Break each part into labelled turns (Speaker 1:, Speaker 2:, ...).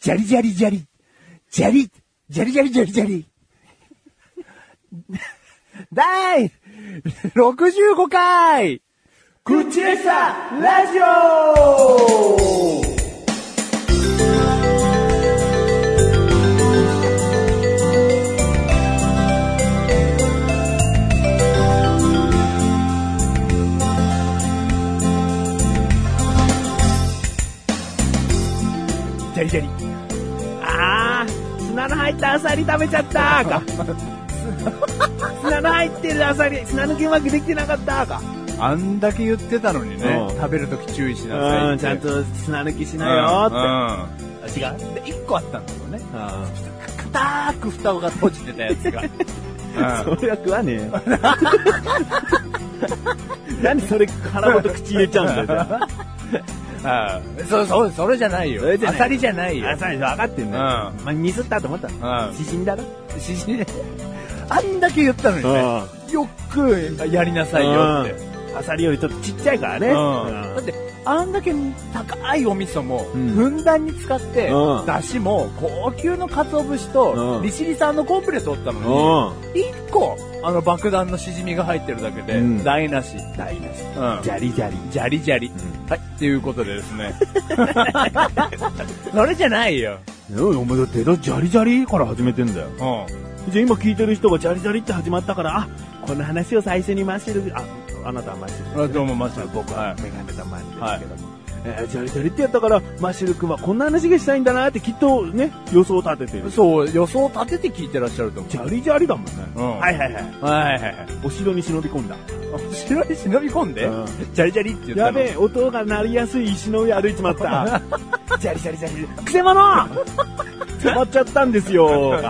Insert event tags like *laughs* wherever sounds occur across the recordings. Speaker 1: ジャリジャリジャリ。ジャリ、ジャリジャリジャリジャリ。 *laughs* 第65回口エサラジオジャリジャリ。あー、砂の入ったアサリ食べちゃったー *laughs* か。砂の入ってるアサリ、砂抜きうまくできてなかったーか。
Speaker 2: あんだけ言ってたのにね、
Speaker 1: うん
Speaker 2: 食べるとき注意しなさい
Speaker 1: うん、
Speaker 2: って。
Speaker 1: ちゃんと砂抜きし
Speaker 2: うん。
Speaker 1: なよ
Speaker 2: うん
Speaker 1: ーって。あ違う。で、一個あったんだよね。
Speaker 2: うん
Speaker 1: 硬く蓋が閉じてたやつ *laughs* が。
Speaker 2: うん
Speaker 1: そりゃ食わ *laughs* ねえよ。何それ腹ごと口入れちゃうんだよ。
Speaker 2: うんそ、そ、それじゃないよ。
Speaker 1: それじゃない
Speaker 2: アサリじゃないよ。
Speaker 1: あ、そうでしょ分かってんだよ。
Speaker 2: う
Speaker 1: まあ、ミスったと思ったの。
Speaker 2: うん
Speaker 1: 縮んだな。
Speaker 2: ししねあんだけ言ったのにね、よくやりなさいよって。
Speaker 1: アサリよりちょっとちっちゃいからね。
Speaker 2: だって、あんだけ高いお味噌も、
Speaker 1: うん
Speaker 2: ふんだんに使って、
Speaker 1: うん
Speaker 2: だしも、高級の鰹節
Speaker 1: う
Speaker 2: と
Speaker 1: ん、
Speaker 2: 利尻産のコンプレ取った
Speaker 1: う
Speaker 2: の
Speaker 1: ん。
Speaker 2: に、一個、あの爆弾のしじみが入ってるだけで
Speaker 1: うん、
Speaker 2: 台無し。
Speaker 1: 台無し。
Speaker 2: うん
Speaker 1: ジャリジャリ。
Speaker 2: じゃりじゃり。はい、っていうことでです
Speaker 1: *laughs*
Speaker 2: ね。それじゃないよ。
Speaker 1: うん、お前だって、だジャリジャリから始めてんだよ。
Speaker 2: う
Speaker 1: じゃあ今聞いてる人がジャリジャリって始まったから、あ、この話を最初にマッシュル、あ、あなたはマッシュルですね、
Speaker 2: ん。どうも、まさ僕は。
Speaker 1: メガネたまにですけども。えージャリジャリってやったから、マッシュル君はこんな話がしたいんだなってきっとね、予想を立ててる。
Speaker 2: そう、予想立てて聞いてらっしゃると思
Speaker 1: ジャリジャリだもんね。
Speaker 2: うん
Speaker 1: はいはいはい。
Speaker 2: う。はいはいはい。
Speaker 1: お城に忍び込んだ。
Speaker 2: 後ろに忍び込んで
Speaker 1: うん、
Speaker 2: じゃりじゃりって言った
Speaker 1: や
Speaker 2: の。
Speaker 1: べえ、音が鳴りやすい石の上歩いちま *laughs* った。ジャリジャリジャリ。くせ者 *laughs* 止まっちゃったんですよ。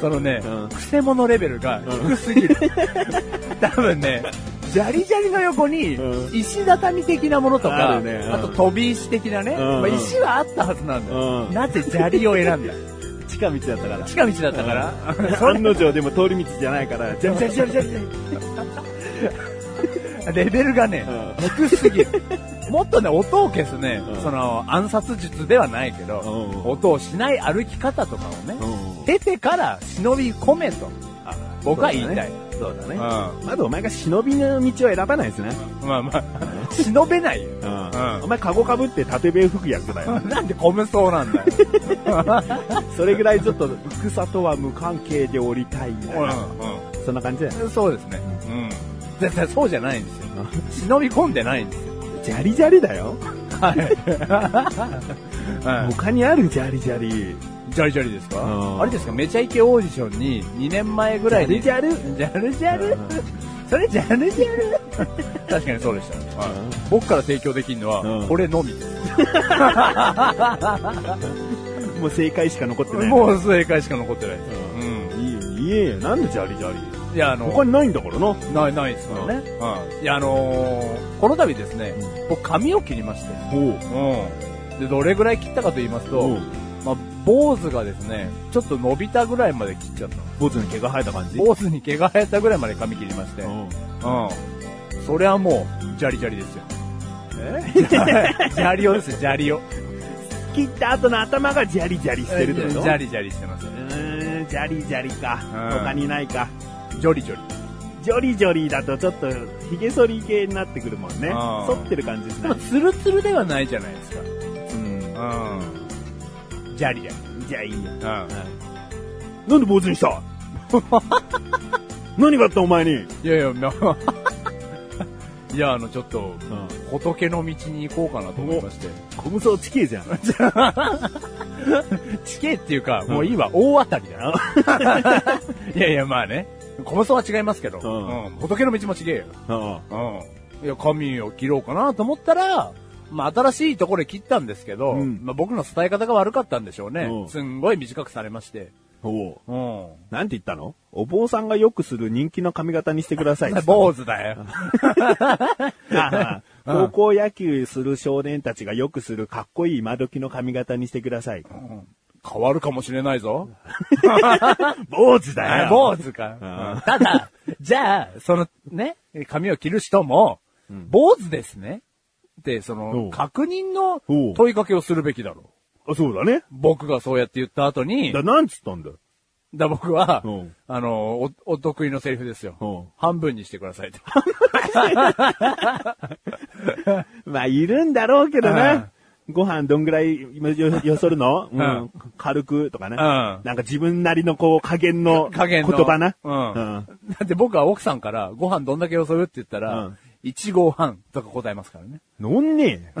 Speaker 2: そのね
Speaker 1: うん、
Speaker 2: くせ者レベルが低す
Speaker 1: *laughs*
Speaker 2: ぎる。多分ね、ジャリジャリの横に
Speaker 1: う、
Speaker 2: 石畳的なものと
Speaker 1: あ
Speaker 2: か、
Speaker 1: るねうん
Speaker 2: あと飛び石的なね、
Speaker 1: ん
Speaker 2: まあ石はあったはずなんだよ
Speaker 1: う。ん
Speaker 2: なぜ砂利を選んだ
Speaker 1: 近道だった *laughs* から。
Speaker 2: 近道だったから、
Speaker 1: 案の定でも通り道じゃないから、ジャリジャリジャリジャリジャリ。
Speaker 2: レベルがね
Speaker 1: うん、
Speaker 2: 低すぎる。もっとね、音を消すね
Speaker 1: うん、
Speaker 2: その暗殺術ではないけど
Speaker 1: うん、
Speaker 2: 音をしない歩き方とかをね、出てから忍び込めと、僕は言いたい。
Speaker 1: そうだね。
Speaker 2: うん
Speaker 1: まだお前が忍びの道を選ばないですね。
Speaker 2: まあまあ、忍べないよ。
Speaker 1: お前カゴかぶって縦笛吹くやつだよ。
Speaker 2: なんで小無双なんだよ。
Speaker 1: それぐらいちょっと、戦とは無関係でおりたいみたいな。そんな感じだよね。
Speaker 2: そうですね。うん。絶対そうじゃないんですよ。忍び込んでないんですよ。
Speaker 1: ジャリジャリだよ。
Speaker 2: は
Speaker 1: 他にあるジャリジャリ。
Speaker 2: い。ジャリジャリです
Speaker 1: うん
Speaker 2: かあれですか、めちゃイケオーディションに2年前ぐらいに。
Speaker 1: ジャ
Speaker 2: ルジャルジャル
Speaker 1: うん
Speaker 2: それジャルジャル *laughs* 確かにそうでした。はい
Speaker 1: うん
Speaker 2: 僕から提供できるの
Speaker 1: う
Speaker 2: は、
Speaker 1: ん
Speaker 2: これのみです。
Speaker 1: もう正解しか残ってない。
Speaker 2: もう正解しか残ってないです。
Speaker 1: う
Speaker 2: うん
Speaker 1: いいよ、言えよ。なんでジャリジャリ
Speaker 2: いや、あの、
Speaker 1: 他にないんだからな。
Speaker 2: ない、ないですからね。うんいや、あのー、この度ですね、僕髪を切りまして。
Speaker 1: おう。
Speaker 2: うん。で、どれぐらい切ったかと言いますと
Speaker 1: おう、
Speaker 2: まあ、坊主がですね、ちょっと伸びたぐらいまで切っちゃったの。
Speaker 1: 坊主に毛が生えた感じ。
Speaker 2: 坊主に毛が生えたぐらいまで髪切りまして。うん。
Speaker 1: うん
Speaker 2: それはもう、ジャリジャリ *laughs* ですよ。
Speaker 1: え
Speaker 2: ジャリオですよ、ジャリオ。
Speaker 1: 切った後の頭がジャリジャリしてるってこと
Speaker 2: ジャリジャリしてます
Speaker 1: う。ーん、ジャリジャリか。
Speaker 2: うん
Speaker 1: 他にないか。
Speaker 2: ジョリジョリ。
Speaker 1: ジョリジョリだとちょっとヒゲ剃り系になってくるもんね。
Speaker 2: あー
Speaker 1: 剃ってる感じです
Speaker 2: で
Speaker 1: ね
Speaker 2: も、。ツルツルではないじゃないですか。
Speaker 1: うん。
Speaker 2: うん。ジャリジャ
Speaker 1: じゃあいい
Speaker 2: リ。
Speaker 1: や。
Speaker 2: うん。
Speaker 1: なんで坊主にした
Speaker 2: *laughs*
Speaker 1: 何があったお前に。うん。
Speaker 2: いやいや、まあ *laughs* いや、あの、ちょっと、仏の道に行こうかなと思いまして。
Speaker 1: 小無双地形じゃん。
Speaker 2: 地形っていうか、
Speaker 1: ん
Speaker 2: もういいわ、大当たりだな。 *laughs* いやいや、まあ *laughs* ね。小無双は違いますけど、
Speaker 1: うん
Speaker 2: うん仏の道も違えよ。
Speaker 1: あ
Speaker 2: うん。いや、髪を切ろうかなと思ったら、まあ、新しいところで切ったんですけど、
Speaker 1: うん
Speaker 2: まあ、僕の伝え方が悪かったんでしょうね
Speaker 1: う。ん
Speaker 2: すんごい短くされまして。
Speaker 1: おう。
Speaker 2: うん。 *laughs*
Speaker 1: なんて言ったのお坊さんがよくする人気の髪型にしてください。
Speaker 2: *laughs* 坊主だ
Speaker 1: *laughs*
Speaker 2: よ。 *laughs*
Speaker 1: ああ
Speaker 2: うん
Speaker 1: 高校野球する少年たちがよくするかっこいい今時の髪型にしてください。
Speaker 2: 変わるかもしれないぞ。
Speaker 1: 坊主だ
Speaker 2: あ
Speaker 1: よ。
Speaker 2: 坊主か。
Speaker 1: うん
Speaker 2: ただ、じゃあ、そのね、髪を切る人も、坊主ですね。って、そ
Speaker 1: お
Speaker 2: の、
Speaker 1: う
Speaker 2: 確認の
Speaker 1: おう
Speaker 2: 問いかけをするべきだろ
Speaker 1: あそうだね。
Speaker 2: 僕がそうやって言った後に、
Speaker 1: だ、
Speaker 2: だ
Speaker 1: なんつったんだよ。
Speaker 2: 僕は
Speaker 1: うん、
Speaker 2: あの、お、お得意のセリフです
Speaker 1: うん
Speaker 2: よ。半分にしてくださいと。
Speaker 1: まあ、いるんだろうけど
Speaker 2: うん
Speaker 1: な。ご飯どんぐらいよよよそるの、うん
Speaker 2: うん
Speaker 1: 軽くとかね、
Speaker 2: ん
Speaker 1: なんか自分なりのこう加減の
Speaker 2: *laughs* 加
Speaker 1: 言
Speaker 2: 減の。
Speaker 1: 葉な。
Speaker 2: うん。だって僕は奥さんから、ご飯どんだけよそるって言った
Speaker 1: う
Speaker 2: ら
Speaker 1: ん、
Speaker 2: 1合半とか答えますからね。
Speaker 1: 飲ん
Speaker 2: *laughs*
Speaker 1: ねえ。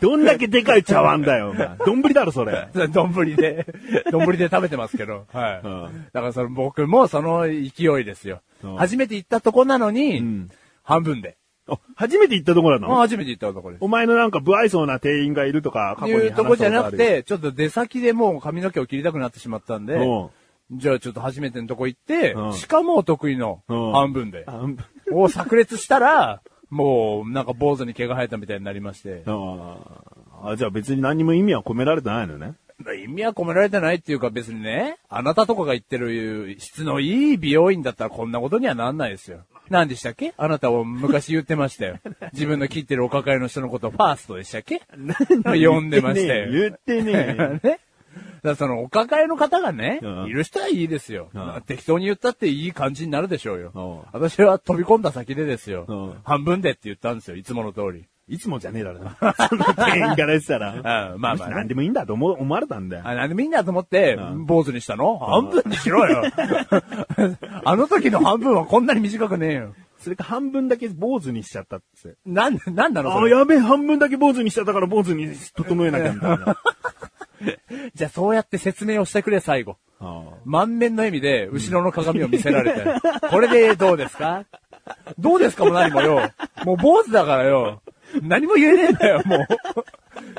Speaker 1: どんだけでかい茶碗だよ、お前。どんぶりだろ、それ。
Speaker 2: *laughs* 丼で、丼で食べてますけ
Speaker 1: *laughs*
Speaker 2: ど。はい。
Speaker 1: うん
Speaker 2: だからその僕もその勢いですよ。
Speaker 1: うん
Speaker 2: 初めて行ったとこなのに、
Speaker 1: ん
Speaker 2: 半分で。
Speaker 1: あ初めて行ったとこな
Speaker 2: もう
Speaker 1: の
Speaker 2: 初めて行ったとこです。
Speaker 1: お前のなんか不愛想な店員がいるとか、過去に
Speaker 2: いう
Speaker 1: 話した
Speaker 2: と
Speaker 1: こ
Speaker 2: ことじ
Speaker 1: あ
Speaker 2: ゃ
Speaker 1: る
Speaker 2: なく、て、ちょっと出先でもう髪の毛を切りたくなってしまったんで、
Speaker 1: うん
Speaker 2: じゃあちょっと初めてのとこ行って、
Speaker 1: うん
Speaker 2: しかもお得意の
Speaker 1: うん
Speaker 2: 半分で
Speaker 1: *laughs* あ、。うん
Speaker 2: を炸裂したら、もうなんか坊主に毛が生えたみたいになりまして。
Speaker 1: ああ、じゃあ別に何にも意味は込められてないのね。
Speaker 2: 意味は込められてないっていうか別にね、あなたとかが言ってる質のいい美容院だったらこんなことにはなんないですよ。何でしたっけあなたは昔言ってました
Speaker 1: *laughs*
Speaker 2: よ。自分の切ってるお抱えの人のことをファーストでしたっけ *laughs* 呼んでましたよ。
Speaker 1: 言ってねえよ。
Speaker 2: ね。だからそのお抱えの方がね、
Speaker 1: うん
Speaker 2: いる人はいいですよ、
Speaker 1: うん
Speaker 2: 適当に言ったっていい感じになるでしょうよ。
Speaker 1: うん
Speaker 2: 私は飛び込んだ先でですよ、
Speaker 1: うん
Speaker 2: 半分でって言ったんですよ、いつもの通り。
Speaker 1: いつもじゃねえだろ *laughs* な。その店員からした *laughs* ら。
Speaker 2: うんまあまあね
Speaker 1: 何でもいいんだと思思われたんだよ。
Speaker 2: あ、なんでみんなと思って、坊主にしたの半分にしろ
Speaker 1: *laughs*
Speaker 2: よ。あの時の半分はこんなに短くねえよ。
Speaker 1: それか半分だけ坊主にしちゃったっつって。
Speaker 2: なん、なんなの
Speaker 1: あ
Speaker 2: そ
Speaker 1: あ、
Speaker 2: れ
Speaker 1: やべえ、半分だけ坊主にしちゃったから坊主に整えなきゃみ *laughs* たいな。
Speaker 2: じゃあそうやって説明をしてくれ、最後。
Speaker 1: ああ
Speaker 2: 満面の笑みで、後ろの鏡を見せられて。 *laughs* これでどうですかどうですかも何もよ。もう坊主だからよ。何も言えねえんだよ、もう。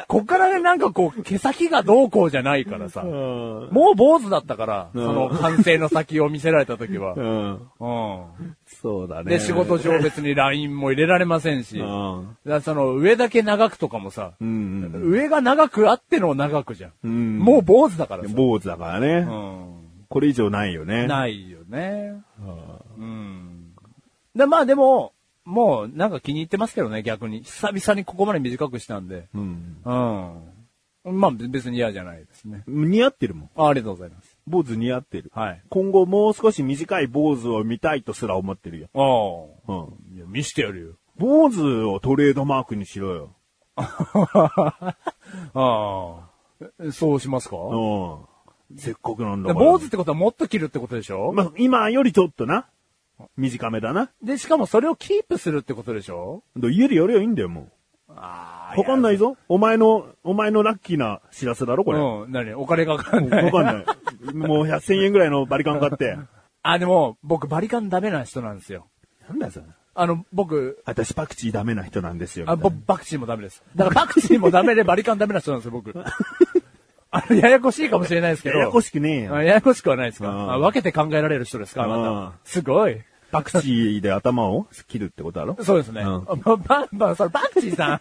Speaker 2: こっからね、なんかこう、毛先がどうこうじゃないからさ。
Speaker 1: うん。
Speaker 2: もう坊主だったから、
Speaker 1: ん
Speaker 2: その完成の先を見せられた時は。
Speaker 1: うん。
Speaker 2: うん。
Speaker 1: そうだね。
Speaker 2: で、仕事上別に LINE も入れられませんし、
Speaker 1: う
Speaker 2: だか
Speaker 1: ん。
Speaker 2: らその上だけ長くとかもさ、
Speaker 1: うんうん。
Speaker 2: 上が長くあっての長くじゃん。
Speaker 1: ん
Speaker 2: もう坊主だからさ。
Speaker 1: 坊主だから
Speaker 2: う
Speaker 1: ね。
Speaker 2: ん、
Speaker 1: これ以上ないよね。
Speaker 2: ないよね。うん。で、まあでも、もうなんか気に入ってますけどね、逆に。久々にここまで短くしたんで。
Speaker 1: うん。
Speaker 2: うん。まあ別に嫌じゃないですね。
Speaker 1: 似合ってるもん。
Speaker 2: あありがとうございます。
Speaker 1: 坊主似合ってる。
Speaker 2: はい。
Speaker 1: 今後もう少し短い坊主を見たいとすら思ってるよ。
Speaker 2: ああ。
Speaker 1: うん。
Speaker 2: いや、見してやるよ。 *laughs*
Speaker 1: 坊主をトレードマークにしろよ。
Speaker 2: ああ。そうしますか
Speaker 1: うん。せっかくなんだ
Speaker 2: だ
Speaker 1: か。
Speaker 2: からら坊主ってことはもっと切るってことでしょ
Speaker 1: まあ、今よりちょっとな。短めだな。
Speaker 2: で、しかもそれをキープするってことでしょ
Speaker 1: で家でやりゃいいんだよ、も
Speaker 2: あ
Speaker 1: う。わかんない
Speaker 2: ぞ、
Speaker 1: ぞ。お前の、お前のラッキーな知らせだろ、
Speaker 2: こ
Speaker 1: こ
Speaker 2: れ。
Speaker 1: れ。
Speaker 2: うん、何お金がかかんない。
Speaker 1: わかんない。もう1000円ぐらいのバリカン買って。
Speaker 2: あ、でも、僕バリカンダメな人 *laughs* なんですよ。
Speaker 1: なんだよそれ。
Speaker 2: あの、僕、
Speaker 1: 私パクチーダメな人なんですよ。
Speaker 2: あ
Speaker 1: みたい
Speaker 2: ぼバクチーもダメです。だからバクチーもダメでバリカンダメな人なんですよ、僕。
Speaker 1: *laughs*
Speaker 2: あの、ややこしいかもしれないですけど。
Speaker 1: なややこしくねえ
Speaker 2: あ
Speaker 1: よ。
Speaker 2: ややこしくはないですか、
Speaker 1: うん
Speaker 2: あ分けて考えられる人ですかあ
Speaker 1: うん
Speaker 2: なた。すごい。
Speaker 1: パクチーで頭を切るってことだろ
Speaker 2: そうですね。
Speaker 1: うん
Speaker 2: あまままそれパクチーさ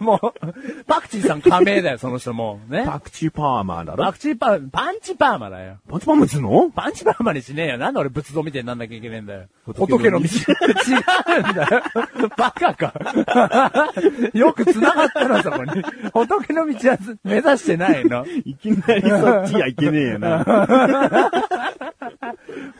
Speaker 2: ん。 *laughs* もう、パクチーさん加盟だよ、その人もう。ね。
Speaker 1: パクチーパーマーだろ
Speaker 2: パクチーパー、パンチパーマだよ。
Speaker 1: パンチパーマーっつうの
Speaker 2: パンチパーマにしねえよ。なんで俺仏像みたいになんなきゃいけねえんだよ。
Speaker 1: 仏
Speaker 2: 仏の
Speaker 1: の
Speaker 2: 道。
Speaker 1: 道
Speaker 2: 違うんだよ。バカか。 *laughs* よく繋がったな、そこに。仏の道は目指してないの。
Speaker 1: いきなりそっちはいけねえよ
Speaker 2: *laughs*
Speaker 1: な。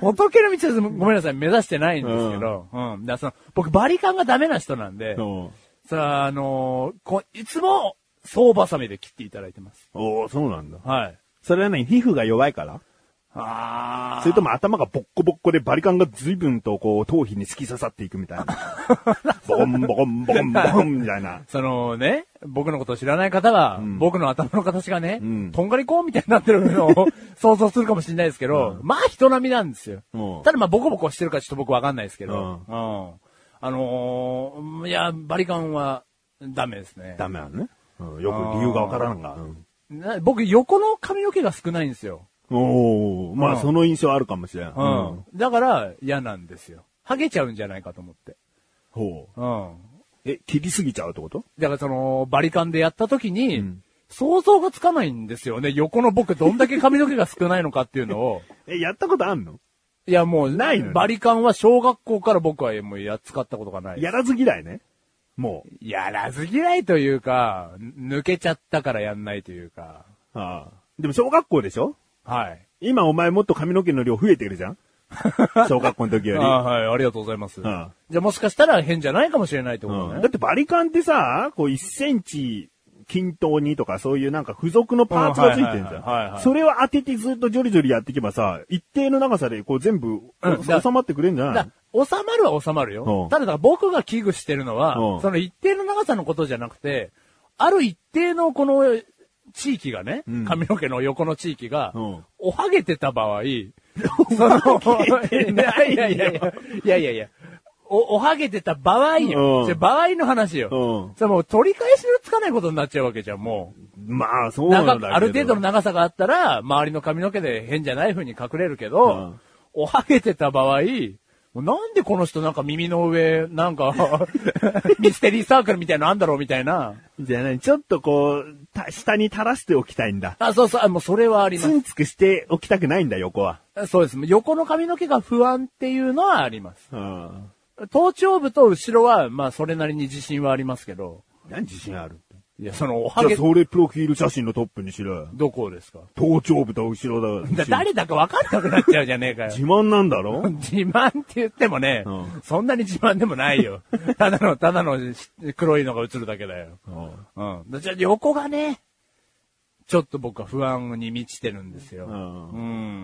Speaker 2: 仏の道はごめんなさい、目指してないんですけど。うん。だからその、僕バリカンがダメな人なんで、
Speaker 1: そう
Speaker 2: それはあのーこいつも、総バサミで切っていただいてます。
Speaker 1: おおそうなんだ。
Speaker 2: はい。
Speaker 1: それはね、皮膚が弱いから
Speaker 2: あ
Speaker 1: それとも頭がボッコボッコでバリカンが随分とこう、頭皮に突き刺さっていくみたい *laughs* な。ボコンボコンボコンボコンみたいな。
Speaker 2: そのね、僕のことを知らない方は、僕の頭の形がね、
Speaker 1: ん
Speaker 2: とんがりコーンみたいになってるのを *laughs* 想像するかもしれないですけど、まあ人並みなんですよ。
Speaker 1: うん
Speaker 2: ただまあボコボコしてるかちょっと僕わかんないですけど、
Speaker 1: う
Speaker 2: うんんあのー、いや、バリカンはダメですね。
Speaker 1: ダメなのね。うんよく理由がわからんが。うん
Speaker 2: な僕横の髪の毛が少ないんですよ。
Speaker 1: おおまあ
Speaker 2: うん
Speaker 1: その印象あるかもしれん。うん
Speaker 2: うん。だから嫌なんですよ。ハゲちゃうんじゃないかと思って。
Speaker 1: ほう。
Speaker 2: うん。
Speaker 1: え、切りすぎちゃうってこと
Speaker 2: だからその、バリカンでやった時に、
Speaker 1: うん
Speaker 2: 想像がつかないんですよね。横の僕どんだけ髪の毛が少ないのかっていうのを。
Speaker 1: え、やったことあんの
Speaker 2: *laughs* いやもう、
Speaker 1: ないのよ
Speaker 2: バリカンは小学校から僕はもうやっ使ったことがない。
Speaker 1: やらず嫌いね。も
Speaker 2: やらず嫌いというか、抜けちゃったからやんないというか。
Speaker 1: う。ああでも小学校でしょ
Speaker 2: はい。
Speaker 1: 今お前もっと髪の毛の量増えてるじゃ *laughs* ん小学校の時より。
Speaker 2: ああはい、ありがとうございます。
Speaker 1: ん
Speaker 2: じゃあもしかしたら変じゃないかもしれないってこと
Speaker 1: う
Speaker 2: ね。
Speaker 1: んだってバリカンってさ、こう1センチ均等にとかそういうなんか付属のパーツがついてる
Speaker 2: うん
Speaker 1: じ
Speaker 2: はいはいはいはい
Speaker 1: ゃ
Speaker 2: は
Speaker 1: ん。
Speaker 2: い
Speaker 1: それを当ててずっとジョリジョリやっていけばさ、一定の長さでこう全部
Speaker 2: うん
Speaker 1: 収まってくれるんじゃない
Speaker 2: だ収まるは収まる
Speaker 1: う
Speaker 2: よ
Speaker 1: ん。
Speaker 2: ただ、だから僕が危惧してるの
Speaker 1: う
Speaker 2: は、
Speaker 1: ん
Speaker 2: その一定の長さのことじゃなくて、ある一定のこの地域がね、
Speaker 1: うん
Speaker 2: 髪の毛の横の地域が
Speaker 1: うん、
Speaker 2: おはげてた場
Speaker 1: *laughs*
Speaker 2: 合、その、いやいやいやいや、いやいやいや、お、おはげてた場合
Speaker 1: う
Speaker 2: よ。
Speaker 1: ん
Speaker 2: じゃ場合の話
Speaker 1: う
Speaker 2: よ
Speaker 1: ん。
Speaker 2: それもう取り返しのつかないことになっちゃうわけじゃん、もう。
Speaker 1: まあ、そうなんだ
Speaker 2: 長
Speaker 1: け
Speaker 2: く
Speaker 1: ど。
Speaker 2: ある程度の長さがあったら、周りの髪の毛で変じゃない風に隠れるけど、
Speaker 1: うん
Speaker 2: おはげてた場合、もうなんでこの人なんか耳の上、なんか、 *laughs* ミステリーサークルみたいなのあんだろうみたいな。
Speaker 1: じゃあ何ちょっとこう、た下に垂らしておきたいんだ。
Speaker 2: あ、そうそうあ、もうそれはあり
Speaker 1: ツ
Speaker 2: ま
Speaker 1: ンツクしておきたくないんだ、横は。
Speaker 2: す。そうです。横の髪の毛が不安っていうのはあります。
Speaker 1: うん。
Speaker 2: 頭頂部と後ろは、まあそれなりに自信はありますけど、
Speaker 1: 何自信ある
Speaker 2: いや、そのおは
Speaker 1: じゃ
Speaker 2: げ
Speaker 1: あ、、それプロフィール写真のトップにしろよ。
Speaker 2: どこですか
Speaker 1: 頭頂部と後ろだ。
Speaker 2: だ誰だかわかんなくなっちゃうじゃねえかよ。
Speaker 1: 自慢なんだろ
Speaker 2: *laughs* 自慢って言ってもね、
Speaker 1: うん
Speaker 2: そんなに自慢でもない
Speaker 1: *laughs*
Speaker 2: よ。ただの、ただのし黒いのが映るだけだよ。
Speaker 1: うん
Speaker 2: うん。じゃあ横がね、ちょっと僕は不安に満ちてるんですよ。
Speaker 1: うん
Speaker 2: う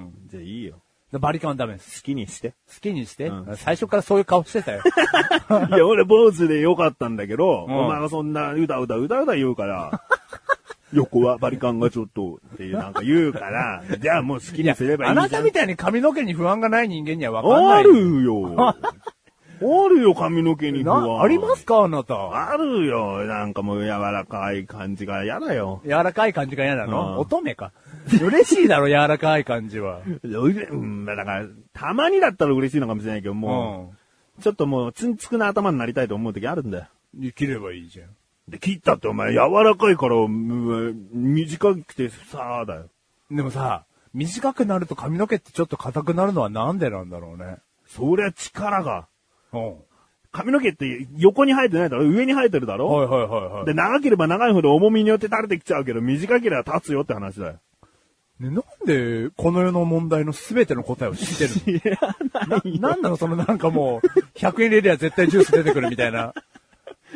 Speaker 2: ん。
Speaker 1: じゃあいいよ。
Speaker 2: でバリカンはダメです。
Speaker 1: 好きにして。
Speaker 2: 好きにして、
Speaker 1: う
Speaker 2: 最初からそういう顔してたよ。
Speaker 1: *laughs* いや、俺、坊主でよかったんだけど、
Speaker 2: うん
Speaker 1: お前がそんな、うだうだうだうだ言うから、 *laughs* 横はバリカンがちょっと、っていう、なんか言うから、じゃあもう好きにすればいい
Speaker 2: あ
Speaker 1: じゃ
Speaker 2: な
Speaker 1: ん。
Speaker 2: たみたいに髪の毛に不安がない人間にはわかんない。
Speaker 1: あ
Speaker 2: *laughs*
Speaker 1: るよ。あるよ、髪の毛に不安
Speaker 2: な、ありますかあなた。
Speaker 1: あるよ。なんかもう柔らかい感じが嫌だよ。
Speaker 2: 柔らかい感じが嫌なの、
Speaker 1: うん
Speaker 2: 乙女か。嬉しいだろ、柔らかい感じは。
Speaker 1: うれうん、だから、たまにだったら嬉しいのかもしれないけど、も
Speaker 2: う
Speaker 1: う、ちょっともう、ツンツクな頭になりたいと思う時あるんだよ。
Speaker 2: ん。切ればいいじゃん。
Speaker 1: で、切ったってお前、柔らかいから、うん短くてさあだよ。
Speaker 2: でもさ、短くなると髪の毛ってちょっと硬くなるのはなんでなんだろうね。
Speaker 1: そりゃ力が。
Speaker 2: う
Speaker 1: 髪の毛って横に生えてないだろ上に生えてるだ
Speaker 2: ん。は
Speaker 1: ろ
Speaker 2: いはいはいは
Speaker 1: で、長ければ長いほど重みによって垂れてきちゃうけど、短ければ立つよって話だよ。
Speaker 2: い。ね、なんで、この世の問題の全ての答えを知ってるのな、なんなのそのなんかもう、100円入れりゃ絶対ジュース出てくるみたいな。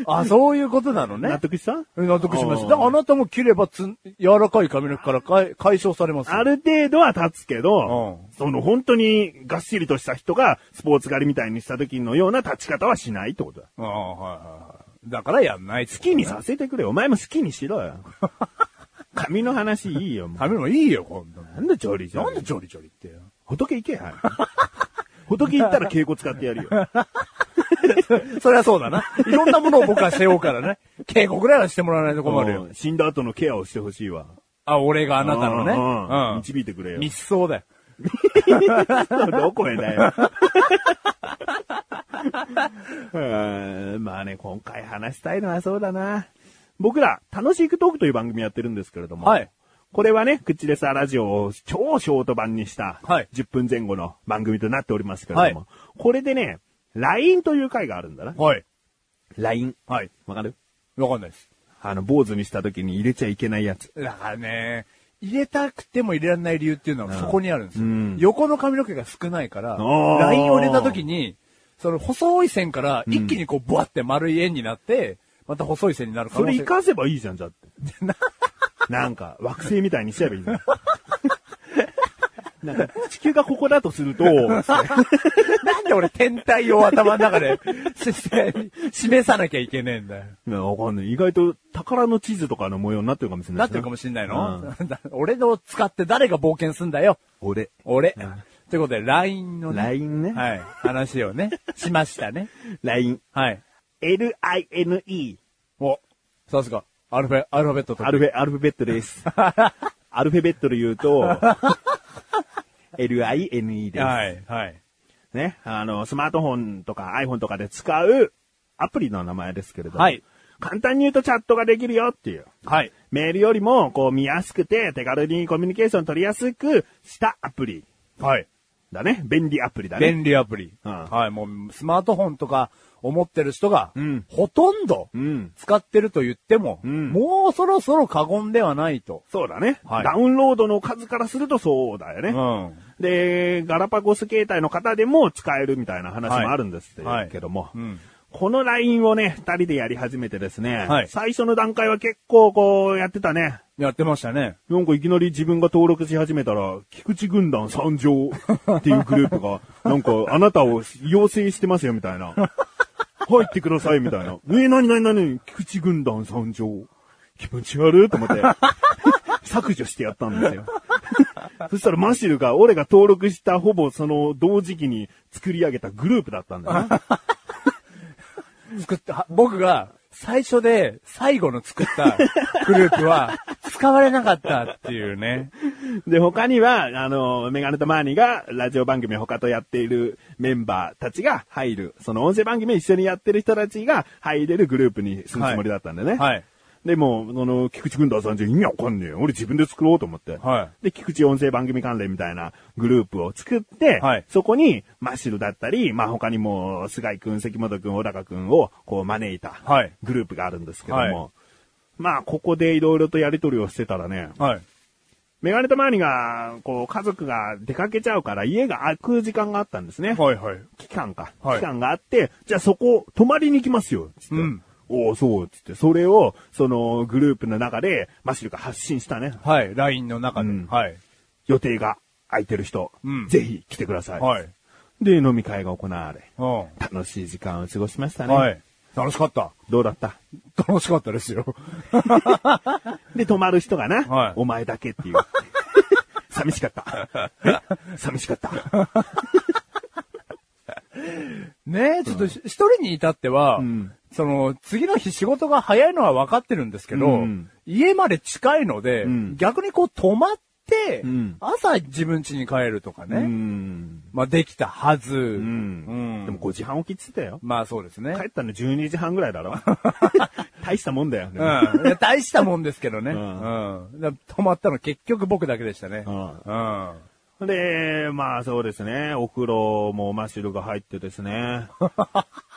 Speaker 2: あ、そういうことなのね
Speaker 1: 納。得した
Speaker 2: 納得しまし
Speaker 1: う
Speaker 2: た。
Speaker 1: ん
Speaker 2: だからあなたも切ればつん、柔らかい髪の毛からかい解消されますよ。
Speaker 1: ある程度は立つけど、
Speaker 2: う
Speaker 1: その本当にがっしりとした人がスポーツ狩りみたいにした時のような立ち方はしないってことだ。
Speaker 2: うん、はいはいはい。だからやんない。好
Speaker 1: 好きにさせてくれ。お前も好きにしろ
Speaker 2: *laughs*
Speaker 1: よ。髪の話いいよ、もう
Speaker 2: 髪もいいよ、今度。
Speaker 1: なんで調理じゃ
Speaker 2: なん
Speaker 1: ん
Speaker 2: で。ちょりちょりって。
Speaker 1: 仏行けや。仏行ったら稽古使ってや
Speaker 2: *laughs*
Speaker 1: るよ。
Speaker 2: そりゃそうだな。いろんなものを僕は背負うからね。 *laughs* 稽古ぐらいはしてもらわないと困るよ。
Speaker 1: うん死んだ後のケアをしてほしいわ。
Speaker 2: あ、俺があ
Speaker 1: あ
Speaker 2: なたのね。
Speaker 1: うん。
Speaker 2: う
Speaker 1: 導いてくれ
Speaker 2: ん。
Speaker 1: よ。
Speaker 2: 密相だよ。
Speaker 1: どこへだよ。 *laughs* うーんまあね、今回話したいのはそうだな。僕ら、楽しいクトークという番組やってるんですけれども。
Speaker 2: はい。
Speaker 1: これはね、口レスラジオを超ショート版にした、
Speaker 2: はい
Speaker 1: 10分前後の番組となっておりますけれども、
Speaker 2: はい
Speaker 1: これでね、LINE という回があるんだな。
Speaker 2: はい。
Speaker 1: LINE。
Speaker 2: はい。
Speaker 1: わかる
Speaker 2: わかんないです。
Speaker 1: あの、坊主にした時に入れちゃいけないやつ。
Speaker 2: だからね、入れたくても入れられない理由っていうのはそこにあるんですよ。
Speaker 1: うん
Speaker 2: 横の髪の毛が少ないから、
Speaker 1: おー
Speaker 2: ラインを入れた時に、その細い線から一気にこう、ブワって丸い円になって、また細い線になる可
Speaker 1: そ
Speaker 2: 能
Speaker 1: れ
Speaker 2: 性
Speaker 1: 活かせばいいじゃん、じ
Speaker 2: *laughs*
Speaker 1: ゃって。なんか、惑星みたいにしちゃえばいいじゃん。なんか、地球がここだとする
Speaker 2: *laughs*
Speaker 1: と、
Speaker 2: なんで俺天体を頭の中で *laughs* 示さなきゃいけねえんだよ。
Speaker 1: なわかんない。意外と宝の地図とかの模様になってるかもしれな
Speaker 2: ないっ
Speaker 1: し。
Speaker 2: てるかもしんないの、
Speaker 1: うん
Speaker 2: *laughs* 俺のを使って誰が冒険すんだよ
Speaker 1: 俺。
Speaker 2: 俺。ということで、LINE のね。
Speaker 1: LINE ね。
Speaker 2: はい。話をね、 *laughs* しましたね。
Speaker 1: LINE。
Speaker 2: はい。
Speaker 1: L-I-N-E。
Speaker 2: お、さすが。アルフェ、アルファベットと。
Speaker 1: アルフェ、アルファベット
Speaker 2: *laughs*
Speaker 1: です。アルファベットで言うと、L-I-N-E です。
Speaker 2: はい、はい。
Speaker 1: ね。あの、スマートフォンとか iPhone とかで使うアプリの名前ですけれども。
Speaker 2: はい。
Speaker 1: 簡単に言うとチャットができるよっていう。
Speaker 2: はい。
Speaker 1: メールよりも、こう見やすくて、手軽にコミュニケーション取りやすくしたアプリ
Speaker 2: はい。
Speaker 1: だね。便利アプリだね。
Speaker 2: 便利アプリ。
Speaker 1: うん
Speaker 2: はい。もう、スマートフォンとか、思ってる人が
Speaker 1: うん、
Speaker 2: ほとんど
Speaker 1: うん。
Speaker 2: 使ってると言っても、
Speaker 1: うん
Speaker 2: もうそろそろ過言ではないと。
Speaker 1: そうだね、
Speaker 2: はい
Speaker 1: ダウンロードの数からするとそうだよね。
Speaker 2: うん。
Speaker 1: で、ガラパゴス携帯の方でも使えるみたいな話もあるんです
Speaker 2: はい
Speaker 1: けども、
Speaker 2: うん。
Speaker 1: この LINE をね、二人でやり始めてですね、
Speaker 2: はい
Speaker 1: 最初の段階は結構こうやってたね。
Speaker 2: やってましたね。
Speaker 1: なんかいきなり自分が登録し始めたら、菊池軍団参上っていうグループが、なんかあなたを要請してますよみたいな。入ってくださいみたいな。え、なになになに菊池軍団参上。気持ち悪いと思って、削除してやったんですよ。そしたらマシルが、俺が登録したほぼその同時期に作り上げたグループだったんだよね。
Speaker 2: 作った、は僕が最初で最後の作ったグループは使われなかったっていうね。
Speaker 1: で、他には、あの、メガネとマーニーがラジオ番組他とやっているメンバーたちが入る、その音声番組一緒にやってる人たちが入れるグループにするつもりだったんでね。
Speaker 2: はい。
Speaker 1: でも、その、菊池軍団さんじゃ意味わかんねえよ。俺自分で作ろうと思って。
Speaker 2: は
Speaker 1: で、菊池音声番組関連みたいなグループを作って、
Speaker 2: はい
Speaker 1: そこに、マッシュルだったり、まあ他にも、菅井くん、関本くん、小高くんを、こう招いた、
Speaker 2: はい
Speaker 1: グループがあるんですけども、
Speaker 2: はい
Speaker 1: まあここでいろいろとやりとりをしてたらね、
Speaker 2: はい。
Speaker 1: メガネとマーニが、こう、家族が出かけちゃうから、家が空く時間があったんですね。
Speaker 2: はいはい。
Speaker 1: 期間か。
Speaker 2: はい
Speaker 1: 期間があって、じゃあそこ、泊まりに行きますよ。つって。
Speaker 2: うん
Speaker 1: おお、そう、つって。それを、その、グループの中で、マシルが発信したね。
Speaker 2: はい。LINE の中で。
Speaker 1: うん
Speaker 2: はい。
Speaker 1: 予定が空いてる人、
Speaker 2: うん
Speaker 1: ぜひ来てください。
Speaker 2: はい。
Speaker 1: で、飲み会が行われ、
Speaker 2: うん。は
Speaker 1: 楽しい時間を過ごしましたね。
Speaker 2: い。楽しかった。
Speaker 1: どうだった
Speaker 2: 楽しかったですよ。
Speaker 1: で、泊まる人がな、
Speaker 2: はい
Speaker 1: お前だけ
Speaker 2: *laughs*
Speaker 1: っていう。寂しかった。え寂し
Speaker 2: *laughs*
Speaker 1: かった。
Speaker 2: ねえ、ちょっとし一人に至っては、
Speaker 1: ん
Speaker 2: その、次の日仕事が早いのは分かってるんですけど、
Speaker 1: うん
Speaker 2: 家まで近いので、
Speaker 1: ん
Speaker 2: 逆にこう泊まって、
Speaker 1: うん
Speaker 2: 朝自分家に帰るとかね、
Speaker 1: うん。
Speaker 2: まあできたはず、
Speaker 1: うん。
Speaker 2: うん
Speaker 1: でも5時半起きって言ってたよ。
Speaker 2: まあそうですね。
Speaker 1: 帰ったの12時半ぐらい
Speaker 2: *laughs*
Speaker 1: だろ大したもんだよね。
Speaker 2: うん。いや大したもんですけどね。
Speaker 1: *laughs* う
Speaker 2: うんん。だから泊まったの結局僕だけでしたね。
Speaker 1: うん
Speaker 2: うん。
Speaker 1: で、まあそうですね。お風呂もマシルが入ってです
Speaker 2: *laughs*
Speaker 1: ね。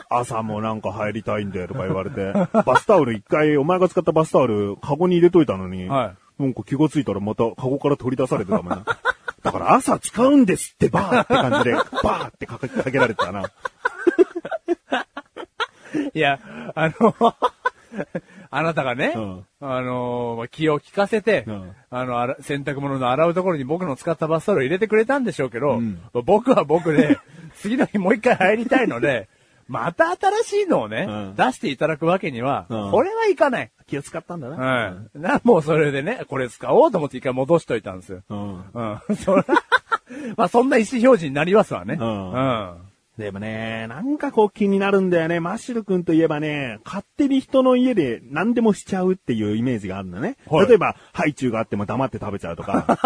Speaker 1: 朝もなんか入りたいんだよとか言われて。バスタオル一回、お前が使ったバスタオル、カゴに入れといたのに、
Speaker 2: は
Speaker 1: なんか気がついたらまたカゴから取り出されてたもんな。だから朝使うんですってばーって感じで、バーってかけかけられてたな。
Speaker 2: いや、あの、 *laughs* あなたがね、
Speaker 1: うん
Speaker 2: あのー気を利かせて、
Speaker 1: うん
Speaker 2: あのあら、洗濯物の洗うところに僕の使ったバスタオルを入れてくれたんでしょうけど、
Speaker 1: うん
Speaker 2: 僕は僕
Speaker 1: *laughs*
Speaker 2: で、次の日もう一回入りたいので、また新しいのをね、
Speaker 1: うん
Speaker 2: 出していただくわけには、
Speaker 1: うん
Speaker 2: これはいかない。
Speaker 1: 気を使ったんだ
Speaker 2: う
Speaker 1: な。
Speaker 2: ん。な、もうそれでね、これ使おうと思って一回戻しといたんですよ。
Speaker 1: う
Speaker 2: う
Speaker 1: ん。
Speaker 2: ん。 *laughs* そら、まあそんな意思表示になりますわね。
Speaker 1: うん
Speaker 2: うん。
Speaker 1: でもね、なんかこう気になるんだよね。マッシュル君といえばね、勝手に人の家で何でもしちゃうっていうイメージがあるんだね。
Speaker 2: はい
Speaker 1: 例えば、ハイチュウがあっても黙って食べちゃうと
Speaker 2: *laughs*
Speaker 1: か。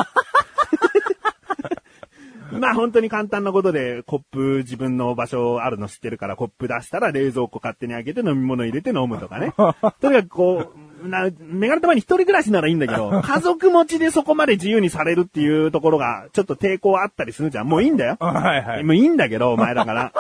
Speaker 1: まあ本当に簡単なことで、コップ自分の場所あるの知ってるから、コップ出したら冷蔵庫勝手に開けて飲み物入れて飲むとか
Speaker 2: *laughs*
Speaker 1: ね。とにかくこう、な、メガネ玉に一人暮らしならいいんだけ
Speaker 2: *laughs*
Speaker 1: ど、家族持ちでそこまで自由にされるっていうところが、ちょっと抵抗あったりするじゃん。もういいんだよ。
Speaker 2: はいはい。
Speaker 1: もういいんだ
Speaker 2: *laughs*
Speaker 1: けど、お前だから。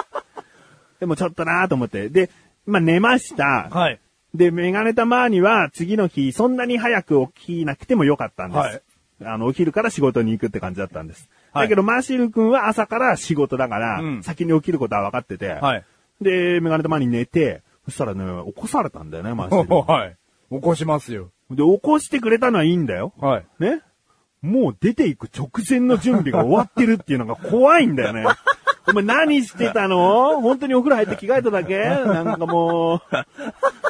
Speaker 1: でもちょっとなぁと思って。で、まあ、寝ました。
Speaker 2: はい。
Speaker 1: で、メガネたまーには次の日、そんなに早く起きなくてもよかったんです。
Speaker 2: はい
Speaker 1: あの、お昼から仕事に行くって感じだったんです。
Speaker 2: はい
Speaker 1: だけど、マーシル君は朝から仕事だから、
Speaker 2: うん
Speaker 1: 先に起きることは分かってて、
Speaker 2: はい。
Speaker 1: で、メガネたまーに寝て、そしたらね、起こされたんだよね、マーシル君。
Speaker 2: *laughs* はい。起こしますよ。
Speaker 1: で、起こしてくれたのはいいんだよ。
Speaker 2: はい。
Speaker 1: ねもう出ていく直前の準備が終わってるっていうのが怖いんだ
Speaker 2: *laughs*
Speaker 1: よね。お前何してたの本当にお風呂入って着替えただけなんかもう、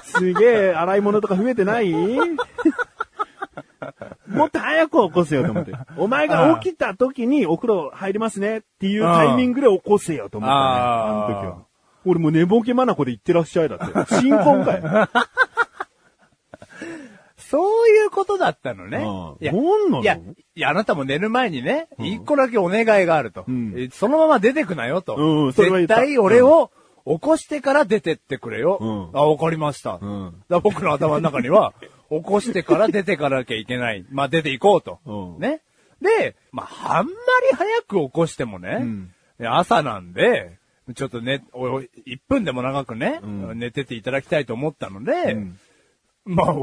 Speaker 1: すげえ洗い物とか増えてないもっと早く起こせよと思って。お前が起きた時にお風呂入りますねっていうタイミングで起こせよと思ったね。あ
Speaker 2: あ
Speaker 1: の
Speaker 2: ー
Speaker 1: 時は。俺もう寝ぼけまなこで行ってらっしゃいだって。新婚かよ。
Speaker 2: そういうことだったのね。
Speaker 1: うん
Speaker 2: *laughs* いや、
Speaker 1: なんなの
Speaker 2: いや、いや、あなたも寝る前にね、
Speaker 1: ん
Speaker 2: 一、個だけお願いがあると、
Speaker 1: うん
Speaker 2: えそのまま出てくなよと。
Speaker 1: うんうんそれは言っ
Speaker 2: 絶
Speaker 1: た
Speaker 2: 対俺を起こしてから出てってくれよ。
Speaker 1: うん
Speaker 2: あ、わかりました。
Speaker 1: うん
Speaker 2: だから僕の頭の中には、 *laughs* 起こしてから出てかなきゃいけない。まあ出ていこうと。
Speaker 1: うん
Speaker 2: ね。で、まあ、あんまり早く起こしてもね、
Speaker 1: ん
Speaker 2: 朝なんで、ちょっとね、お1分でも長くね、
Speaker 1: ん
Speaker 2: 寝てていただきたいと思ったので、
Speaker 1: ん
Speaker 2: まあ、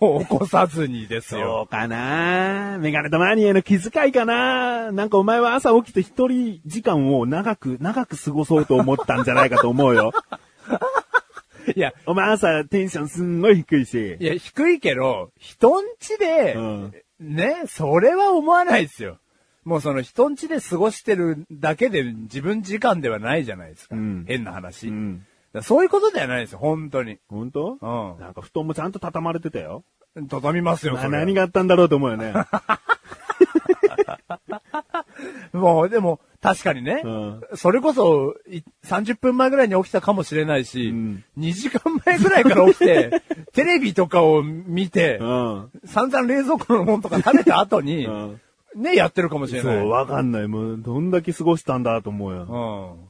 Speaker 2: お起こさずにです
Speaker 3: そ
Speaker 2: よ。
Speaker 3: うかなメガネとマニアへの気遣いかななんかお前は朝起きて一人
Speaker 1: 時間を長く、長く過ごそうと思ったんじゃないかと思うよ。 *laughs*
Speaker 2: いや、
Speaker 1: お前朝テンションすんごい低いし
Speaker 2: い。や、低いけど、人んちで、
Speaker 1: うん
Speaker 2: ね、それは思わないですよ。もうその人んちで過ごしてるだけで自分時間ではないじゃないですか。
Speaker 1: うん
Speaker 2: 変な話。
Speaker 1: うん
Speaker 2: だからそういうことではないですよ、本当に。
Speaker 1: 本当
Speaker 2: うん
Speaker 1: なんか布団もちゃんと畳まれてたよ。
Speaker 2: 畳みますよ、
Speaker 1: まあ
Speaker 2: それは
Speaker 1: 何があったんだろうと思うよね。
Speaker 2: もう、でも、確かにね、 *laughs*
Speaker 1: うん
Speaker 2: それこそ、い30分前ぐらいに起きたかもしれないし、
Speaker 1: ん
Speaker 2: 2時間前ぐらいから起き
Speaker 1: *laughs*
Speaker 2: て、テレビとかを見て、
Speaker 1: うん。
Speaker 2: 散々冷蔵庫のもんとか食べた後に、
Speaker 1: うん
Speaker 2: ね、やってるかもしれ
Speaker 1: そ
Speaker 2: ない。
Speaker 1: う、わかんない。もう、どんだけ過ごしたんだと思うよ。
Speaker 2: う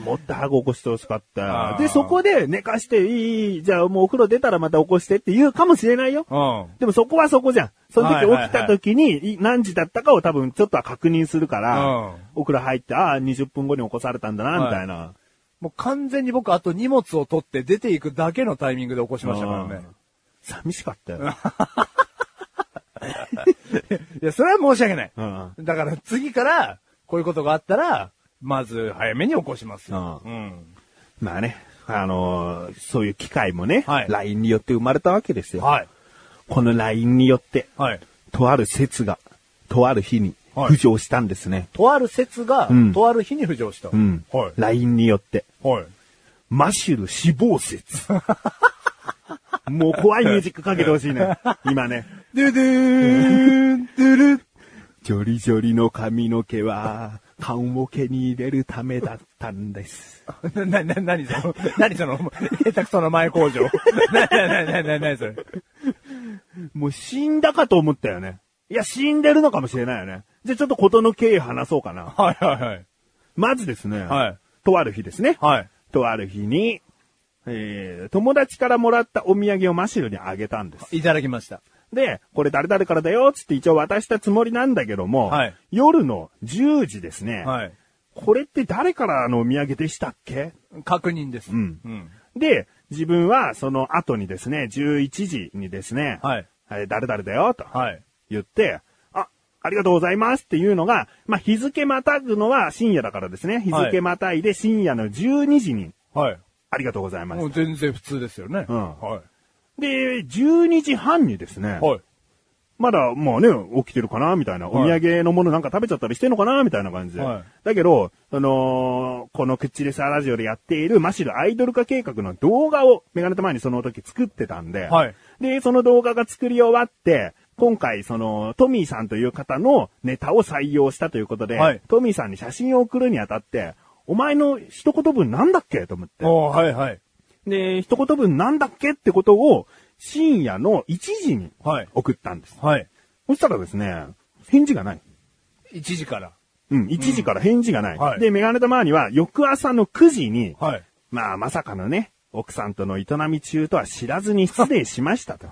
Speaker 2: ん。
Speaker 1: もっと早く起こしてほしかっ
Speaker 2: あ
Speaker 1: た。
Speaker 2: ー
Speaker 1: で、そこで寝かして、いいいい、じゃあもうお風呂出たらまた起こしてって言うかもしれないよ。
Speaker 2: うん。
Speaker 1: でもそこはそこじゃん。その
Speaker 2: はいはいはい
Speaker 1: 時起きた時に、い何時だったかを多分ちょっとは確認するから、
Speaker 2: うん
Speaker 1: お風呂入って、ああ、20分後に起こされたんだな、
Speaker 2: はい
Speaker 1: みたいな。
Speaker 2: もう完全に僕、あと荷物を取って出ていくだけのタイミングで起こしましたからね。
Speaker 1: 寂しかったよ。
Speaker 2: いや、それは申し訳ない。
Speaker 1: うん
Speaker 2: だから次から、こういうことがあったら、まず早めに起こしますよ。
Speaker 1: う
Speaker 2: うん。
Speaker 1: まあね、あのーそういう機会もね、
Speaker 2: はい
Speaker 1: LINE によって生まれたわけですよ。
Speaker 2: はい。
Speaker 1: この LINE によって、
Speaker 2: はい。
Speaker 1: とある説が、とある日に
Speaker 2: はい
Speaker 1: 浮上したんですね。
Speaker 2: とある説が、
Speaker 1: うん
Speaker 2: とある日に浮上した。
Speaker 1: うん。
Speaker 2: はい。
Speaker 1: LINE によって、
Speaker 2: はい。
Speaker 1: マシュル死亡説。もう怖いミュージックかけてほしいね。今ね。
Speaker 2: ドゥドゥーン、ドゥルッ
Speaker 1: ジョリジョリの髪の毛は、缶を毛に入れるためだったんです。
Speaker 2: な、な、なにその、なにその、下手くその前工場。な、な、な、な、な、なにそれ。
Speaker 1: もう死んだかと思ったよね。いや、死んでるのかもしれないよね。じゃあちょっと事の経緯話そうかな。
Speaker 2: はいはいはい。
Speaker 1: まずですね、
Speaker 2: はい
Speaker 1: とある日ですね。
Speaker 2: はい。
Speaker 1: とある日に、えー、友達からもらったお土産をマシルにあげたんです。
Speaker 2: いただきました。
Speaker 1: で、これ誰々からだよ、つって一応渡したつもりなんだけども、
Speaker 2: はい
Speaker 1: 夜の10時ですね、
Speaker 2: はい。
Speaker 1: これって誰からのお土産でしたっけ
Speaker 2: 確認です。
Speaker 1: うん
Speaker 2: うん。
Speaker 1: で、自分はその後にですね、11時にですね、
Speaker 2: はい
Speaker 1: えー誰々だよ、と
Speaker 2: はい。
Speaker 1: 言って、あ、ありがとうございますっていうのが、まあ、日付またぐのは深夜だからですね、日付またいで深夜の12時に、
Speaker 2: はい。
Speaker 1: ありがとうございます
Speaker 2: もう。全然普通ですよね。
Speaker 1: うん
Speaker 2: は
Speaker 1: で、12時半にですね、
Speaker 2: い。はい。
Speaker 1: まだ、まあね、起きてるかな、みたいな、
Speaker 2: はい
Speaker 1: お土産のものなんか食べちゃったりしてんのかな、みたいな感じで。
Speaker 2: はい
Speaker 1: だけど、あのーこのクッチレスアラジオでやっている、マシルアイドル化計画の動画を、メガネた前にその時作ってたんで、
Speaker 2: はい
Speaker 1: で、その動画が作り終わって、今回、その、トミーさんという方のネタを採用したということで、
Speaker 2: はい
Speaker 1: トミーさんに写真を送るにあたって、お前の一言分なんだっけと思って。
Speaker 2: おーはいはい。
Speaker 1: で、一言分なんだっけってことを、深夜の1時に
Speaker 2: はい
Speaker 1: 送ったんです。
Speaker 2: はい。
Speaker 1: そしたらですね、返事がない。
Speaker 2: 1時から。
Speaker 1: うん、1時から返事がない。
Speaker 2: はい
Speaker 1: で、メガネたまには、翌朝の9時に、
Speaker 2: はい。
Speaker 1: まあ、まさかのね、奥さんとの営み中とは知らずに失礼し
Speaker 2: *laughs*
Speaker 1: ましたと。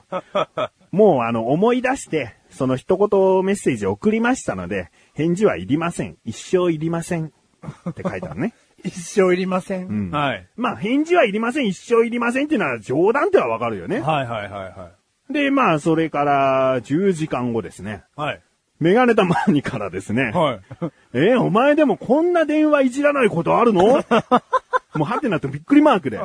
Speaker 1: もう、あの、思い出して、その一言メッセージを送りましたので、返事はいりません。一生いりません。って書いてある
Speaker 2: *laughs*
Speaker 1: ね。
Speaker 2: 一生いりません。
Speaker 1: うん
Speaker 2: はい。
Speaker 1: まあ、返事はいりません、一生いりませんっていうのは冗談ではわかるよね。
Speaker 2: はいはいはいは
Speaker 1: で、まあ、それから10時間後ですね。
Speaker 2: い。はい。
Speaker 1: メガネたまにからですね。
Speaker 2: *laughs* はい。
Speaker 1: えーお前でもこんな電話いじらないことあるの *laughs* もうハテナとびっくりマークで。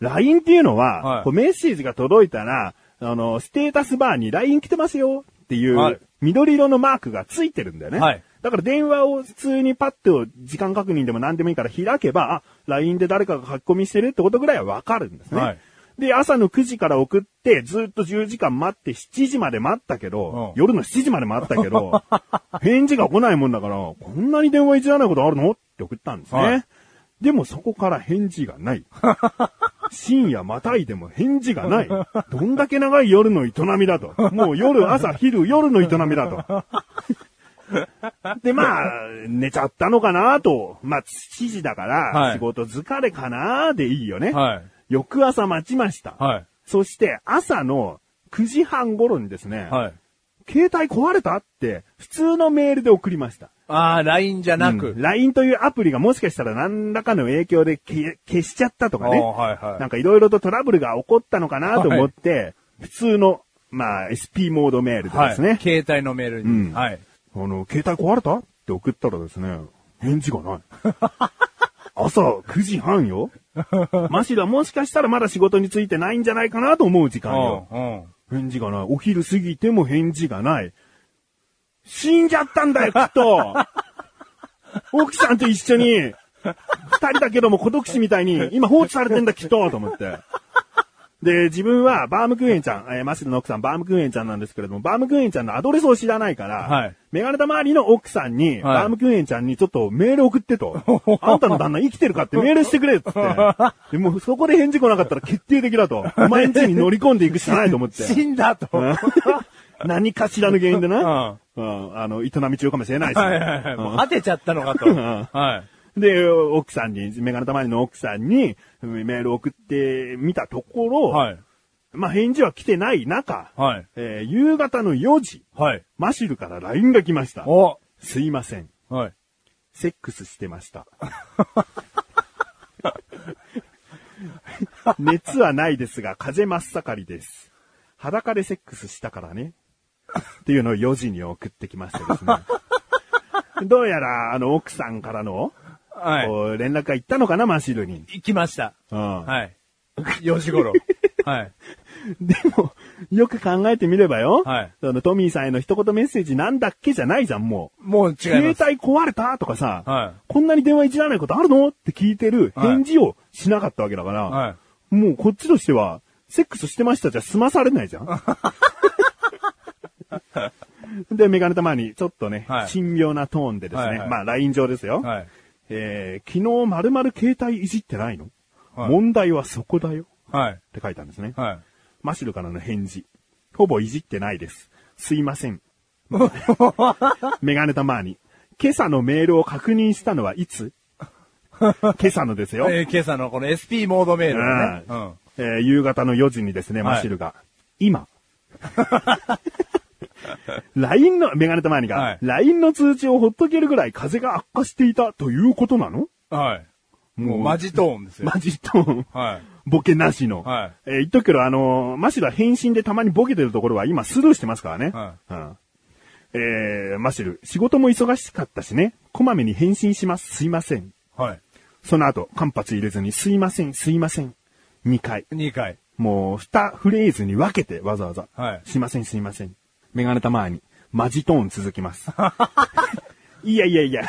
Speaker 1: LINE っていうのは、
Speaker 2: はい
Speaker 1: こうメッセージが届いたら、あの、ステータスバーに LINE 来てますよってい、
Speaker 2: はいう
Speaker 1: 緑色のマークがついてるんだよね。
Speaker 2: はい
Speaker 1: だから電話を普通にパッと時間確認でも何でもいいから開けば、あ、LINE で誰かが書き込みしてるってことぐらいはわかるんですね。
Speaker 2: はい
Speaker 1: で、朝の9時から送って、ずっと10時間待って、7時まで待ったけど、
Speaker 2: うん
Speaker 1: 夜の7時まで待った
Speaker 2: *laughs*
Speaker 1: けど、返事が来ないもんだから、こんなに電話いじらないことあるのって送ったんですね。
Speaker 2: はい
Speaker 1: でもそこから返事がない。深夜またいでも返事がない。どんだけ長い夜の営みだと。もう夜、朝、昼、夜の営みだと。で、まあ、寝ちゃったのかなと。まあ、7時だか
Speaker 2: は
Speaker 1: ら、
Speaker 2: い
Speaker 1: 仕事疲れかなでいいよね。
Speaker 2: はい。
Speaker 1: 翌朝待ちました。
Speaker 2: はい。
Speaker 1: そして、朝の9時半頃にですね、
Speaker 2: はい。
Speaker 1: 携帯壊れたって、普通のメールで送りました。
Speaker 2: ああ、LINE じゃなく。
Speaker 1: うん LINE というアプリがもしかしたら何らかの影響で消え消しちゃったとかね。
Speaker 2: あーはいはい
Speaker 1: なんかいろいろとトラブルが起こったのかなと思って、普通の、まあ、SP モードメールで
Speaker 2: は
Speaker 1: で
Speaker 2: い。
Speaker 1: すね、
Speaker 2: 携帯のメールに。
Speaker 1: うん
Speaker 2: はい。
Speaker 1: あの、携帯壊れたって送ったらですね、返事がない。 *laughs* 朝9時半 *laughs* よ。マシだ、もしかしたらまだ仕事についてないんじゃないかなと思う時間よ。
Speaker 2: うん。うん。
Speaker 1: 返事がない。お昼過ぎても返事がない。死んじゃったんだよ、きっ
Speaker 2: *laughs*
Speaker 1: と奥さんと一緒に、二人だけども孤独死みたいに、今放置されてんだ、きっとと思って。で、自分はバームクーヘンちゃん、えーマシルの奥さんバームクーヘンちゃんなんですけれども、バームクーヘンちゃんのアドレスを知らないから、
Speaker 2: はい
Speaker 1: メガネタ周りの奥さんに、バームクーヘンちゃんにちょっとメール送っ
Speaker 2: *laughs*
Speaker 1: てと、あんたの旦那生きてるかってメールしてくれっつって。で *laughs* もうそこで返事来なかったら決定的だと。お前ん家に乗り込んでいくしかないと思って。
Speaker 2: *laughs* 死んだと。
Speaker 1: うん *laughs* 何かしらの原因でな、
Speaker 2: う
Speaker 1: うん、あの、営み中かもしれないし、
Speaker 2: はいはいはい。もう果てちゃったのかと。
Speaker 1: ん
Speaker 2: はい。
Speaker 1: で、奥さんに、メガネたまりの奥さんにメール送ってみたところ、
Speaker 2: はい。
Speaker 1: まあ返事は来てない中、
Speaker 2: はい。
Speaker 1: えー夕方の4時、
Speaker 2: はい。
Speaker 1: マシルから LINE が来ました。
Speaker 2: お
Speaker 1: すいません。
Speaker 2: はい。
Speaker 1: セックスしてました。 *laughs* 熱はないですが、風邪真っ盛りです。裸でセックスしたからね。っていうのを4時に送ってきまして
Speaker 2: *laughs*
Speaker 1: ですね。どうやら、あの、奥さんからの、
Speaker 2: はい。
Speaker 1: こう連絡が行ったのかな、マシルに。
Speaker 2: 行きました。
Speaker 1: うん
Speaker 2: はい。4時 *laughs* 頃。はい。
Speaker 1: でも、よく考えてみればよ、
Speaker 2: はい
Speaker 1: そのトミーさんへの一言メッセージなんだっけじゃないじゃん、もう。
Speaker 2: もう違い
Speaker 1: 携
Speaker 2: ま
Speaker 1: 帯
Speaker 2: す。
Speaker 1: 壊れたとかさ、
Speaker 2: はい
Speaker 1: こんなに電話いじらないことあるのって聞いてる返事をしなかったわけだから、
Speaker 2: は
Speaker 1: もうこっちとしては、セックスしてましたじゃ済まさ
Speaker 2: *laughs*
Speaker 1: れないじゃん。で、メガネたまに、ちょっとね、
Speaker 2: はい
Speaker 1: 神妙なトーンでですね、
Speaker 2: はいはい
Speaker 1: まあ、LINE 上ですよ。
Speaker 2: はい。
Speaker 1: えー、昨日まるまる携帯いじってないの、
Speaker 2: はい
Speaker 1: 問題はそこだよ。
Speaker 2: はい。
Speaker 1: って書いたんですね。
Speaker 2: はい。
Speaker 1: マシルからの返事。ほぼいじってないです。すいませ
Speaker 2: *laughs*
Speaker 1: ん。メガネたまーに。今朝のメールを確認したのは
Speaker 2: *laughs*
Speaker 1: いつ今朝のですよ。
Speaker 2: えー今朝のこの SP モードメールね。う。
Speaker 1: うんえー夕方の4時にですね、
Speaker 2: はい
Speaker 1: マシルが、
Speaker 2: *laughs*
Speaker 1: 今。LINE の、メガネたまーにが、
Speaker 2: はい
Speaker 1: LINE の通知をほっとけるぐらい風が悪化していたということなの
Speaker 2: はい。もう
Speaker 1: もう
Speaker 2: マジトーンですよ。
Speaker 1: マジトーン。
Speaker 2: はい。
Speaker 1: ボケなしの。
Speaker 2: はい
Speaker 1: えー言っとくけど、あのーマシルは返信でたまにボケてるところは今スルーしてますからね。
Speaker 2: は
Speaker 1: うんえーマシル、仕事も忙しかったしね、こまめに返信します。すいません。
Speaker 2: はい。
Speaker 1: その後、間髪入れずに、すいません、すいません。2回。
Speaker 2: 2回。
Speaker 1: もう、2フレーズに分けて、わざわざ。
Speaker 2: はい
Speaker 1: すいません、すいません。メガネたまーに、マジトーン続き
Speaker 2: *laughs*
Speaker 1: ます。いやいやいや、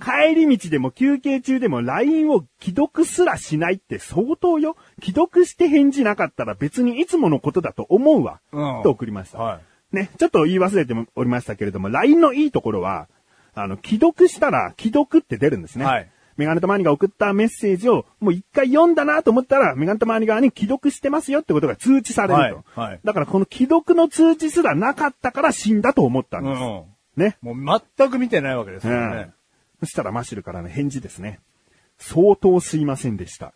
Speaker 1: 帰り道でも休憩中でも LINE を既読すらしないって相当よ。既読して返事なかったら別にいつものことだと思うわ。
Speaker 2: うん
Speaker 1: と送りました。
Speaker 2: は
Speaker 1: ね、ちょっと言い忘れてもおりましたけれども、LINE のいいところは、あの、既読したら、既読って出るんですね。
Speaker 2: はい
Speaker 1: メガネとマニが送ったメッセージを、もう一回読んだなと思ったら、メガネとマニ側に既読してますよってことが通知されると。
Speaker 2: はいはい
Speaker 1: だからこの既読の通知すらなかったから死んだと思ったん
Speaker 2: う
Speaker 1: です。
Speaker 2: ん。
Speaker 1: ね。
Speaker 2: もう全く見てないわけです
Speaker 1: う
Speaker 2: よね
Speaker 1: ん。。そしたらマシルからの返事ですね。相当すいませんでした。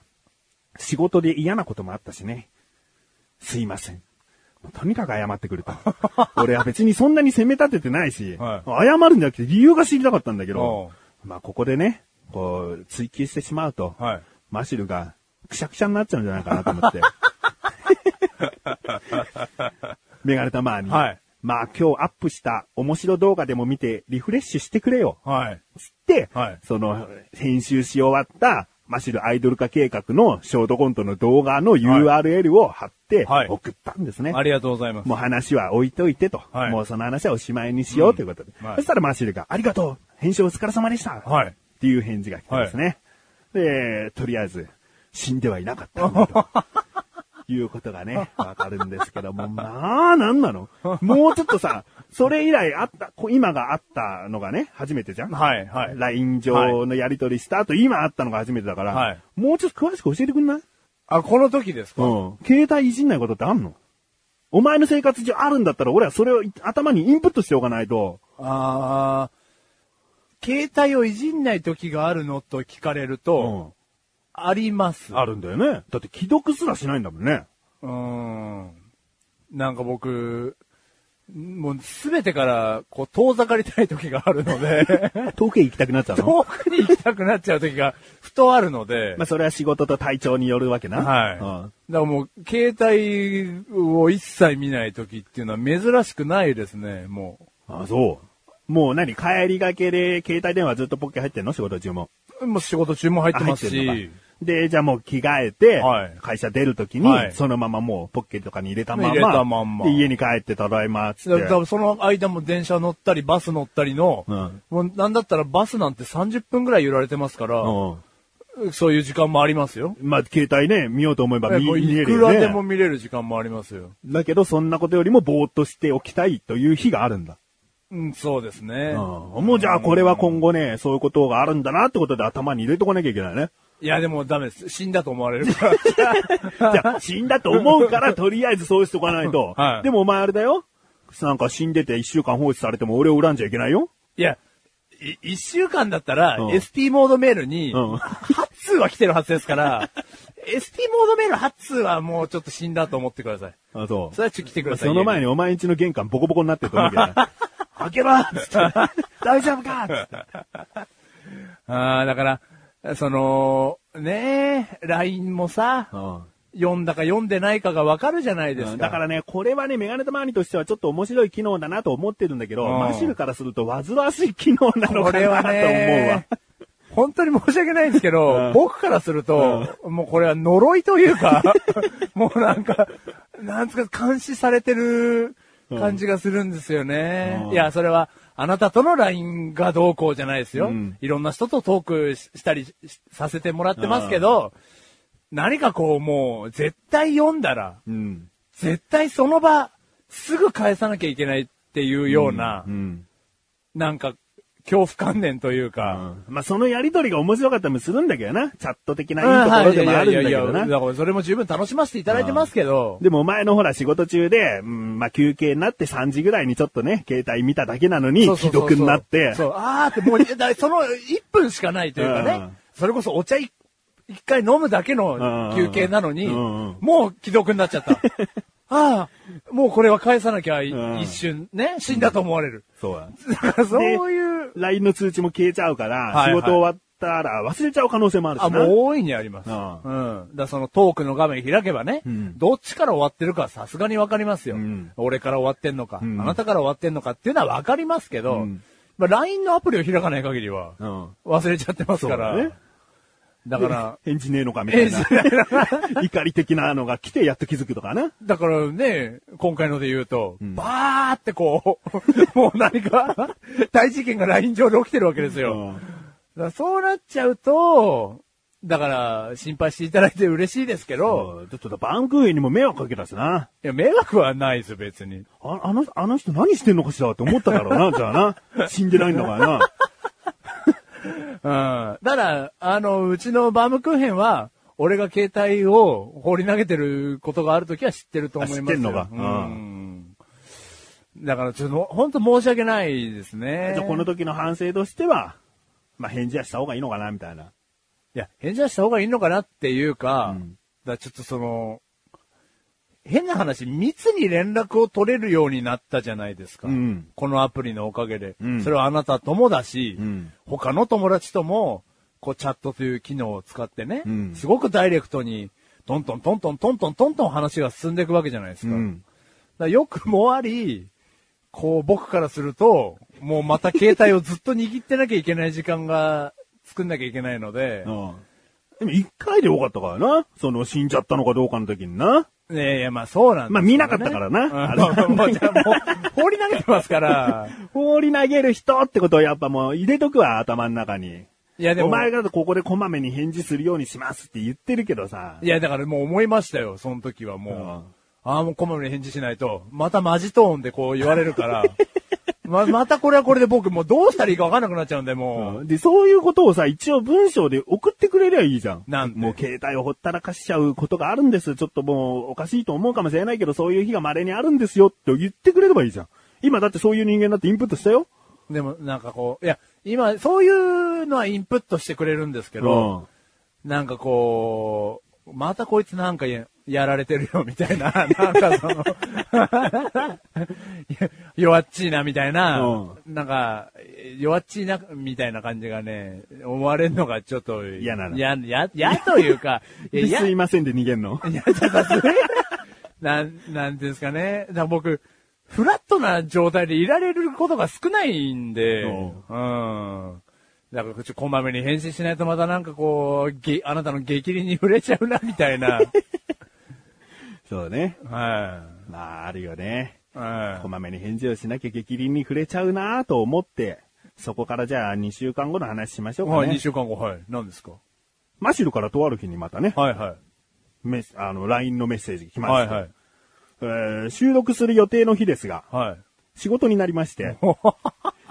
Speaker 1: 仕事で嫌なこともあったしね。すいません。とにかく謝ってく
Speaker 2: *laughs*
Speaker 1: れた。俺は別にそんなに責め立ててないし、
Speaker 2: は
Speaker 1: 謝るんじゃなくて理由が知りたかったんだけど、まあここでね、こう、追求してしまうと、
Speaker 2: はい
Speaker 1: マシルがくしゃくしゃになっちゃうんじゃないかなと思って。メガネたまーに、
Speaker 2: はい
Speaker 1: まあ今日アップした面白動画でも見てリフレッシュしてくれよ。
Speaker 2: はい。
Speaker 1: つって、
Speaker 2: はい
Speaker 1: その、編集し終わった、マシルアイドル化計画のショートコントの動画の URL を貼って
Speaker 2: はい、
Speaker 1: 送ったんですね。
Speaker 2: ありがとうございます。
Speaker 1: もう話は置いといてと、
Speaker 2: はい
Speaker 1: もうその話はおしまいにしようということで。
Speaker 2: うんはい
Speaker 1: そしたらマシルが、ありがとう編集お疲れ様でした、
Speaker 2: はい
Speaker 1: っていう返事が来てですね。で、とりあえず、死んではいなかったんだ *laughs* と。いうことがね、わかるんですけども、 *laughs* まあ、なんな *laughs* のもうちょっとさ、それ以来あった、こ今があったのがね、初めてじゃん
Speaker 2: はい、はい。
Speaker 1: LINE 上のやり取りした後、今あったのが初めてだから、
Speaker 2: はい
Speaker 1: もうちょっと詳しく教えてくんない
Speaker 2: あ、この時ですか
Speaker 1: うん。携帯いじんないことってあんのお前の生活上あるんだったら俺はそれをい頭にインプットしておかないと。
Speaker 2: あー携帯をいじんない時があるのと聞かれると、あります。
Speaker 1: あるんだよね。だって既読すらしないんだもんね。
Speaker 2: うーん。なんか僕、もうすべてから、こう、遠ざかりたい時があるので、
Speaker 1: 遠くへ行きたくなっちゃうの
Speaker 2: *laughs* 遠くに行きたくなっちゃう時が、ふとあるので、
Speaker 1: まあ、それは仕事と体調によるわけな。
Speaker 2: はい。だ
Speaker 1: うん
Speaker 2: からもう、携帯を一切見ない時っていうのは珍しくないですね、も
Speaker 1: あ、そう。もう何帰りがけで携帯電話ずっとポッケ入ってんの仕事中も。
Speaker 2: う。もう仕事中も入ってます
Speaker 1: あ入ってん
Speaker 2: し
Speaker 1: の、かで、じゃあもう着替えて
Speaker 2: はい、
Speaker 1: 会社出るときに
Speaker 2: は、い
Speaker 1: そのままもうポッケとかに入れたまま、
Speaker 2: 入れたまんま
Speaker 1: で、家に帰ってただいま、つ
Speaker 2: だ
Speaker 1: っ
Speaker 2: だ
Speaker 1: て
Speaker 2: か。らその間も電車乗ったり、バス乗ったりの、
Speaker 1: うん
Speaker 2: もうなんだったらバスなんて30分ぐらい揺られてますから、
Speaker 1: うん
Speaker 2: そういう時間もありますよ。
Speaker 1: まあ、携帯ね、見ようと思えば見
Speaker 2: もう
Speaker 1: 見え
Speaker 2: い
Speaker 1: る
Speaker 2: く
Speaker 1: よ
Speaker 2: ら
Speaker 1: ね。
Speaker 2: でも見れる時間もありますよ。
Speaker 1: だけど、そんなことよりもぼーっとしておきたいという日があるんだ。
Speaker 2: うん、そうですね。
Speaker 1: うんもうじゃあこれは今後ね、そういうことがあるんだなってことで頭に入れとかなきゃいけないね。
Speaker 2: いや、でもダメです。死んだと思われる
Speaker 1: *laughs*
Speaker 2: から。
Speaker 1: じゃあ死んだと思
Speaker 2: *laughs*
Speaker 1: うからとりあえずそうしとかないと。
Speaker 2: はい
Speaker 1: でもお前あれだよ。なんか死んでて一週間放置されても俺を恨んじゃいけないよ。
Speaker 2: いや、い一週間だったら、
Speaker 1: うん
Speaker 2: ST モードメールに、
Speaker 1: うん
Speaker 2: 8通は来てるはずですから、ST モードメール8通はもうちょっと死んだと思ってください。
Speaker 1: あ、そう。
Speaker 2: それはちょっと来てください。
Speaker 1: その
Speaker 2: *laughs*
Speaker 1: 前
Speaker 2: に。
Speaker 1: にお前んちの玄関ボコボコになってると思うけ
Speaker 2: *laughs*
Speaker 1: どね。開けろっつって大丈夫かっつって
Speaker 2: *laughs* ああ、だから、その、ねえ、LINE もさ、読んだか読んでないかがわかるじゃないです
Speaker 1: う
Speaker 2: か。
Speaker 1: んだからね、これはね、メガネとマーニとしてはちょっと面白い機能だなと思ってるんだけど、
Speaker 2: うん
Speaker 1: マシルからすると煩わしい機能なの
Speaker 2: こ
Speaker 1: か
Speaker 2: れは
Speaker 1: なと思うわ
Speaker 2: ね。、本当に申し訳ないんですけど、
Speaker 1: うん
Speaker 2: 僕からすると、もうこれは呪いという
Speaker 1: *laughs*
Speaker 2: か、もうなんか、なんつうか監視されてる感じがするんですよね。
Speaker 1: うん
Speaker 2: いや、それは、あなたとの LINE がどうこうじゃないですよ。
Speaker 1: うん
Speaker 2: いろんな人とトークししたりしさせてもらってますけど、何かこうもう、絶対読んだら、
Speaker 1: うん。
Speaker 2: 絶対その場、すぐ返さなきゃいけないっていうような、
Speaker 1: うん。
Speaker 2: なんか、恐怖観念というか、
Speaker 1: まあ、そのやりとりが面白かったりもするんだけどな。チャット的ないいところでもあるんだけど
Speaker 2: いやいやいや
Speaker 1: な。
Speaker 2: だからそれも十分楽しませていただいてますけど、
Speaker 1: でもお前のほら仕事中で、うん、まあ、休憩になって3時ぐらいにちょっとね、携帯見ただけなのに、
Speaker 2: そうそ
Speaker 1: 既
Speaker 2: うそうそう
Speaker 1: 読になって、
Speaker 2: そう、あーってもう、だその1分しかないというかね、
Speaker 1: うん
Speaker 2: それこそお茶一一回飲むだけ
Speaker 1: うん
Speaker 2: の休憩なのに、
Speaker 1: うん
Speaker 2: もう既読になっちゃ
Speaker 1: *laughs*
Speaker 2: った。ああ、もうこれは返さなきゃい、
Speaker 1: うん
Speaker 2: 一瞬ね、死んだと思われる。
Speaker 1: そうや
Speaker 2: だからそういう、
Speaker 1: LINE の通知も消えちゃうから、
Speaker 2: いはい
Speaker 1: 仕事終わったら忘れちゃう可能性もあるしな。
Speaker 2: あ、もう大いにあります。
Speaker 1: う
Speaker 2: うんん。だからそのトークの画面開けばね、
Speaker 1: うん
Speaker 2: どっちから終わってるかはさすがにわかりますよ、
Speaker 1: うん
Speaker 2: 俺から終わってんのか、
Speaker 1: うん
Speaker 2: あなたから終わってんのかっていうのはわかりますけど、
Speaker 1: うん
Speaker 2: まあ、LINE のアプリを開かない限りは、
Speaker 1: うん。
Speaker 2: 忘れちゃってますから。
Speaker 1: そうだね
Speaker 2: だから、
Speaker 1: 返事ねえのかみた
Speaker 2: *laughs*
Speaker 1: いな。怒り的なのが来てやっと気づくとかな。
Speaker 2: だからね、今回ので言うと、
Speaker 1: ん
Speaker 2: バーってこう、 *laughs* もう何か、大事件が LINE 上で起きてるわけですよ。だからそうなっちゃうと、だから、心配していただいて嬉しいですけど、
Speaker 1: そうちょっと番組にも迷惑かけたしな。
Speaker 2: いや、迷惑はないですよ、別に。
Speaker 1: ああの、あの人何してんのかしらって思っただろ
Speaker 2: *laughs*
Speaker 1: うな、じゃあな。死んでないんだからな。
Speaker 2: うん。だから、あの、うちのバームクーヘンは、俺が携帯を放り投げてることがあるときは知ってると思いますよ。
Speaker 1: あ知ってんのか
Speaker 2: う
Speaker 1: うん
Speaker 2: ん。だから、ちょっと、本当申し訳ないですね。
Speaker 1: じゃあこの時の反省としては、まあ、返事はした方がいいのかな、みたいな。
Speaker 2: いや、返事はした方がいいのかなっていうか、
Speaker 1: うん
Speaker 2: だからちょっとその、変な話、密に連絡を取れるようになったじゃないですか。
Speaker 1: うん
Speaker 2: このアプリのおかげで。
Speaker 1: うん
Speaker 2: それはあなたともだし、
Speaker 1: うん
Speaker 2: 他の友達とも、こうチャットという機能を使ってね、
Speaker 1: うん
Speaker 2: すごくダイレクトに、トントントントントントントントン話が進んでいくわけじゃないですか。だからよくもあり、こう僕からすると、もうまた携帯をずっと握ってなきゃいけない時間が作んなきゃいけないので、
Speaker 1: うんでも一回でよかったからな。その死んじゃったのかどうかの時にな。
Speaker 2: いやいや、まあそうなんです
Speaker 1: まあ見なかったからな
Speaker 2: うん
Speaker 1: あれは
Speaker 2: *laughs* もうもうじゃあも
Speaker 1: *laughs*
Speaker 2: う、放り投げてますから。
Speaker 1: 放り投げる人ってことをやっぱもう入れとくわ、頭の中に。
Speaker 2: いやでも、
Speaker 1: お前がここでこまめに返事するようにしますって言ってるけどさ。
Speaker 2: いやだからもう思いましたよ、その時はもう。
Speaker 1: うん
Speaker 2: ああ、もうこまめに返事しないと、またマジトーンでこう言われるから。ま、またこれはこれで僕もうどうしたらいいかわかんなくなっちゃうんで、もう。
Speaker 1: で、そういうことをさ、一応文章で送ってくれりゃいいじゃん。
Speaker 2: なんて
Speaker 1: もう携帯をほったらかしちゃうことがあるんです。ちょっともうおかしいと思うかもしれないけど、そういう日が稀にあるんですよって言ってくれればいいじゃん。今だってそういう人間だってインプットしたよ。
Speaker 2: でもなんかこう、いや、今、そういうのはインプットしてくれるんですけど、なんかこう、またこいつなんか言えやられてるよ、みたい
Speaker 1: *laughs*
Speaker 2: な。なんかその、 *laughs* 弱っちいな、みたいな。
Speaker 1: う
Speaker 2: なんか、弱っちいな、みたいな感じがね、思われるのがちょっと、
Speaker 1: 嫌なの
Speaker 2: や、や、やというか、いや
Speaker 1: で、 *laughs*
Speaker 2: 嫌
Speaker 1: すいませんで逃げんの。
Speaker 2: なん、なんていうんですかね。だから僕、フラットな状態でいられることが少ないんで、う
Speaker 1: お
Speaker 2: ん。だから、ちょ、こまめに返信しないとまたなんかこう、げあなたの激励に触れちゃうな、みたい *laughs* な。
Speaker 1: そうだね。
Speaker 2: は
Speaker 1: まあ、あるよね。
Speaker 2: い。は
Speaker 1: こまめに返事をしなきゃ激凛に触れちゃうなと思って、そこからじゃあ2週間後の話しましょ
Speaker 2: い。
Speaker 1: うか
Speaker 2: はい、
Speaker 1: ね
Speaker 2: 2。週間後、はい。何ですか
Speaker 1: マシルからとある日にまたね、
Speaker 2: はいは
Speaker 1: メスあの、LINE のメッセージ来
Speaker 2: い。
Speaker 1: ま
Speaker 2: は
Speaker 1: し
Speaker 2: い
Speaker 1: た、
Speaker 2: はい。
Speaker 1: えー収録する予定の日ですが、
Speaker 2: はい。
Speaker 1: 仕事になりまして、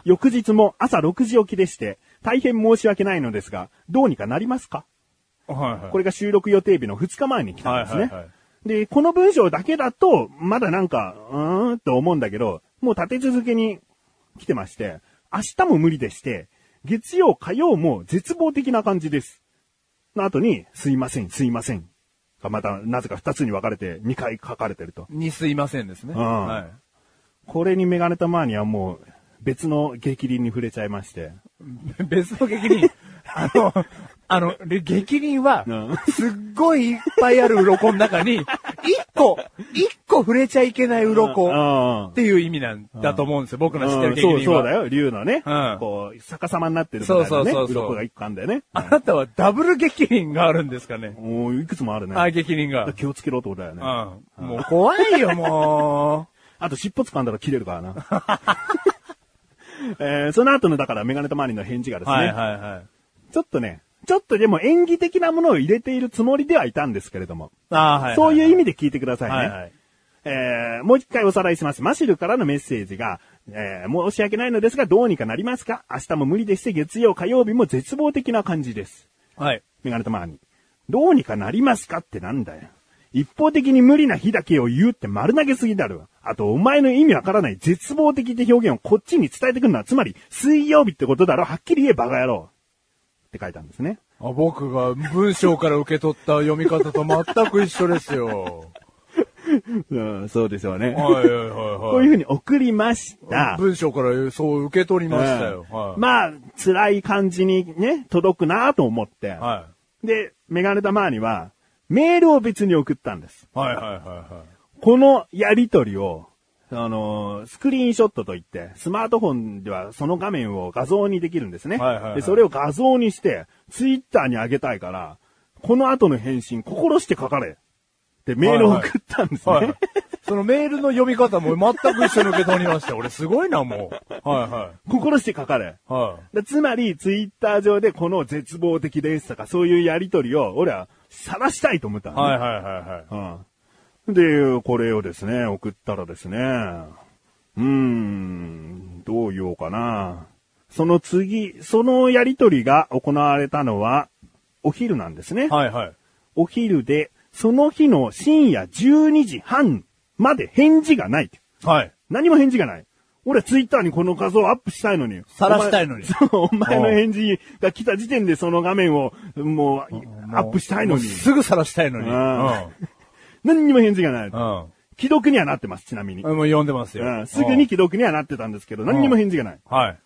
Speaker 1: 翌日も朝6時起きでして、大変申し訳ないのですが、どうにかなりますか
Speaker 2: *laughs* はいはい。
Speaker 1: これが収録予定日の2日前に来たんですね。
Speaker 2: はいはいはい
Speaker 1: で、この文章だけだと、まだなんか、うーんと思うんだけど、もう立て続けに来てまして、明日も無理でして、月曜、火曜も絶望的な感じです。の後に、すいません、すいません。がまた、なぜか2つに分かれて2回書かれてると。
Speaker 2: にすいませんですね。
Speaker 1: うん
Speaker 2: はい。
Speaker 1: これにメガネたマーニアはもう、別の激凛に触れちゃいまして。
Speaker 2: *laughs* 別の激輪。あの、あの、で激輪は
Speaker 1: う、
Speaker 2: すっごいいっぱいある鱗の中に、一個、一個触れちゃいけない鱗
Speaker 1: うん
Speaker 2: っていう意味なんだと思うんですよ。僕の知ってる激輪
Speaker 1: そう
Speaker 2: は。
Speaker 1: そうだよ、竜のね、
Speaker 2: うん
Speaker 1: こう、逆さまになってるみたいなね、
Speaker 2: そうそうそうそう
Speaker 1: 鱗が一個あんだよね。
Speaker 2: あなたはダブル激輪があるんですかね。
Speaker 1: もういくつもあるね。
Speaker 2: あ、激輪が。
Speaker 1: 気をつけろってことだよね。
Speaker 2: うん。もう怖いよ、も
Speaker 1: あと尻尾掴んだら切れるからな。
Speaker 2: *laughs*
Speaker 1: えーその後の、だから、メガネとマーニの返 *laughs* 事がで
Speaker 2: う。
Speaker 1: すね、
Speaker 2: はいはいはい。
Speaker 1: ちょっとね、ちょっとでも演技的なものを入れているつもりではいたんですけれども、
Speaker 2: あーはい。
Speaker 1: そういう
Speaker 2: 味
Speaker 1: 意味で聞いてくださいね。
Speaker 2: はいはい。
Speaker 1: えーもう一回おさらいします。マシルからのメッセージが、えー申し訳ないのですが、どうにかなりますか明日も無理でして、月曜、火曜日も絶望的な感じです。
Speaker 2: はい。
Speaker 1: メガネたまーに。どうにかなりますかってなんだよ。一方的に無理な日だけを言うって丸投げすぎだろ。あと、お前の意味わからない絶望的って表現をこっちに伝えてくるのは、つまり、水曜日ってことだろ。はっきり言え、バカ野郎。って書いたんですね。
Speaker 2: あ僕が文章から受け取った読み方と全く一緒ですよ。
Speaker 1: うん、そうですよね
Speaker 2: はいはいはいはい。
Speaker 1: こういうふうに送りました。
Speaker 2: 文章からそう受け取りましたよ。
Speaker 1: うん
Speaker 2: はい。
Speaker 1: まあ、辛い感じにね、届くなと思って。
Speaker 2: は
Speaker 1: で、メガネたまーには、メールを別に送ったんです。
Speaker 2: い。はいはいはいはい。
Speaker 1: このやりとりを、あのースクリーンショットといって、スマートフォンではその画面を画像にできるんですね。
Speaker 2: はいはいはい
Speaker 1: でそれを画像にして、ツイッターに上げたいから、この後の返信、心して書かれ。ってメールを送ったんですね。
Speaker 2: はい。そのメールの読み方も全く一緒に受け取りましたよ。俺すごいな、もう。はいは
Speaker 1: 心して書かれ。
Speaker 2: い。は
Speaker 1: でつまり、ツイッター上でこの絶望的ですとか、そういうやりとりを、俺は晒したいと思った
Speaker 2: い。
Speaker 1: の
Speaker 2: は
Speaker 1: ね、
Speaker 2: いはいはいはい。
Speaker 1: うん。で、これをですね、送ったらですね、うーん、どう言おうかな。その次、そのやりとりが行われたのは、お昼なんですね。
Speaker 2: はいはい。
Speaker 1: お昼で、その日の深夜12時半まで返事がない。
Speaker 2: はい。
Speaker 1: 何も返事がない。俺はツイッターにこの画像をアップしたいのに。
Speaker 2: 晒したいのに
Speaker 1: お前そう、お前の返事が来た時点でその画面を、もう、アップしたいのに
Speaker 2: もう。すぐ晒したいのに。
Speaker 1: う
Speaker 2: うんん。うん。
Speaker 1: 何にも返事がない。
Speaker 2: も
Speaker 1: 既読にはなってます、ちなみに。
Speaker 2: う読んでますよ
Speaker 1: う。ん、すぐに既読にはなってたんですけど、何にも返事がない。
Speaker 2: うん。はい。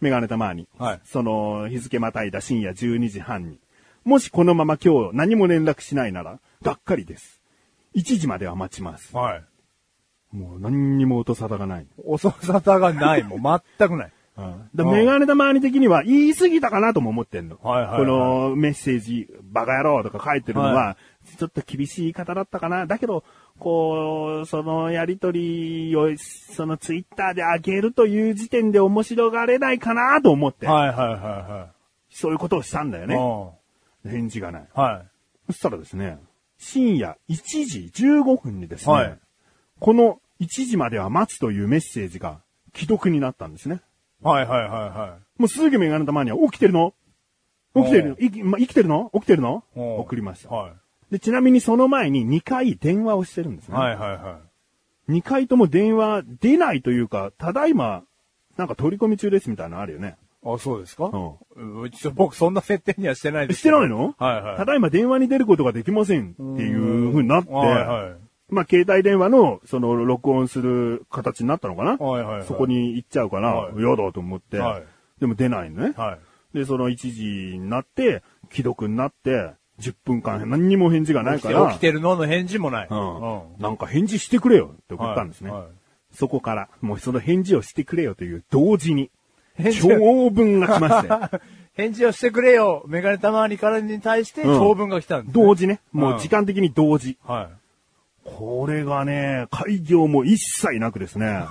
Speaker 1: メガネたまーに。
Speaker 2: はい
Speaker 1: その、日付またいだ深夜12時半に。もしこのまま今日何も連絡しないなら、がっかりです。1時までは待ちます。
Speaker 2: はい。
Speaker 1: もう何にも音沙汰がない。
Speaker 2: 遅さたがない。もう全くない。
Speaker 1: だメガネたまーに的には言い過ぎたかなとも思ってんの。
Speaker 2: はいはいはい
Speaker 1: このメッセージ、バカ野郎とか書いてるのは、
Speaker 2: は
Speaker 1: ちょっと厳しい言い方だったかな。だけど、こう、そのやりとりを、そのツイッターで上げるという時点で面白がれないかなと思って、
Speaker 2: はいはいは
Speaker 1: そういうことをしたんだよ
Speaker 2: いはい。
Speaker 1: ね。
Speaker 2: う
Speaker 1: 返事がない。
Speaker 2: ん。は
Speaker 1: そしたらですね、深夜1時15分にですね、
Speaker 2: はい
Speaker 1: この1時までは待つというメッセージが既読になったんですね。
Speaker 2: い。はいはいはいは
Speaker 1: もうすぐメガネたまには起きてるの起きてる
Speaker 2: おう
Speaker 1: いきま、生きてるの起きてるの
Speaker 2: いうん。
Speaker 1: 送りました。
Speaker 2: は
Speaker 1: で、ちなみにその前に2回電話をしてるんです
Speaker 2: い。
Speaker 1: ね。
Speaker 2: はいはいはい。
Speaker 1: 2回とも電話出ないというか、ただいま、なんか取り込み中ですみたいなのあるよね。
Speaker 2: あ、そうですか
Speaker 1: うん
Speaker 2: うん。ちょ僕そんな設定にはしてないです
Speaker 1: し
Speaker 2: け
Speaker 1: て
Speaker 2: ど。
Speaker 1: ないの
Speaker 2: はいはい。
Speaker 1: ただいま電話に出ることができませんっていう風になって、
Speaker 2: はいはい。
Speaker 1: まあ携帯電話のその録音する形になったのかな、
Speaker 2: はいはいはい
Speaker 1: そこに行っちゃうから、
Speaker 2: はい
Speaker 1: 嫌だと思って、
Speaker 2: はい
Speaker 1: でも出ないのね。
Speaker 2: はい。
Speaker 1: で、その1時になって、既読になって、10分間何にも返事がない
Speaker 2: 起き
Speaker 1: か
Speaker 2: て
Speaker 1: ら、
Speaker 2: 起きてるのの返事もない。
Speaker 1: うんなんか返事してくれよって送ったんですね。
Speaker 2: はいはい
Speaker 1: そこから、もうその返事をしてくれよという同時に、
Speaker 2: 返事を
Speaker 1: 長文が来まして、
Speaker 2: *laughs* 返事をしてくれよ。メガネたまわりからに対して
Speaker 1: うん
Speaker 2: 長文が来たんですね。
Speaker 1: 同時ね、もう時間的に同時。
Speaker 2: は
Speaker 1: これがね、開業も一切なくで
Speaker 2: *laughs*
Speaker 1: すね。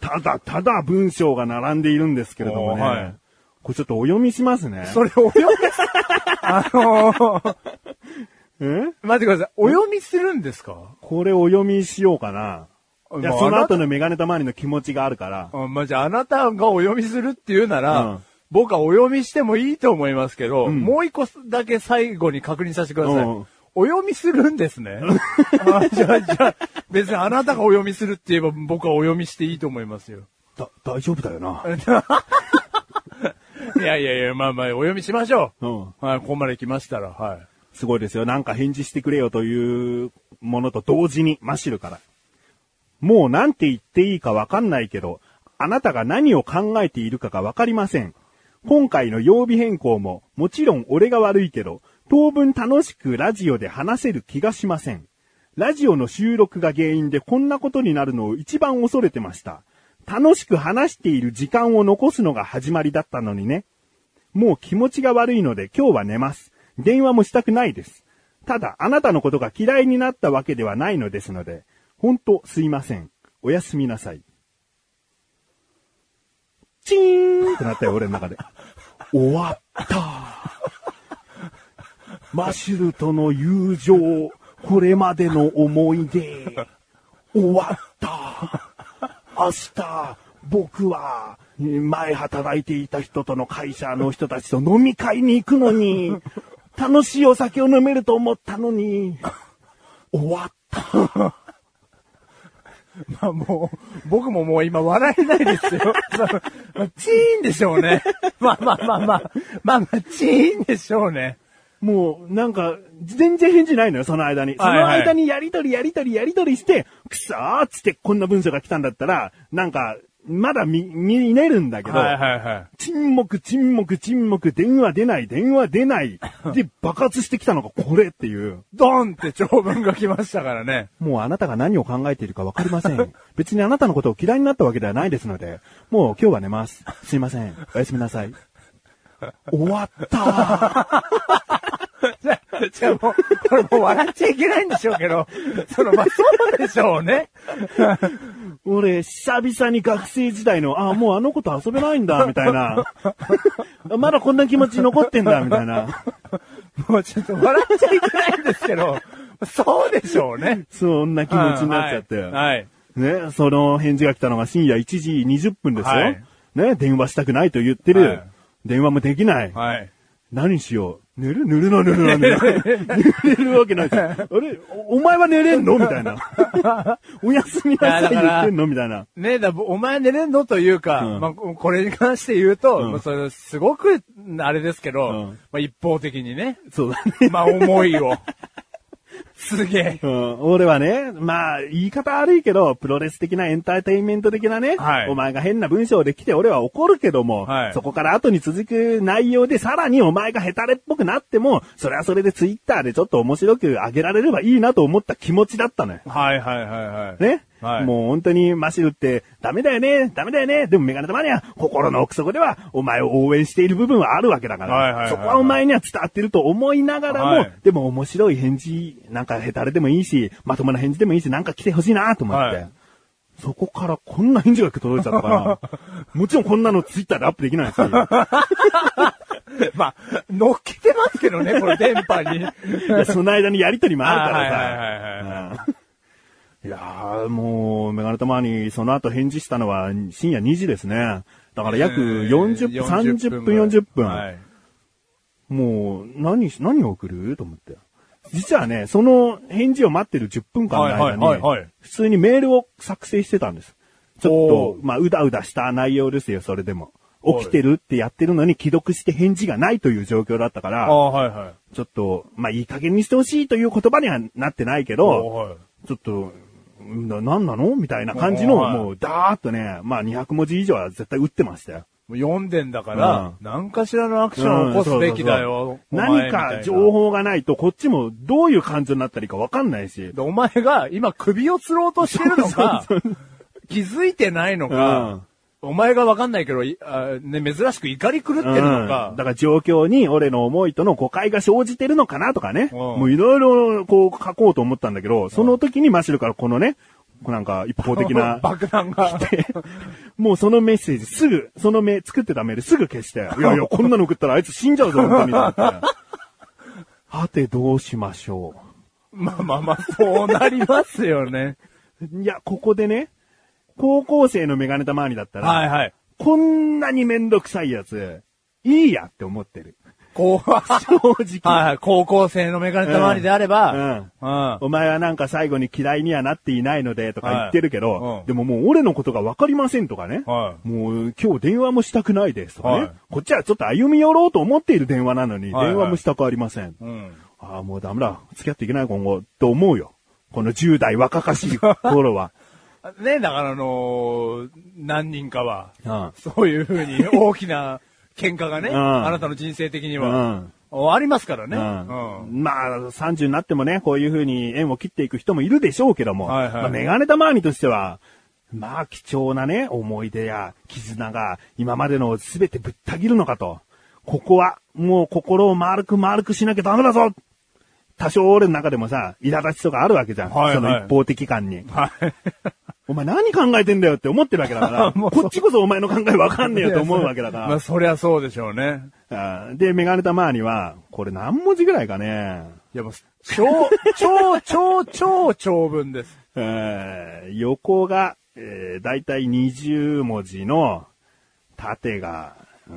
Speaker 1: ただただ文章が並んでいるんですけれどもね。
Speaker 2: おーはい
Speaker 1: これちょっとお読みしますね
Speaker 2: い。。それお読み、 *laughs* あのー、
Speaker 1: え
Speaker 2: 待ってください。お読みするんですか
Speaker 1: これお読みしようかな。いや、
Speaker 2: まあ
Speaker 1: その後のメガネたまわりの気持ちがあるから。
Speaker 2: あまあ、じゃあ、あなたがお読みするっていうなら、
Speaker 1: うん
Speaker 2: 僕はお読みしてもいいと思いますけど、
Speaker 1: ん
Speaker 2: もう一個だけ最後に確認させてください。
Speaker 1: うん
Speaker 2: お読みするんです
Speaker 1: *laughs*
Speaker 2: ね。あじゃあ、じゃあ、別にあなたがお読みするって言えば僕はお読みしていいと思いますよ。
Speaker 1: だ、大丈夫だよな。
Speaker 2: いやいやいや、まあまあ、お読みしましょう。
Speaker 1: うん
Speaker 2: はい、ここまで来ましたら、はい。
Speaker 1: すごいですよ。なんか返事してくれよというものと同時に、マッシュルから。もうなんて言っていいかわかんないけど、あなたが何を考えているかがわかりません。今回の曜日変更も、もちろん俺が悪いけど、当分楽しくラジオで話せる気がしません。ラジオの収録が原因でこんなことになるのを一番恐れてました。楽しく話している時間を残すのが始まりだったのにね。もう気持ちが悪いので今日は寝ます。電話もしたくないです。ただ、あなたのことが嫌いになったわけではないのですので、ほんとすいません。おやすみなさい。チーンってなったよ、俺の中で。終わった。マシュルとの友情、これまでの思い出、終わった。明日、僕は、前働いていた人との会社の人たちと飲み会に行くのに、楽しいお酒を飲めると思ったのに、終わった。
Speaker 2: まあもう、僕ももう今笑えないですよ。まあチーンでしょうね。まあまあまあまあ、まあまあ、チーンでしょうね。
Speaker 1: もう、なんか、全然返事ないのよ、その間に。そ
Speaker 2: はい
Speaker 1: の
Speaker 2: はい
Speaker 1: 間にやりとりやりとりやりとりして、くそーっつってこんな文章が来たんだったら、なんか、まだ見、見れるんだけど、
Speaker 2: はいはい。
Speaker 1: 沈黙、沈黙、沈黙、電話出ない、電話出ない。 *laughs* で、爆発してきたのがこれっていう。
Speaker 2: ドンって長文が来ましたからね。
Speaker 1: もうあなたが何を考えているかわかりませ *laughs* ん。別にあなたのことを嫌いになったわけではないですので、もう今日は寝ます。すいません。おやすみなさい。終わった。
Speaker 2: じゃあ、じゃあもう、これもう笑っちゃいけないんでしょうけど、その、まあそうでしょうね。
Speaker 1: 俺、久々に学生時代の、あ、もうあの子と遊べないんだ、みたい *laughs* な。まだこんな気持ち残ってんだ、みたい *laughs* な。
Speaker 2: もうちょっと笑っちゃいけないんですけど、そうでしょうね。
Speaker 1: そんな気持ちになっちゃって。
Speaker 2: はいはい。
Speaker 1: ね、その返事が来たのが深夜1時20分ですよ。
Speaker 2: はい
Speaker 1: ね、電話したくないと言ってる。
Speaker 2: はい
Speaker 1: 電話もできない。
Speaker 2: はい。
Speaker 1: 何しよう。寝る寝るな、寝るな、寝る
Speaker 2: *laughs*
Speaker 1: な。寝るわけないじゃん。あれおお前は寝れんのみ
Speaker 2: *laughs*
Speaker 1: たいな。おやすみなさい
Speaker 2: いやだか
Speaker 1: 言
Speaker 2: ら
Speaker 1: ってんのみたいな。
Speaker 2: ねえ、だ、お前寝れんのというか、
Speaker 1: うん
Speaker 2: まあ、これに関して言うと、
Speaker 1: うん
Speaker 2: まあ、それ、すごく、あれですけど、
Speaker 1: うん
Speaker 2: まあ、一方的にね、
Speaker 1: そうだね。
Speaker 2: まあ、思いを。すげえ。
Speaker 1: *laughs* うん、俺はね、まあ、言い方悪いけど、プロレス的なエンターテインメント的なね、
Speaker 2: はい
Speaker 1: お前が変な文章で来て俺は怒るけども、
Speaker 2: はい
Speaker 1: そこから後に続く内容でさらにお前がヘタレっぽくなっても、それはそれでツイッターでちょっと面白く上げられればいいなと思った気持ちだったのよ。
Speaker 2: はいはいはいはい。
Speaker 1: ね、
Speaker 2: はい
Speaker 1: もう本当にマシルって、ダメだよね、ダメだよね、でもメガネ玉には心の奥底ではお前を応援している部分はあるわけだから、
Speaker 2: はいはいはいはい
Speaker 1: そこはお前には伝わってると思いながらも、
Speaker 2: はい
Speaker 1: でも面白い返事、なんかヘタレでもいいし、まともな返事でもいいし、なんか来てほしいなと思って。
Speaker 2: はい
Speaker 1: そこからこんな返事が届いちゃった
Speaker 2: *laughs*
Speaker 1: から、もちろんこんなのツイッターでアップできないし、い
Speaker 2: まあ、乗っけてますけどね、これ、電波に。
Speaker 1: やその間にやりとりもあるからさ。
Speaker 2: はいはいはいはい
Speaker 1: うん *laughs* いやー、もう、メガネたまに、その後返事したのは深夜2時ですね。だから約40分、30分、40分。
Speaker 2: はい。
Speaker 1: もう、何し、何を送ると思って。実はね、その返事を待ってる10分間の間に、
Speaker 2: はいはいはいはい
Speaker 1: 普通にメールを作成してたんです。ちょっ
Speaker 2: お
Speaker 1: と、まあ、うだうだした内容ですよ、それでも。起きてるってやってるのに既読して返事がないという状況だったか
Speaker 2: あ
Speaker 1: ら、
Speaker 2: あ、はいはい。
Speaker 1: ちょっと、まあ、いい加減にしてほしいという言葉にはなってないけ
Speaker 2: ああ
Speaker 1: ど、
Speaker 2: はい。
Speaker 1: ちょっと、な、なんなのみたいな感じの、
Speaker 2: はい
Speaker 1: もう、だーっとね、まあ、200文字以上は絶対打ってましたよ。
Speaker 2: もう読んでんだから、
Speaker 1: う
Speaker 2: 何かしらのアクションを起こすべきだよ。お
Speaker 1: うんそうそうそう
Speaker 2: 前
Speaker 1: 何
Speaker 2: みたいな
Speaker 1: か情。報がないと、こっちもどういう感情になったりかわかんないし
Speaker 2: で。お前が今首を吊ろうとしてるのか、気づいてないのか、お前がわかんないけど、いあね、珍しく怒り狂ってるの
Speaker 1: う
Speaker 2: か
Speaker 1: ん、だから状況に俺の思いとの誤解が生じてるのかなとかね。
Speaker 2: うん
Speaker 1: もういろいろこう書こうと思ったんだけど、その時にマシルからこのね、なんか一方的
Speaker 2: *laughs*
Speaker 1: な、
Speaker 2: 爆弾が。
Speaker 1: もうそのメッセージすぐ、その目作ってたメールすぐ消
Speaker 2: *laughs*
Speaker 1: して、いやいや、こんなの送ったらあいつ死んじゃうぞ、本当に。はて、どうしましょ
Speaker 2: まあまあまあ、そうなりますよ
Speaker 1: *laughs*
Speaker 2: ね。
Speaker 1: う。いや、ここでね、高校生のメガネたまわりだったら、
Speaker 2: はいはい。
Speaker 1: こんなにめんどくさいやつ、いいやって思ってる。
Speaker 2: こう、 *laughs* は
Speaker 1: 正直。
Speaker 2: いはい、高校生のメガネたまわりであれば、うん。
Speaker 1: お前はなんか最後に嫌いにはなっていないのでとか言ってるけど、
Speaker 2: はいうん
Speaker 1: でももう俺のことがわかりませんとかね。
Speaker 2: は
Speaker 1: もう今日電話もしたくないですとかね。
Speaker 2: はい
Speaker 1: こっちはちょっと歩み寄ろうと思っている電話なのに、
Speaker 2: はいはい
Speaker 1: 電話もしたくありません。
Speaker 2: い。うん。
Speaker 1: ああ、もうダメだ。付き合っていけない今後、と思うよ。この10代若かしい
Speaker 2: *laughs*
Speaker 1: 頃は。
Speaker 2: ね、だからあのー何人かは、
Speaker 1: うん
Speaker 2: そういうふう *laughs* に大きな喧嘩がね、
Speaker 1: うん
Speaker 2: あなたの人生的には、ありますからね。
Speaker 1: うん
Speaker 2: うん
Speaker 1: まあ、30になってもね、こういう風に縁を切っていく人もいるでしょうけども、
Speaker 2: はいはい
Speaker 1: まあ、メガネたまわりとしては、まあ、貴重なね、思い出や絆が今までの全てぶった切るのかと。ここは、もう心を丸く丸くしなきゃダメだぞ多少俺の中でもさ、苛立ちとかあるわけじゃん。
Speaker 2: はいはい
Speaker 1: その一方的感に。
Speaker 2: はい。
Speaker 1: お前何考えてんだよって思ってるわけだから、
Speaker 2: *laughs* もう
Speaker 1: こっちこそお前の考えわかんねえよと思うわけだか
Speaker 2: *laughs*
Speaker 1: ら
Speaker 2: ま。あ、そりゃそうでしょうね。
Speaker 1: あーで、メガネたまわりは、これ何文字ぐらいかね。
Speaker 2: いや、もう、超、 *laughs* 超、超、超長文です。
Speaker 1: えー横が、えー、だいたい20文字の、縦が、うー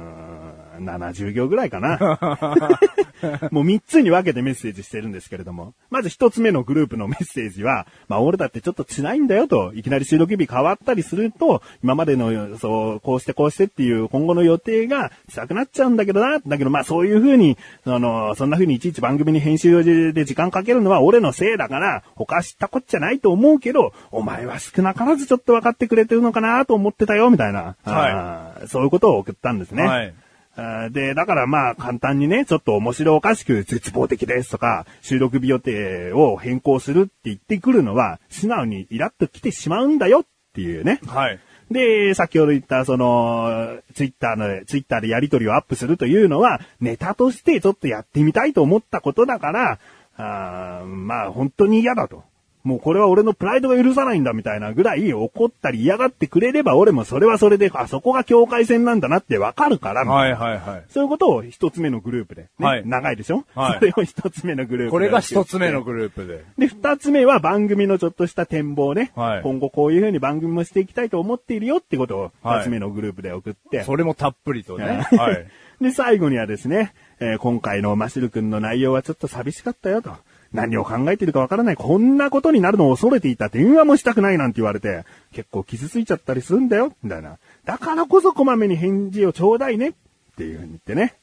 Speaker 1: ん、70行ぐらいかな。 *laughs* もう3つに分けてメッセージしてるんですけれども。まず1つ目のグループのメッセージは、まあ俺だってちょっと辛いんだよと、いきなり収録日変わったりすると、今までの、そう、こうしてこうしてっていう今後の予定が辛くなっちゃうんだけどな、だけどまあそういう風に、あの、そんな風にいちいち番組に編集で時間かけるのは俺のせいだから、他知ったこっちゃないと思うけど、お前は少なからずちょっと分かってくれてるのかなと思ってたよ、みたいな。
Speaker 2: はい
Speaker 1: あーそういうことを送ったんですね。
Speaker 2: はい
Speaker 1: あーで、だからまあ簡単にね、ちょっと面白おかしく絶望的ですとか、収録日予定を変更するって言ってくるのは、素直にイラッと来てしまうんだよっていうね。
Speaker 2: はい。
Speaker 1: で、先ほど言った、その、ツイッターの、ツイッターでやり取りをアップするというのは、ネタとしてちょっとやってみたいと思ったことだから、あーまあ、本当に嫌だと。もうこれは俺のプライドが許さないんだみたいなぐらい怒ったり嫌がってくれれば俺もそれはそれで、あそこが境界線なんだなってわかるから、
Speaker 2: はいはいはい。
Speaker 1: そういうことを一つ目のグループで、ね
Speaker 2: はい
Speaker 1: 長いでしょ、
Speaker 2: はい
Speaker 1: それを一つ目のグループ
Speaker 2: これが一
Speaker 1: 一
Speaker 2: つ目のグループで。
Speaker 1: で、二つ目は番組のちょっとした展望ね。
Speaker 2: はい
Speaker 1: 今後こういう風に番組もしていきたいと思っているよってことを、
Speaker 2: はい
Speaker 1: 二つ目のグループで送って。
Speaker 2: それもたっぷりとね。
Speaker 1: う
Speaker 2: *laughs*
Speaker 1: ん
Speaker 2: はい。
Speaker 1: *laughs* で、最後にはですね、えー今回のマシル君の内容はちょっと寂しかったよと。何を考えてるかわからない。こんなことになるのを恐れていた。電話もしたくないなんて言われて、結構傷ついちゃったりするんだよ。みたいな。だからこそこまめに返事をちょうだいね。っていう風に言ってね。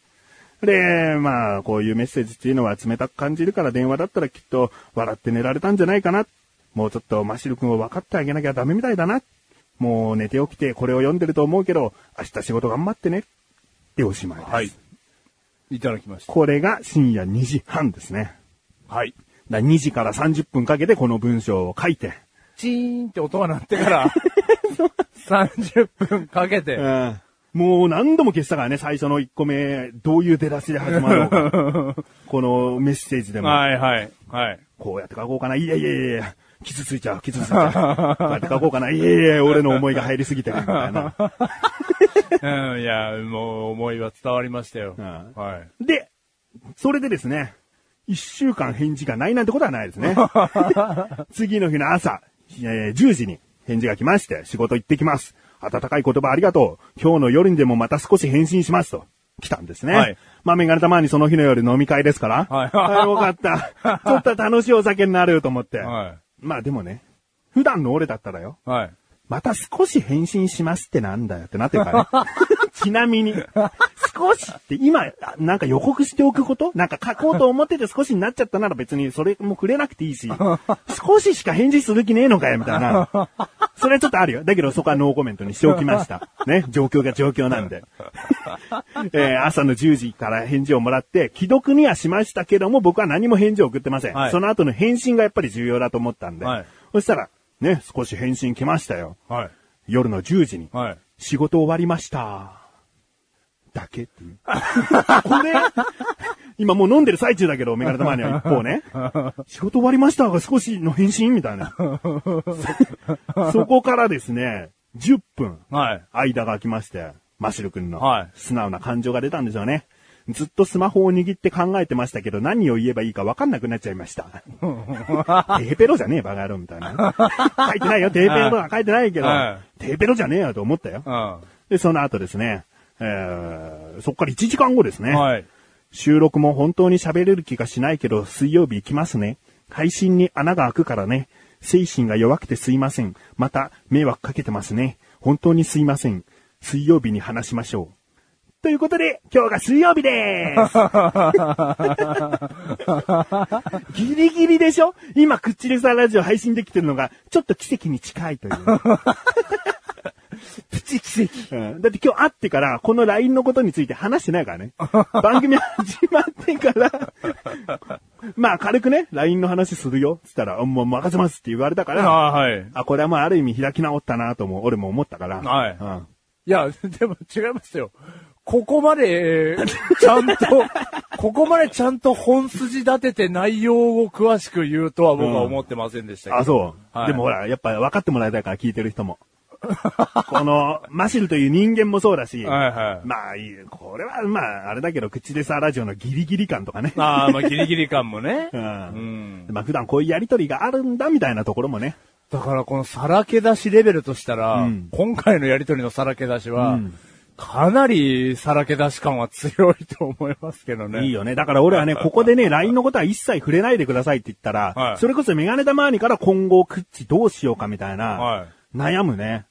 Speaker 1: で、まあ、こういうメッセージっていうのは冷たく感じるから電話だったらきっと笑って寝られたんじゃないかな。もうちょっとマシル君を分かってあげなきゃダメみたいだな。もう寝て起きてこれを読んでると思うけど、明日仕事頑張ってね。でおしまいです。
Speaker 2: はい。いただきました。
Speaker 1: これが深夜2時半ですね。
Speaker 2: はい。
Speaker 1: だ2時から30分かけてこの文章を書いて。
Speaker 2: *laughs* チーンって音が鳴って *laughs* から、30分かけて、
Speaker 1: もう何度も消したからね、最初の1個目、どういう出だしで始まる
Speaker 2: *laughs*
Speaker 1: のか。このメッセージでも。
Speaker 2: はいはい。はい。
Speaker 1: こうやって書こうかな。いやいやいや傷ついちゃう、傷ついちゃう。こうやって書こうかな。いやいやいや俺の思いが入りすぎてる、みたいな。
Speaker 2: うん、いや、もう思いは伝わりましたよ。
Speaker 1: うん
Speaker 2: はい。
Speaker 1: で、それでですね、一週間返事がないなんてことはないです
Speaker 2: *laughs*
Speaker 1: ね。次の日の朝、えー10時に返事が来まして、仕事行ってきます。温かい言葉ありがとう。今日の夜にでもまた少し返信しますと。来たんですね。
Speaker 2: はい
Speaker 1: まあ、メガネたまにその日の夜飲み会ですから。
Speaker 2: はい
Speaker 1: あよかった。
Speaker 2: *laughs*
Speaker 1: ちょっと楽しいお酒になると思って。
Speaker 2: は
Speaker 1: まあでもね、普段の俺だったらよ。
Speaker 2: い。はい。 *laughs*
Speaker 1: また少し返信しますってなんだよってなってるからね。ちなみに、少しって今、あなんか予告しておくことなんか書こうと思ってて少しになっちゃったなら別にそれも触れなくていいし、少ししか返事する気ねえのかよ、みたいな。それはちょっとあるよ。だけどそこはノーコメントにしておきました。ね、状況が状況な
Speaker 2: *laughs*
Speaker 1: んで。えー朝の10時から返事をもらって、既読にはしましたけども、僕は何も返事を送ってません。
Speaker 2: はい
Speaker 1: その後の返信がやっぱり重要だと思ったんで。
Speaker 2: はい
Speaker 1: そしたら、ね、少し返信来ましたよ。
Speaker 2: はい。
Speaker 1: 夜の10時に。
Speaker 2: はい。
Speaker 1: 仕事終わりました。だけっていう。 *laughs* これ、今もう飲んでる最中だけど、メガネたまには一方
Speaker 2: *laughs*
Speaker 1: ね。仕事終わりましたが少しの返信みたいな。そこからですね、10分、
Speaker 2: はい。
Speaker 1: 間が空きまして、マシル君の
Speaker 2: はい、
Speaker 1: 素直な感情が出たんでしょうね。ずっとスマホを握って考えてましたけど、何を言えばいいか分かんなくなっちゃい
Speaker 2: *laughs*
Speaker 1: ました。テヘペロじゃねえ、バカ野郎みたいな。書いてないよ、テヘペロは書いてないけど
Speaker 2: は、
Speaker 1: テヘペロじゃねえよと思ったよ
Speaker 2: う。ん。
Speaker 1: で、その後ですね、えー、そっから1時間後ですね。
Speaker 2: はい。
Speaker 1: 収録も本当に喋れる気がしないけど、水曜日行きますね。配信に穴が開くからね。精神が弱くてすいません。また、迷惑かけてますね。本当にすいません。水曜日に話しましょう。ということで、今日が水曜日でーすギリギリでしょ今、クッチレサラジオ配信できてるのが、ちょっと奇跡に近いという。
Speaker 2: プチ奇跡。
Speaker 1: うんだって今日会ってから、この LINE のことについて話してないか
Speaker 2: *laughs*
Speaker 1: らね。番組始まってから、 *laughs* まあ軽くね、LINE の話するよ。つったら、あもう任せますって言われたから、
Speaker 2: ああー、はい。
Speaker 1: あ、これはまあある意味開き直ったなとも、俺も思ったから。
Speaker 2: はい
Speaker 1: うん
Speaker 2: いや、でも違いますよ。ここまで、えーちゃん
Speaker 1: *laughs*
Speaker 2: と、ここまでちゃんと本筋立てて内容を詳しく言うとは僕は思ってませんでしたけど。
Speaker 1: あ、そう、
Speaker 2: はい
Speaker 1: でもほら、やっぱ分かってもらいたいから聞いてる人も。 *laughs* この、マシルという人間もそうだし、
Speaker 2: はいはい
Speaker 1: まあいい、これはまあ、あれだけど、口でさ、ラジオのギリギリ感とかね。
Speaker 2: ああ、まあギリギリ感もね。
Speaker 1: うん。まあ普段こういうやりとりがあるんだみたいなところもね。
Speaker 2: だからこのさらけ出しレベルとしたら、
Speaker 1: ん
Speaker 2: 今回のやりとりのさらけ出しは、かなりさらけ出し感は強いと思いますけどね。
Speaker 1: いいよね。だから俺は
Speaker 2: *laughs*
Speaker 1: ね、ここでね、LINE のことは一切触れないでくださいって言ったら、
Speaker 2: はい
Speaker 1: それこそメガネ玉にから今後クッチどうしようかみたいな、
Speaker 2: はい
Speaker 1: 悩むね。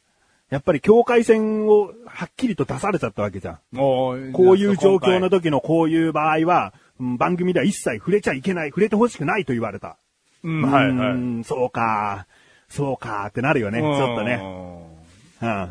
Speaker 1: やっぱり境界線をはっきりと出されちゃったわけじゃん。
Speaker 2: もう、
Speaker 1: こういう状況の
Speaker 2: と、
Speaker 1: 時のこういう場合は、うん番組では一切触れちゃいけない、触れてほしくないと言われた。
Speaker 2: うん、はいは
Speaker 1: う
Speaker 2: い。
Speaker 1: んそうか、そうかってなるよね、ちょっとね。
Speaker 2: ね。
Speaker 1: うん。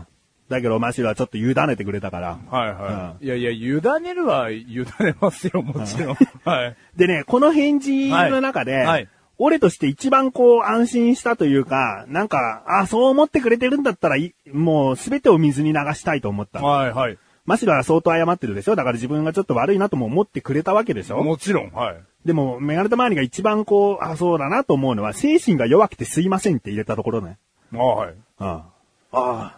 Speaker 1: だけど、マシルはちょっと委ねてくれたから。
Speaker 2: はいはい。いやいや、委ねるは委ねますよ、もちろん。 *laughs*
Speaker 1: *laughs*
Speaker 2: はい。
Speaker 1: でね、この返事の中で、
Speaker 2: はいはい
Speaker 1: 俺として一番こう安心したというか、なんか、あ、そう思ってくれてるんだったらい、もうすべてを水に流したいと思った。
Speaker 2: はいはい。
Speaker 1: マシロは相当謝ってるでしょだから自分がちょっと悪いなとも思ってくれたわけでしょ
Speaker 2: もちろん、はい。
Speaker 1: でも、メガネタ周りが一番こう、あ、そうだなと思うのは、精神が弱くてすいませんって入れたところね。
Speaker 2: あはい。
Speaker 1: うん。ああ、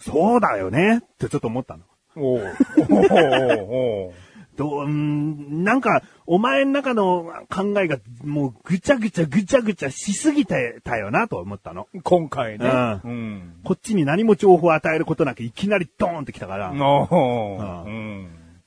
Speaker 1: そうだよねってちょっと思ったの。
Speaker 2: おうおうおう
Speaker 1: どう、うーんなんか、お前の中の考えが、もう、ぐちゃぐちゃぐちゃぐちゃしすぎてたよな、と思ったの。
Speaker 2: おう今回ね。
Speaker 1: うん
Speaker 2: ん。
Speaker 1: こっちに何も情報を与えることなく、いきなりドーンってきたから。
Speaker 2: お
Speaker 1: う
Speaker 2: ううん。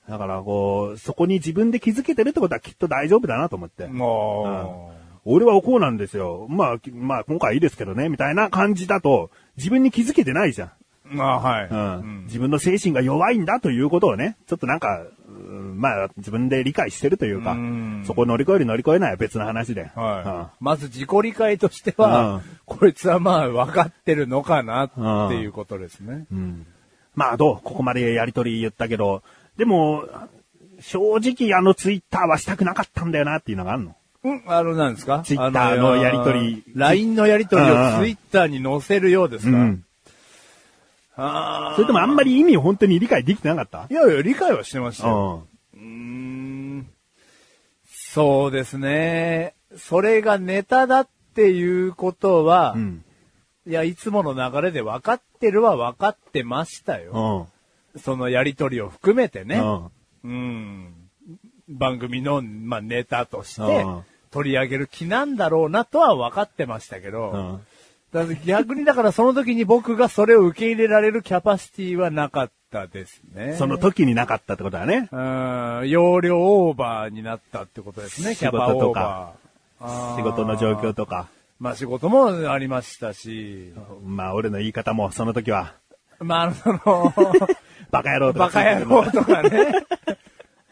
Speaker 1: だから、こう、そこに自分で気づけてるってことはきっと大丈夫だなと思って。
Speaker 2: おう
Speaker 1: 俺はこうなんですよ。まあ、きまあ、今回いいですけどね、みたいな感じだと、自分に気づけてないじゃん。
Speaker 2: まあ、はい。
Speaker 1: うん
Speaker 2: うん
Speaker 1: 自分の精神が弱いんだということをね、ちょっとなんか、うんまあ、自分で理解してるというか、
Speaker 2: うん
Speaker 1: そこを乗り越える乗り越えないは別の話で。うん
Speaker 2: はい。まず自己理解としては、
Speaker 1: うん
Speaker 2: こいつはまあ分かってるのかなっていうことですね。
Speaker 1: まあどうここまでやりとり言ったけど、でも、正直あのツイッターはしたくなかったんだよなっていうのがあるの。
Speaker 2: うん、あの、なんですか
Speaker 1: Twitter のやりとり
Speaker 2: あの LINE のやりとりを
Speaker 1: うんうん
Speaker 2: Twitter に載せるようですか、
Speaker 1: うん
Speaker 2: あー
Speaker 1: それともあんまり意味を本当に理解できてなかった
Speaker 2: いやいや、理解はしてましたよ。
Speaker 1: ん。
Speaker 2: うーん。そうですね。それがネタだっていうことは、
Speaker 1: うん。
Speaker 2: いや、いつもの流れで分かってるは分かってました
Speaker 1: う
Speaker 2: よ。
Speaker 1: ん。
Speaker 2: そのやりとりを含めてね。
Speaker 1: うん
Speaker 2: うん番組の、まあ、ネタとし
Speaker 1: う
Speaker 2: て
Speaker 1: ん
Speaker 2: 取り上げる気なんだろうなとは分かってましたけど、
Speaker 1: うん
Speaker 2: だから逆にだからその時に僕がそれを受け入れられるキャパシティはなかったですね。
Speaker 1: その時になかったってことだね。
Speaker 2: うん、容量オーバーになったってことですね、キ
Speaker 1: 仕
Speaker 2: ャパ
Speaker 1: 事と
Speaker 2: オー
Speaker 1: か
Speaker 2: バー。
Speaker 1: 仕事の状況
Speaker 2: と。
Speaker 1: とか。
Speaker 2: まあ仕事もありましたし、
Speaker 1: まあ俺の言い方もその時は、
Speaker 2: まああの、その、
Speaker 1: バカ野郎とか
Speaker 2: バ
Speaker 1: ついて
Speaker 2: カ野
Speaker 1: るの。
Speaker 2: 郎とか *laughs* ね。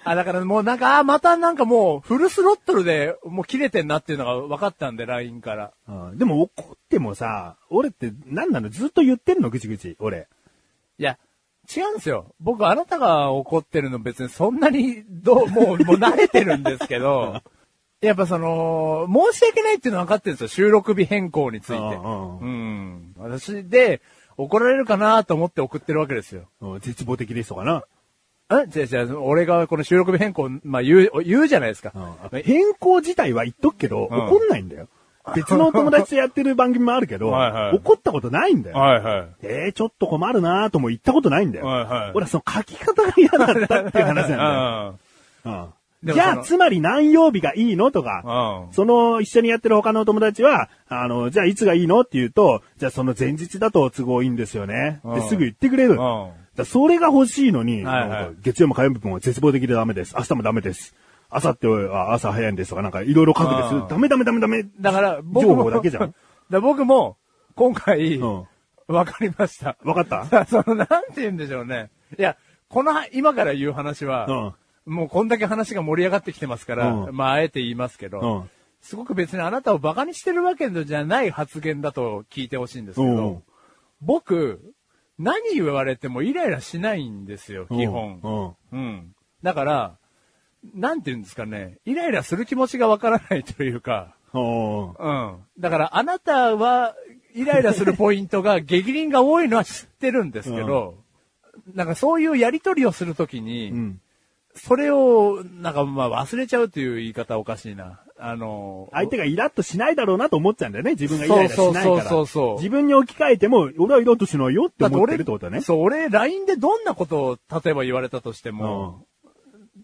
Speaker 2: あ、だからもうなんか、あ、またなんかもう、フルスロットルで、もう切れてんなっていうのが分かったんで、LINE から。
Speaker 1: うんでも怒ってもさ、俺って何なのずっと言ってんのぐちぐち、俺。
Speaker 2: いや、違うんですよ。僕、あなたが怒ってるの別にそんなに、どう、もう、もう慣れてるんですけ *laughs* ど、やっぱその、申し訳ないっていうのは分かってるんですよ。収録日変更について。
Speaker 1: うん
Speaker 2: う
Speaker 1: うん
Speaker 2: ん。私で、怒られるかなと思って送ってるわけですよ。
Speaker 1: うん絶望的でしたかな。
Speaker 2: え違う違う、俺がこの収録日変更、まあ言う、言うじゃないですか。
Speaker 1: 変更自体は言っとくけど、
Speaker 2: うん
Speaker 1: 怒んないんだよ。別のお友達とやってる番組もあるけど、
Speaker 2: *laughs* はいはい
Speaker 1: 怒ったことないんだよ。
Speaker 2: はいはい。
Speaker 1: えー、ちょっと困るなーとも言ったことないんだよ。
Speaker 2: はいはい
Speaker 1: 俺はその書き方が嫌だったっていう話
Speaker 2: *laughs*
Speaker 1: なんだよ。
Speaker 2: ん
Speaker 1: うんじ
Speaker 2: で
Speaker 1: ゃ
Speaker 2: も
Speaker 1: あ、
Speaker 2: その
Speaker 1: つまり何曜日がいいのと
Speaker 2: う
Speaker 1: か、
Speaker 2: ん。うん。
Speaker 1: その一緒にやってる他のお友達は、あの、じゃあいつがいいのって言うと、じゃあその前日だと都合いいんですよね。
Speaker 2: うん
Speaker 1: ですぐ言ってくれる。だからそれが欲しいのに、
Speaker 2: はいはい
Speaker 1: なんか月曜も火曜日も絶望的でダメです。明日もダメです。明後日は朝早いんですとか、なんかいろいろ書くんです
Speaker 2: うん
Speaker 1: ダメダメダメダメ。
Speaker 2: だから、僕
Speaker 1: 情
Speaker 2: も。
Speaker 1: 報だけじゃ
Speaker 2: *laughs* だ
Speaker 1: ん
Speaker 2: か。ら僕も、今回、
Speaker 1: うん。
Speaker 2: わかりました。 *laughs*
Speaker 1: わかった
Speaker 2: だからその、なんて言うんでしょうね。いや、この、今から言う話は、もうこんだけ話が盛り上がってきてますから、
Speaker 1: うん
Speaker 2: まあ、あえて言いますけど、
Speaker 1: うん
Speaker 2: すごく別にあなたを馬鹿にしてるわけじゃない発言だと聞いてほしいんですけど、
Speaker 1: うん
Speaker 2: 僕、何言われてもイライラしないんですよ、基本。
Speaker 1: う
Speaker 2: うん。だから、なんて言うんですかね、イライラする気持ちがわからないというか、
Speaker 1: ん。う
Speaker 2: う
Speaker 1: ん。
Speaker 2: ん。だから、あなたは、イライラするポイント
Speaker 1: *laughs*
Speaker 2: が、激輪が多いのは知ってるんですけど、なんかそういうやりとりをするときに、
Speaker 1: うん。
Speaker 2: それを、なんかまあ忘れちゃうという言い方おかしいな。あの、
Speaker 1: 相手がイラッとしないだろうなと思っちゃうんだよね。自分がイライラしないから。
Speaker 2: そうそうそうそうそう
Speaker 1: 自分に置き換えても、俺はイラッとしないよって思ってるってことだね。
Speaker 2: そう、俺、LINE でどんなことを、例えば言われたとしても、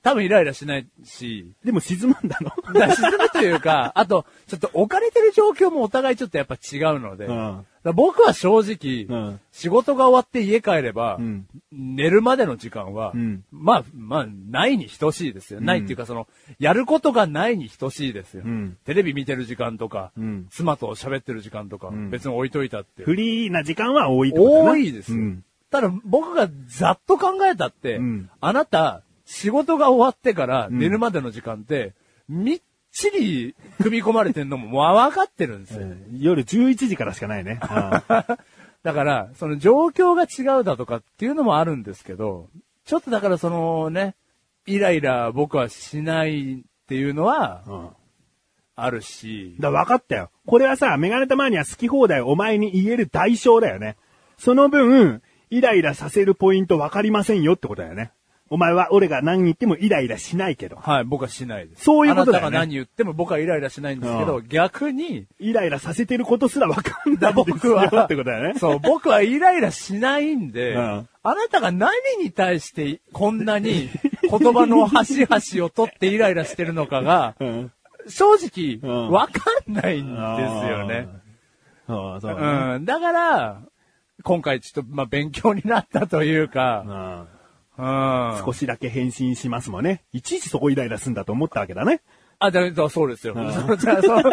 Speaker 2: 多分イライラしないし、
Speaker 1: でも沈まん
Speaker 2: *laughs*
Speaker 1: だの。
Speaker 2: だしずむというか、あと、ちょっと置かれてる状況もお互いちょっとやっぱ違うので、
Speaker 1: うん
Speaker 2: だから僕は正直、
Speaker 1: うん
Speaker 2: 仕事が終わって家帰れば、
Speaker 1: うん
Speaker 2: 寝るまでの時間は、
Speaker 1: うん
Speaker 2: まあ、まあ、ないに等しいですよ。ないっていうか、その、やることがないに等しいですよ。
Speaker 1: うん
Speaker 2: テレビ見てる時間とか、
Speaker 1: うん
Speaker 2: 妻と喋ってる時間とか、
Speaker 1: ん
Speaker 2: 別に置いといたって。
Speaker 1: フリーな時間は多いってことだな
Speaker 2: 多いですよ。
Speaker 1: うん。
Speaker 2: ただ僕がざっと考えたって、
Speaker 1: うん
Speaker 2: あなた、仕事が終わってから寝るまでの時間って、みっちり組み込まれてんのももう分かってるんですよ。
Speaker 1: 夜11時からしかないね。ああ
Speaker 2: だから、その状況が違うだとかっていうのもあるんですけど、ちょっとだからそのね、イライラ僕はしないっていうのは
Speaker 1: うん
Speaker 2: あるし、
Speaker 1: だから分かったよ。これはさ、メガネたまには好き放題お前に言える代償だよね。その分、イライラさせるポイント分かりませんよってことだよね。お前は俺が何言ってもイライラしないけど。
Speaker 2: はい、僕はしないです。
Speaker 1: そういうことだよね
Speaker 2: あなたが何言っても僕はイライラしないんですけど、
Speaker 1: う
Speaker 2: 逆に、
Speaker 1: イライラさせてることすら分かんな
Speaker 2: だ
Speaker 1: いです
Speaker 2: 僕
Speaker 1: よ
Speaker 2: は
Speaker 1: っ。てことだよね。
Speaker 2: そう、僕はイライラしないんで、
Speaker 1: うん
Speaker 2: あなたが何に対してこんなに言葉の端々を取ってイライラしてるのかが、
Speaker 1: うん。
Speaker 2: 正直、
Speaker 1: うん
Speaker 2: わかんないんですよね。
Speaker 1: ああ、そうだね。
Speaker 2: うん。だから、今回ちょっと、まあ、勉強になったというか、
Speaker 1: あ
Speaker 2: うん。
Speaker 1: あ少しだけ返信しますもんね。いちいちそこイライラすんだと思ったわけだね。
Speaker 2: あ、だだそうですよ。
Speaker 1: ん
Speaker 2: そう *laughs* じゃあそう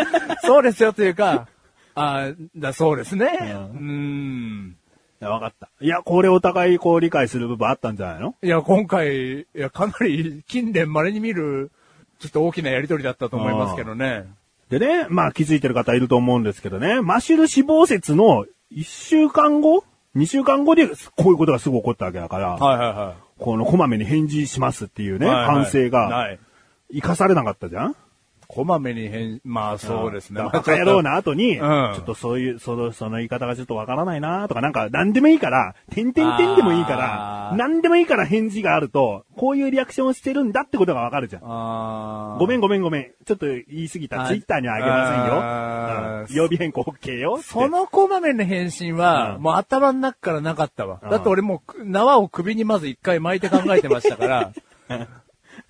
Speaker 2: そうですよというか、あだそうですね。うん
Speaker 1: いや、わかった。いや、これお互いこう理解する部分あったんじゃないの
Speaker 2: いや、今回、いや、かなり近年稀に見る、ちょっと大きなやりとりだったと思いますけどね。
Speaker 1: でね、まあ気づいてる方いると思うんですけどね、マシュル死亡説の1週間後 ?2 週間後でこういうことがすぐ起こったわけだから、
Speaker 2: はいはいは
Speaker 1: このこまめに返事しますっていう
Speaker 2: い。
Speaker 1: ね、
Speaker 2: はいはい
Speaker 1: 反省が
Speaker 2: はい。
Speaker 1: 生かされなかったじゃん
Speaker 2: こまめに変、まあそうですね。
Speaker 1: だ
Speaker 2: ま
Speaker 1: から
Speaker 2: あ
Speaker 1: バカ野郎。な後に、
Speaker 2: ん
Speaker 1: ちょっとそういう、その、その言い方がちょっとわからないなとか、なんか、なんでもいいから、点々点でもいいか
Speaker 2: あ
Speaker 1: ら、
Speaker 2: ー
Speaker 1: なんでもいいから返事があると、こういうリアクションをしてるんだってことがわかるじゃん。
Speaker 2: あー
Speaker 1: ごめんごめんごめん。ちょっと言い過ぎた。
Speaker 2: あ
Speaker 1: ツイッターにはあげ
Speaker 2: あ
Speaker 1: ません
Speaker 2: ー
Speaker 1: よ。うん曜日変更 OK よ。
Speaker 2: そのこまめな返信は、
Speaker 1: うん
Speaker 2: もう頭の中からなかったわ。
Speaker 1: うん
Speaker 2: だって俺もうく縄を首にまず一回巻いて考えてました
Speaker 1: *laughs*
Speaker 2: から。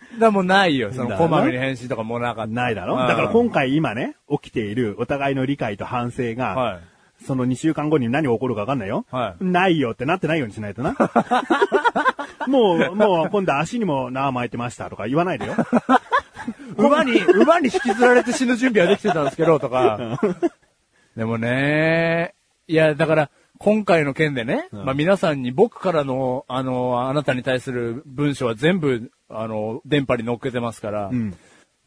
Speaker 2: だからもうないよ。そのこまめに返信とかもうなかった。
Speaker 1: ないだろ
Speaker 2: うん
Speaker 1: だから今回今ね、起きているお互いの理解と反省が、
Speaker 2: はい
Speaker 1: その2週間後に何起こるか分かんないよ、
Speaker 2: はい
Speaker 1: ないよってなってないようにしないと
Speaker 2: *laughs*
Speaker 1: な。もう、もう今度足にも縄巻いてましたとか言わないでよ。
Speaker 2: 馬
Speaker 1: *laughs*
Speaker 2: に、馬に引きずられて死ぬ準備はできてたんですけど、とか。でもね、いや、だから、今回の件でね、まあ皆さんに僕からの、あの、あなたに対する文章は全部、あの、電波に乗っけてますから、
Speaker 1: ん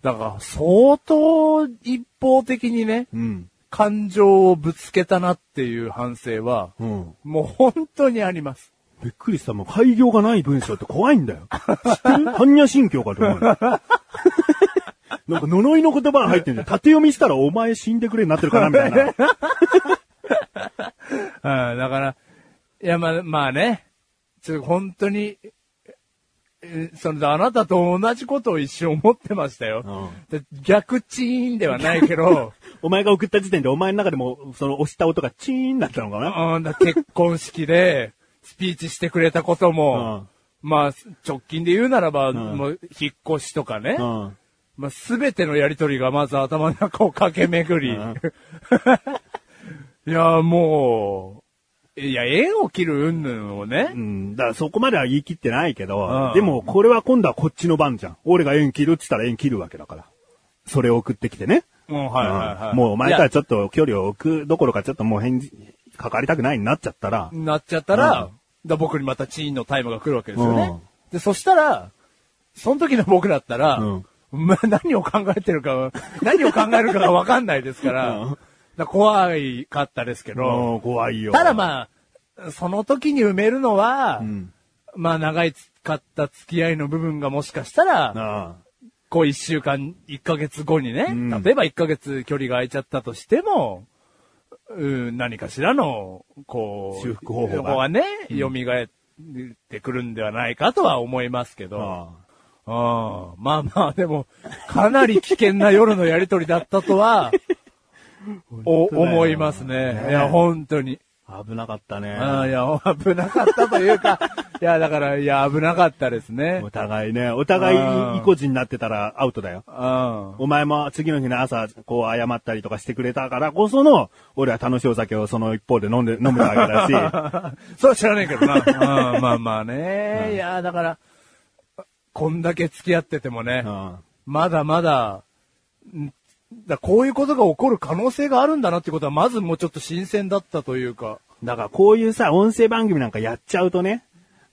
Speaker 2: だから、相当一方的にね、
Speaker 1: うん。
Speaker 2: 感情をぶつけたなっていう反省は、
Speaker 1: うん。
Speaker 2: もう本当にあります。
Speaker 1: びっくりした。もう開業がない文章って怖いんだよ。
Speaker 2: *laughs*
Speaker 1: 知ってる般若心経かと思うよ。なんか呪いの言葉が入ってるんだよ。縦読みしたらお前死んでくれになってるかなみたいな。
Speaker 2: *laughs* うん、だから、いや、まあ、まあね、ちょ、本当に、えその、あなたと同じことを一瞬思ってましたよ。で逆チーンではないけど、
Speaker 1: お前が送った時点でお前の中でもその押した音がチーンだったのかな
Speaker 2: うん、だ結婚式で、スピーチしてくれたことも、まあ、直近で言うならば、
Speaker 1: ん
Speaker 2: もう、引っ越しとかね、
Speaker 1: うん。
Speaker 2: まあ、すべてのやりとりがまず頭の中を駆け巡り、
Speaker 1: うん
Speaker 2: *laughs* いや、もう、いや、縁を切る云々をね、
Speaker 1: うん。だからそこまでは言い切ってないけど
Speaker 2: う、ん
Speaker 1: でもこれは今度はこっちの番じゃん。俺が縁切るって言ったら縁切るわけだから。それを送ってきてね。
Speaker 2: うん、はいはいはい。
Speaker 1: もうお前とは
Speaker 2: や
Speaker 1: ちょっと距離を置くどころかちょっともう返事、かかりたくないになっちゃったら、
Speaker 2: なっちゃったら、
Speaker 1: う
Speaker 2: だ僕にまたチーンのタイムが来るわけですよね。
Speaker 1: うん
Speaker 2: で、そしたら、その時の僕だったら、
Speaker 1: うん
Speaker 2: まあ何を考えてるか、何を考えるかがわかんないですから、
Speaker 1: うん
Speaker 2: だから怖いかったですけど、
Speaker 1: うん怖いよ。
Speaker 2: ただ
Speaker 1: あ、
Speaker 2: まあ、その時に埋めるのは、
Speaker 1: うん。
Speaker 2: まあ長いかった付き合いの部分がもしかしたら、
Speaker 1: あ
Speaker 2: こう一週間、一ヶ月後にね、
Speaker 1: うん
Speaker 2: 例えば一ヶ月距離が空いちゃったとしても、うん、何かしらの、こう、
Speaker 1: 修復方法が
Speaker 2: ここはね、蘇ってくるんではないかとは思いますけ
Speaker 1: あ。
Speaker 2: ど、
Speaker 1: あ
Speaker 2: あまあまあ、でも、かなり危険な夜のやりとりだったと
Speaker 1: *laughs*
Speaker 2: は、お
Speaker 1: 当だよ
Speaker 2: 思いますね。
Speaker 1: ね
Speaker 2: いや、本当に。
Speaker 1: あ危なかったね。
Speaker 2: あいや、危なかったというか、いや、だから、いや、危なかったですね。
Speaker 1: お互いね、お互
Speaker 2: あ
Speaker 1: い
Speaker 2: ー
Speaker 1: 意固地になってたらアウトだよ。
Speaker 2: うん。
Speaker 1: お前も次の日の朝、こう謝ったりとかしてくれたからこその、俺は楽しいお酒をその一方で飲んで、飲むわけだし、
Speaker 2: それは知らないけどな。うんまあまあね。いやー、だから、こんだけ付き合ってても *laughs* ね、
Speaker 1: うん
Speaker 2: まだまだ、んだこういうことが起こる可能性があるんだなってことは、まずもうちょっと新鮮だったというか。
Speaker 1: だからこういうさ、音声番組なんかやっちゃうとね、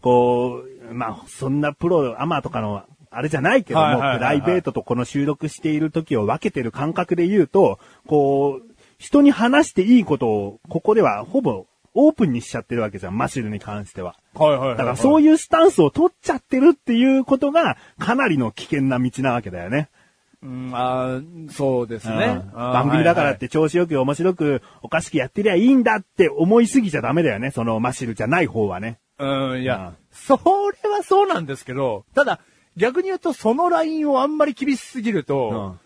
Speaker 1: こう、まあ、そんなプロ、アマとかの、あれじゃないけど
Speaker 2: はい
Speaker 1: も、
Speaker 2: はいはい
Speaker 1: プ
Speaker 2: は
Speaker 1: ラ
Speaker 2: い
Speaker 1: イベートとこの収録している時を分けてる感覚で言うと、こう、人に話していいことを、ここではほぼオープンにしちゃってるわけじゃん、マシルに関しては。
Speaker 2: はいはいはい、
Speaker 1: だからそう
Speaker 2: いう。
Speaker 1: いうスタンスを取っちゃってるっていうことが、かなりの危険な道なわけだよね。
Speaker 2: うん、あーそうですね。
Speaker 1: うん
Speaker 2: あー
Speaker 1: 番組だからっ
Speaker 2: はい
Speaker 1: て調子よく面白くおかしくやってりゃいいんだって思いすぎちゃダメだよね。そのマシルじゃない方はね。
Speaker 2: はいうん、いや、
Speaker 1: うん
Speaker 2: それはそうなんですけど、ただ、逆に言うと、そのラインをあんまり厳しすぎると、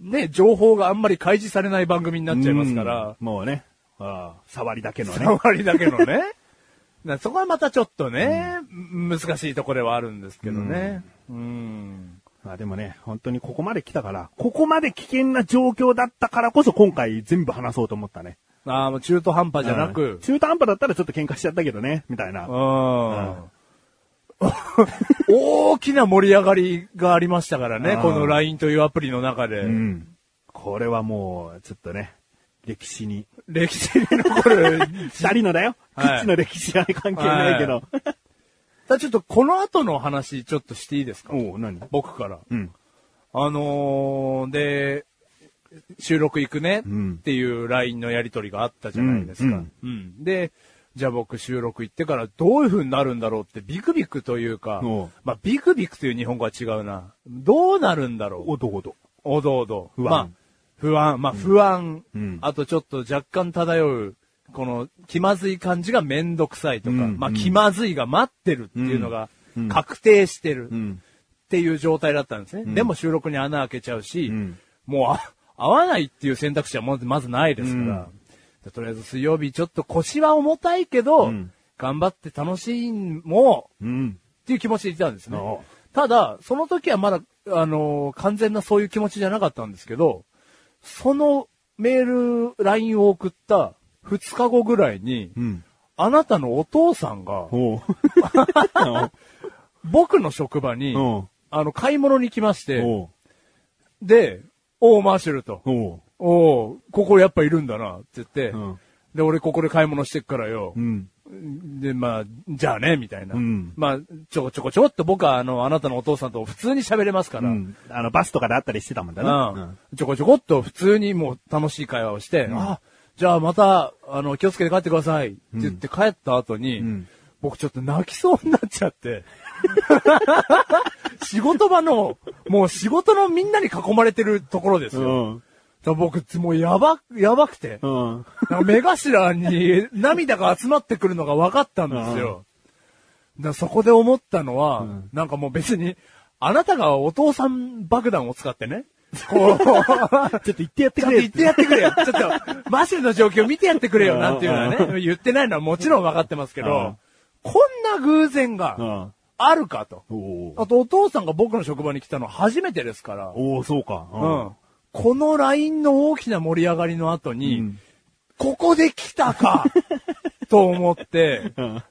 Speaker 2: ね、情報があんまり開示されない番組になっちゃいますから、
Speaker 1: うん。もうね。ああ触りだけのね。
Speaker 2: 触りだけの *laughs* ね。だからそこはまたちょっとね、む難しいところではあるんですけどね。うん。
Speaker 1: まあでもね、本当にここまで来たから、ここまで危険な状況だったからこそ今回全部話そうと思ったね。
Speaker 2: ああ、もう中途半端じゃな
Speaker 1: うん
Speaker 2: く、
Speaker 1: 中途半端だったらちょっと喧嘩しちゃったけどね、みたい
Speaker 2: う
Speaker 1: な
Speaker 2: ん。。大きな盛り上がりがありましたからね、
Speaker 1: うん
Speaker 2: この LINE というアプリの中で。
Speaker 1: うん。これはもう、ちょっとね、歴史に。
Speaker 2: 歴史に残る。
Speaker 1: 二人のだよ。
Speaker 2: はい
Speaker 1: 口の歴史は関係ないけど。
Speaker 2: さあちょっとこの後の話ちょっとしていいですか
Speaker 1: おう、何
Speaker 2: 僕から。
Speaker 1: うん。
Speaker 2: あのー、で、収録行くね
Speaker 1: うん
Speaker 2: っていう LINE のやりとりがあったじゃないですか。
Speaker 1: う
Speaker 2: うんん。
Speaker 1: うん
Speaker 2: で、じゃあ僕収録行ってからどういう風になるんだろうってビクビクというか
Speaker 1: おう、
Speaker 2: まあビクビクという日本語は違うな。どうなるんだろう
Speaker 1: 男と。
Speaker 2: おどおど。
Speaker 1: 不安
Speaker 2: まあ、不安、まあ不安、
Speaker 1: うん
Speaker 2: あとちょっと若干漂う、この気まずい感じがめんどくさいとか、
Speaker 1: うん
Speaker 2: まあ
Speaker 1: うん
Speaker 2: 気まずいが待ってるっていうのが
Speaker 1: うん
Speaker 2: 確定してる。
Speaker 1: うん。
Speaker 2: っていう状態だったんですね。
Speaker 1: ん
Speaker 2: でも収録に穴開けちゃうし、
Speaker 1: うん
Speaker 2: もうあ合わないっていう選択肢はまずまずないですから、でとりあえず水曜日ちょっと腰は重たいけど、
Speaker 1: うん
Speaker 2: 頑張って楽しいもう
Speaker 1: うん。
Speaker 2: っていう気持ちでいたんですね
Speaker 1: おう。
Speaker 2: ただ、その時はまだ、あのー完全なそういう気持ちじゃなかったんですけど、そのメール、LINE を送った2日後ぐらいに、
Speaker 1: うん。
Speaker 2: あなたのお父さんが、*laughs*
Speaker 1: おう。
Speaker 2: 僕の職場に、
Speaker 1: おう。
Speaker 2: あの、買い物に来まして、
Speaker 1: おう。
Speaker 2: で、おう、マーシュルと。
Speaker 1: おう。
Speaker 2: おう、ここやっぱいるんだな、って言って、
Speaker 1: うん
Speaker 2: で、俺ここで買い物してっからよ。
Speaker 1: うん。
Speaker 2: で、まあ、じゃあね、みたいな。
Speaker 1: うん
Speaker 2: まあ、ちょこちょこちょこっと僕は、あの、あなたのお父さんと普通に喋れますから。
Speaker 1: うん。あの、バスとかであったりしてたもんだな。
Speaker 2: うん。ちょこちょこっと普通にもう楽しい会話をして、あ、じゃあまた、あの、気をつけて帰ってくださいって言って帰った後に、
Speaker 1: ん
Speaker 2: 僕ちょっと泣きそうになっちゃって。 *laughs* 仕事場の、もう仕事のみんなに囲まれてるところです
Speaker 1: う
Speaker 2: よ。
Speaker 1: ん。
Speaker 2: だから僕、もうやば、やばくて。
Speaker 1: うん。
Speaker 2: なんか目頭に涙が集まってくるのが分かったんですよ。だからそこで思ったのは、なんかもう別に、あなたがお父さん爆弾を使って *laughs* ね、こう、ちょっと
Speaker 1: ちょっと言ってやってくれ
Speaker 2: 言ってやってくれよ。ちょっと、マシルの状況見てやってくれよ、なんていうのはね、言ってないのはもちろん分かってますけ
Speaker 1: うん
Speaker 2: ど、こんな偶然があるかと。
Speaker 1: おー
Speaker 2: あとお父さんが僕の職場に来たの初めてですから、
Speaker 1: おーそうか。
Speaker 2: うんこの LINE の大きな盛り上がりの後に、ここで来た
Speaker 1: *laughs*
Speaker 2: かと思って、
Speaker 1: うん。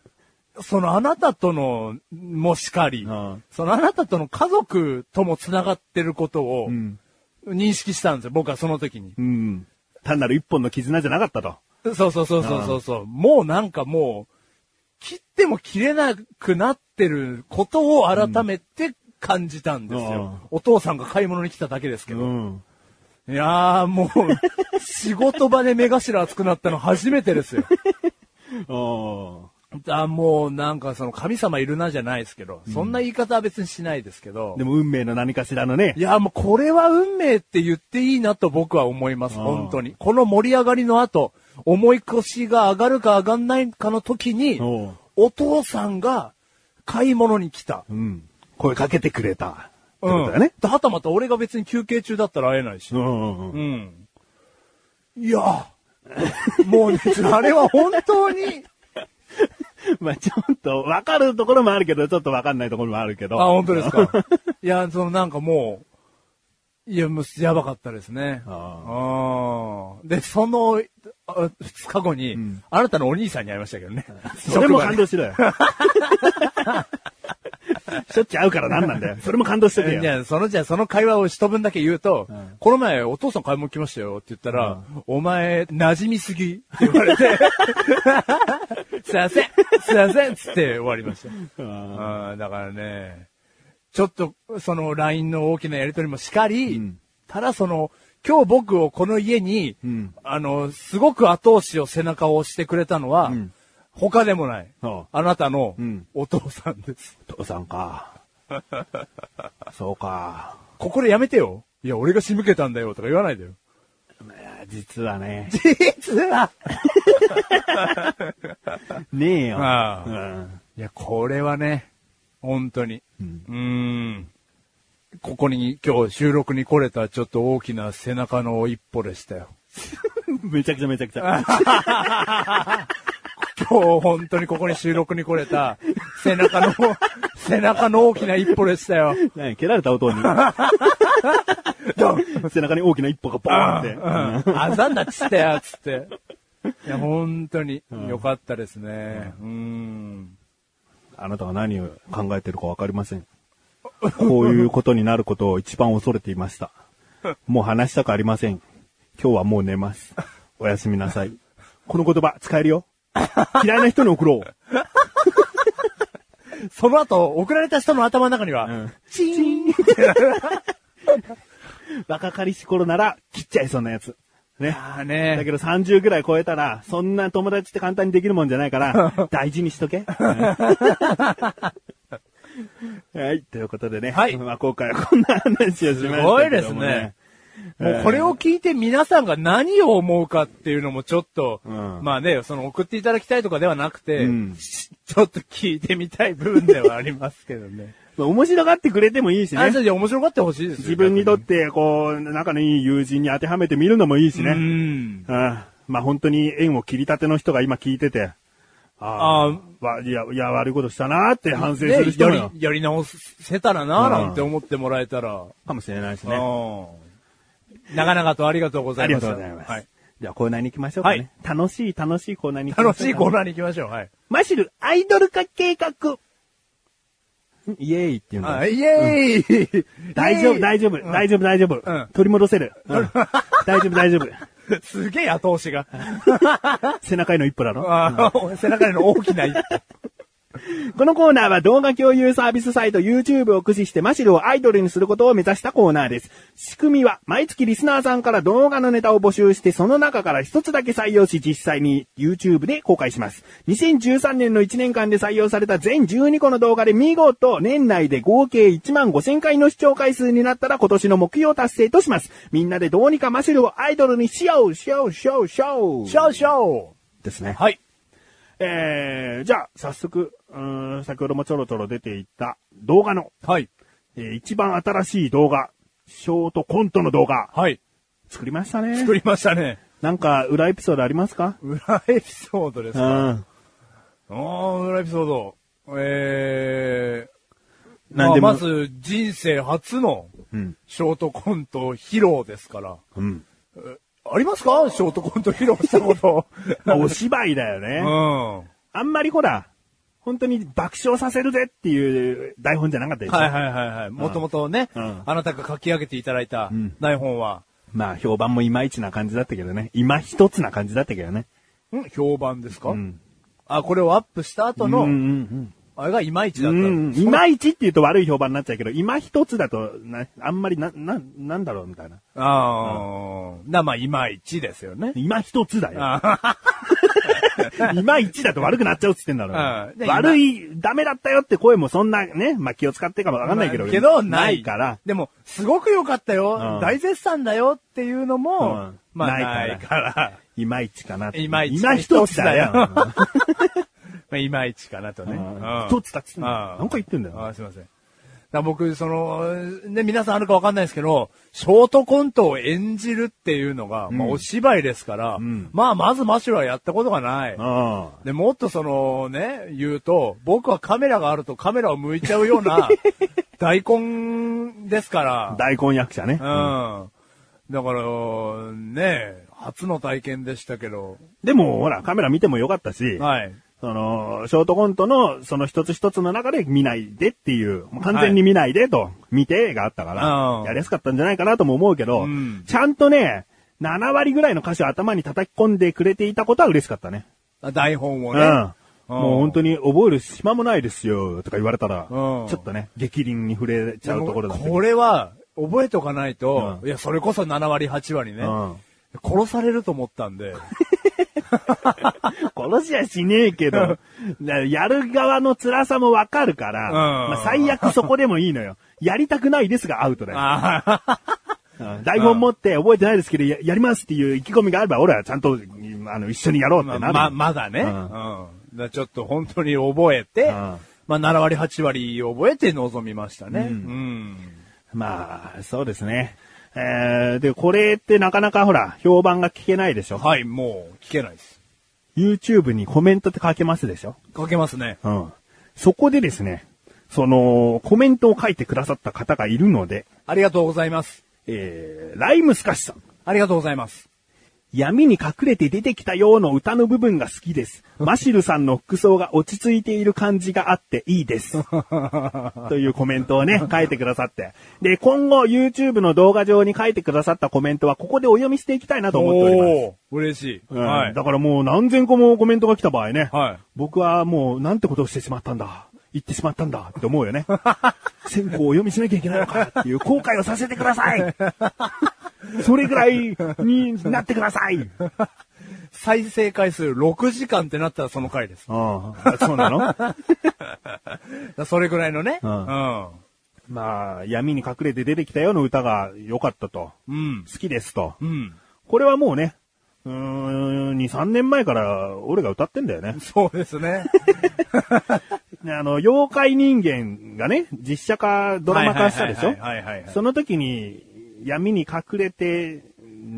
Speaker 2: そのあなたとのもしかり、
Speaker 1: うん
Speaker 2: そのあなたとの家族とも繋がってることを
Speaker 1: ん
Speaker 2: 認識したんですよ、僕はその時に。
Speaker 1: うん。単なる一本の絆じゃなかったと。
Speaker 2: そうそうそうそうそうそう。もうなんかもう、切っても切れなくなってることを改めて感じたんですよ。お父さんが買い物に来ただけですけど。
Speaker 1: ん。
Speaker 2: いやーもう、仕事場で目頭熱くなったの初めてですよ。
Speaker 1: あ
Speaker 2: *laughs* あもうなんかその神様いるなじゃないですけど、そんな言い方は別にしないですけど
Speaker 1: あ。で、も運命の何かしらのね
Speaker 2: い。やーもうこれは運命って言っていいなと僕は思います、
Speaker 1: あー
Speaker 2: 本当に。この盛り上がりの後、思い腰が上がるか上がんないかの時に、
Speaker 1: おう
Speaker 2: お父さんが買い物に来た。
Speaker 1: うん。声かけてくれた。ってことだね。
Speaker 2: うん。はたまた俺が別に休憩中だったら会えないし。
Speaker 1: ん。うん
Speaker 2: うん。いや、もうね、あれは本当に、
Speaker 1: まあちょっと、わかるところもあるけど、ちょっとわかんないところもある
Speaker 2: *laughs*
Speaker 1: け
Speaker 2: あ、
Speaker 1: ど。
Speaker 2: 本当ですか。 *laughs* いや、そのなんかもう、いや、もうやばかったですね。うんで、その、あ二日後に、あなたのお兄さんに会いましたけ *laughs* どね。
Speaker 1: それも感動
Speaker 2: し
Speaker 1: しろよ。 *laughs* しょっちゅう会うからなんなんだよ。それも感動してて
Speaker 2: い
Speaker 1: るよ。
Speaker 2: や、その、じゃあその会話を一分だけ言うと、
Speaker 1: ん
Speaker 2: この前お父さん買い物来ましたよって言ったら、お前、馴染みすぎって言われて、 *laughs* すいません、すいませんっつって終わりました。
Speaker 1: うん
Speaker 2: あーだからね、ちょっと、その LINE の大きなやりとりもしかり、ただその、今日僕をこの家に、
Speaker 1: ん
Speaker 2: あの、すごく後押しを背中を押してくれたのは、他でもない、
Speaker 1: あ
Speaker 2: あなたの
Speaker 1: うん
Speaker 2: お父さんです。
Speaker 1: 父さんか。そうか。
Speaker 2: ここでやめてよ。いや、俺が仕向けたんだよとか言わないでよ。
Speaker 1: いや実はね。
Speaker 2: 実は
Speaker 1: ねえよ。
Speaker 2: ああ
Speaker 1: うん
Speaker 2: いや、これはね、本当に。
Speaker 1: うん
Speaker 2: うーん。ここに今日収録に来れたちょっと大きな背中の一歩でしたよ。
Speaker 1: めちゃくちゃめちゃくちゃ。
Speaker 2: 今日本当にここに収録に来れた、背中の、背中の大きな一歩でしたよ。
Speaker 1: ね蹴られた音
Speaker 2: *laughs*
Speaker 1: に。背中に大きな一歩がボーンって。
Speaker 2: うんあざんなっつったよ、つって。いや、本当に、良かったですね。うん。
Speaker 1: あなたは何を考えてるかわかりません。こういうことになることを一番恐れていました。もう話したくありません。今日はもう寝ます。おやすみなさい。この言葉使えるよ。嫌いな人に送ろう。
Speaker 2: その後、送られた人の頭の中には、
Speaker 1: ん
Speaker 2: チーン
Speaker 1: 若かりし頃なら切っちゃいそうなやつ。ね。
Speaker 2: あー
Speaker 1: だけ
Speaker 2: ね。
Speaker 1: ど30ぐらい超えたら、そんな友達って簡単にできるもんじゃないから、
Speaker 2: *laughs*
Speaker 1: 大事にしとけ。はい、ということでね。
Speaker 2: はい
Speaker 1: まあ今回はこんな話をしましたけども、ね。
Speaker 2: すごいですね。もうこれを聞いて皆さんが何を思うかっていうのもちょっと、
Speaker 1: うん
Speaker 2: まあね、その送っていただきたいとかではなくて、
Speaker 1: うん
Speaker 2: ちょっと聞いてみたい部分ではありますけどね。
Speaker 1: まあ面白がってくれてもいいし
Speaker 2: あ、じ
Speaker 1: ね。
Speaker 2: ゃあ面白がってほしいですよ
Speaker 1: 自分にとって、こう、仲のいい友人に当てはめてみるのもいいし
Speaker 2: 逆に
Speaker 1: ね。
Speaker 2: うん。
Speaker 1: うんまあ本当に縁を切り立ての人が今聞いてて、あ
Speaker 2: あ
Speaker 1: あ、わいや、いや、悪いことしたなーって反省す
Speaker 2: で
Speaker 1: る人も
Speaker 2: やり、やり直せたらなぁなんて思ってもらえたら。
Speaker 1: かもしれないし
Speaker 2: う
Speaker 1: ね。
Speaker 2: ん長々とありがとうござ
Speaker 1: あ
Speaker 2: い
Speaker 1: り
Speaker 2: ま
Speaker 1: が
Speaker 2: す。
Speaker 1: とうございます。
Speaker 2: はい。
Speaker 1: じゃあコーナーに行きましょうかね。楽しい楽しいコーナーに行きま
Speaker 2: 楽
Speaker 1: しょ
Speaker 2: し
Speaker 1: う
Speaker 2: い
Speaker 1: か
Speaker 2: コーナーに行きましょう。はい。
Speaker 1: マシル、アイドル化計画。イエーイって言うんだ
Speaker 2: あ。イエーイ
Speaker 1: 大丈夫、大丈夫、
Speaker 2: うん
Speaker 1: 大丈夫、大丈夫
Speaker 2: ん。
Speaker 1: 取り戻せる。うん大丈夫、大丈夫。
Speaker 2: すげえ後押しが。
Speaker 1: 背中への一歩だろ
Speaker 2: あー背中への大きな一歩。
Speaker 3: このコーナーは動画共有サービスサイト YouTube を駆使してマシルをアイドルにすることを目指したコーナーです。仕組みは毎月リスナーさんから動画のネタを募集してその中から一つだけ採用し実際に YouTube で公開します。2013年の1年間で採用された全12個の動画で見事年内で合計1万5000回の視聴回数になったら今年の目標達成とします。みんなでどうにかマシルをアイドルにしようしようしようしよう
Speaker 2: シャオシャオ
Speaker 3: ですね。
Speaker 2: はい。
Speaker 3: えー、
Speaker 1: じゃあ、早速、うーん、先ほどもちょろちょろ出ていた動画の、
Speaker 2: はい。
Speaker 1: えー一番新しい動画、ショートコントの動画、
Speaker 2: はい。
Speaker 1: 作りましたね
Speaker 2: 作。りましたね。
Speaker 1: なんか、裏エピソードありますか
Speaker 2: 裏エピソードです
Speaker 1: う
Speaker 2: か。
Speaker 1: ん。
Speaker 2: あー裏エピソード。えー、
Speaker 1: なんでも
Speaker 2: まあまず人生初の
Speaker 1: うん。
Speaker 2: ショートコント披露ですから。
Speaker 1: うん。
Speaker 2: ありますかショートコント披露した *laughs* こと。
Speaker 1: *laughs* まあ、お芝居だよ
Speaker 2: う
Speaker 1: ね。
Speaker 2: ん。
Speaker 1: あんまりほら、本当に爆笑させるぜっていう台本じゃなかったでしょ。
Speaker 2: はいはいはいはい。もともとね、
Speaker 1: うん
Speaker 2: あなたが書き上げていただいた
Speaker 1: ん
Speaker 2: 台本は、
Speaker 1: まあ、評判もいまいちな感じだったけどね。今一つな感じだったけどね。
Speaker 2: ん評判ですか、
Speaker 1: ん
Speaker 2: あ、これをアップした後の、
Speaker 1: うんうん
Speaker 2: あれがいまいちだ
Speaker 1: う
Speaker 2: った。
Speaker 1: ん。いまいちって言うと悪い評判になっちゃうけど、今一つだと、な、あんまりな、な、なんだろうみたいな。
Speaker 2: ああ、な、まあ、いまいちですよね。
Speaker 1: 今一つだよ。
Speaker 2: あー
Speaker 1: 今一だと悪くなっちゃうっつってんだろ
Speaker 2: ああで。
Speaker 1: 悪い、ダメだったよって声もそんなね、まあ気を使ってかもわかんないけど。
Speaker 2: けど、ない。
Speaker 1: から。。
Speaker 2: でも、すごく良かったよ、
Speaker 1: うん
Speaker 2: 大絶賛だよっていうのも、
Speaker 1: うん
Speaker 2: まあ、な
Speaker 1: ないい
Speaker 2: か。
Speaker 1: からいまいちかなって。
Speaker 2: いまいち
Speaker 1: 今一つだよ。
Speaker 2: まあ、いまいちかなとね。
Speaker 1: うん
Speaker 2: うん
Speaker 1: 一つだっつってんだよ
Speaker 2: あー
Speaker 1: なんか言ってんだよ
Speaker 2: あーすいません。だから僕、その、ね、皆さんあるかわかんないですけど、ショートコントを演じるっていうのが、まあ、お芝居ですから、
Speaker 1: ん
Speaker 2: まあ、まずマシュラはやったことがない。
Speaker 1: うん
Speaker 2: で、もっとそのね、言うと、僕はカメラがあるとカメラを向いちゃうよう
Speaker 1: *laughs*
Speaker 2: な大根ですから。
Speaker 1: 大根役者ね。
Speaker 2: うん。だから、ね、初の体験でしたけど。
Speaker 1: でも、ほら、カメラ見てもよかったし、
Speaker 2: はい。
Speaker 1: その、ショートコントの、その一つ一つの中で見ないでっていう、もう完全に見ないでと、見てがあったから、
Speaker 2: うん
Speaker 1: やりやすかったんじゃないかなとも思うけど、
Speaker 2: うん
Speaker 1: ちゃんとね、7割ぐらいの歌詞を頭に叩き込んでくれていたことは嬉しかったね。
Speaker 2: あ台本を
Speaker 1: うん。
Speaker 2: ね。
Speaker 1: もう本当に覚える暇もないですよ、とか言われたら、ち
Speaker 2: うん
Speaker 1: ょっとね、激凛に触れちゃうところだったけど
Speaker 2: これは、覚えとかないと、
Speaker 1: うん
Speaker 2: いや、それこそ7割、8割ね、
Speaker 1: うん
Speaker 2: 殺されると思ったん
Speaker 1: *laughs*
Speaker 2: で、
Speaker 1: 殺しはしねえけ *laughs* ど、なやる側の辛さもわかるから、
Speaker 2: うん
Speaker 1: まあ、最悪そこでもいいのよ。やりたくないですがアウトだよ。
Speaker 2: あー
Speaker 1: うん台本持って覚えてないですけど、ややりますっていう意気込みがあれば、俺はちゃんと、あの、一緒にやろうっ
Speaker 2: ま
Speaker 1: てな
Speaker 2: あ
Speaker 1: る。
Speaker 2: ま、まだね。う。
Speaker 1: うんん
Speaker 2: だからちょっと本当に覚えて、
Speaker 1: うん
Speaker 2: まあ7割8割覚えて臨みましたね。うん。
Speaker 1: まあ、そうですね。えー、で、これってなかなかほら、評判が聞けないでしょ。
Speaker 2: はい、もう聞けないです。
Speaker 1: YouTube にコメントって書けますでしょ。
Speaker 2: 書けますね。
Speaker 1: うん。そこでですね、その、コメントを書いてくださった方がいるので、
Speaker 2: ありがとうございます。
Speaker 1: えー、ライムスカシさん。
Speaker 2: ありがとうございます。
Speaker 1: 闇に隠れて出てきたようの歌の部分が好き
Speaker 2: *laughs*
Speaker 1: です。マシルさんの服装が落ち着いている感じがあってい
Speaker 2: *laughs*
Speaker 1: いです。というコメントをね、書いてくださって。で、今後 YouTube の動画上に書いてくださったコメントはここでお読みしていきたいなと思っております。
Speaker 2: おー嬉しい。
Speaker 1: うん
Speaker 2: はい
Speaker 1: だ。からもう何千個もコメントが来た場合ね。
Speaker 2: はい
Speaker 1: 僕はもうなんてことをしてしまったんだ。言ってしまったんだって思
Speaker 2: *laughs*
Speaker 1: うよね。千個をお読みしなきゃいけないのかっていう後悔をさせてくだ
Speaker 2: *laughs*
Speaker 1: さいそれぐらいになってください
Speaker 2: 再生回数6時間ってなったらその回です。
Speaker 1: ああ、そうなの
Speaker 2: だからそれぐらいのね。
Speaker 1: うん
Speaker 2: うん。
Speaker 1: *laughs* まあ、闇に隠れて出てきたような歌が良かったと。
Speaker 2: うん。
Speaker 1: 好きですと。
Speaker 2: うん。
Speaker 1: これはもうね、うーん、2、3年前から俺が歌ってんだよね。
Speaker 2: そうですね。
Speaker 1: ねあの、妖怪人間がね、実写化、ドラマ化したでしょ
Speaker 2: はいはいはいはいはいはい
Speaker 1: その時に、闇に隠れて、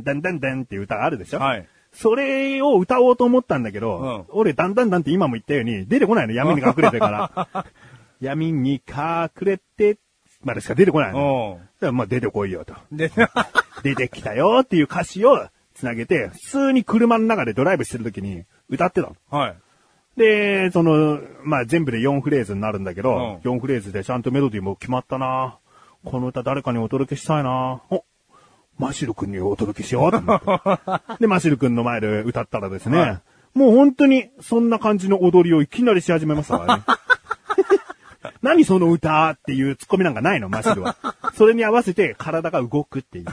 Speaker 1: だんだんだんっていう歌があるでしょ
Speaker 2: はい。
Speaker 1: それを歌おうと思ったんだけど、俺、だんだんだんって今も言ったように、出てこないの、闇に隠れ
Speaker 2: *laughs*
Speaker 1: てから。闇に隠れて、までしか出てこないの。
Speaker 2: う
Speaker 1: だからまあ、出てこいよと。
Speaker 2: ん。で、 *laughs*
Speaker 1: 出てきたよっていう歌詞を繋げて、普通に車の中でドライブしてる時に歌ってたの。
Speaker 2: はい。
Speaker 1: で、その、まあ、全部で4フレーズになるんだけど、
Speaker 2: う
Speaker 1: 4フレーズでちゃんとメロディーも決まったなこの歌誰かにお届けしたいなお、マシル君にお届けしよう
Speaker 2: *laughs*
Speaker 1: と思って。で、マシル君の前で歌ったらですね、
Speaker 2: は
Speaker 1: もう本当にそんな感じの踊りをいきなりし始めましたか
Speaker 2: *laughs*
Speaker 1: らね。何その歌っていうツッコミなんかないの、マシルは。それに合わせて体が動くっていうね。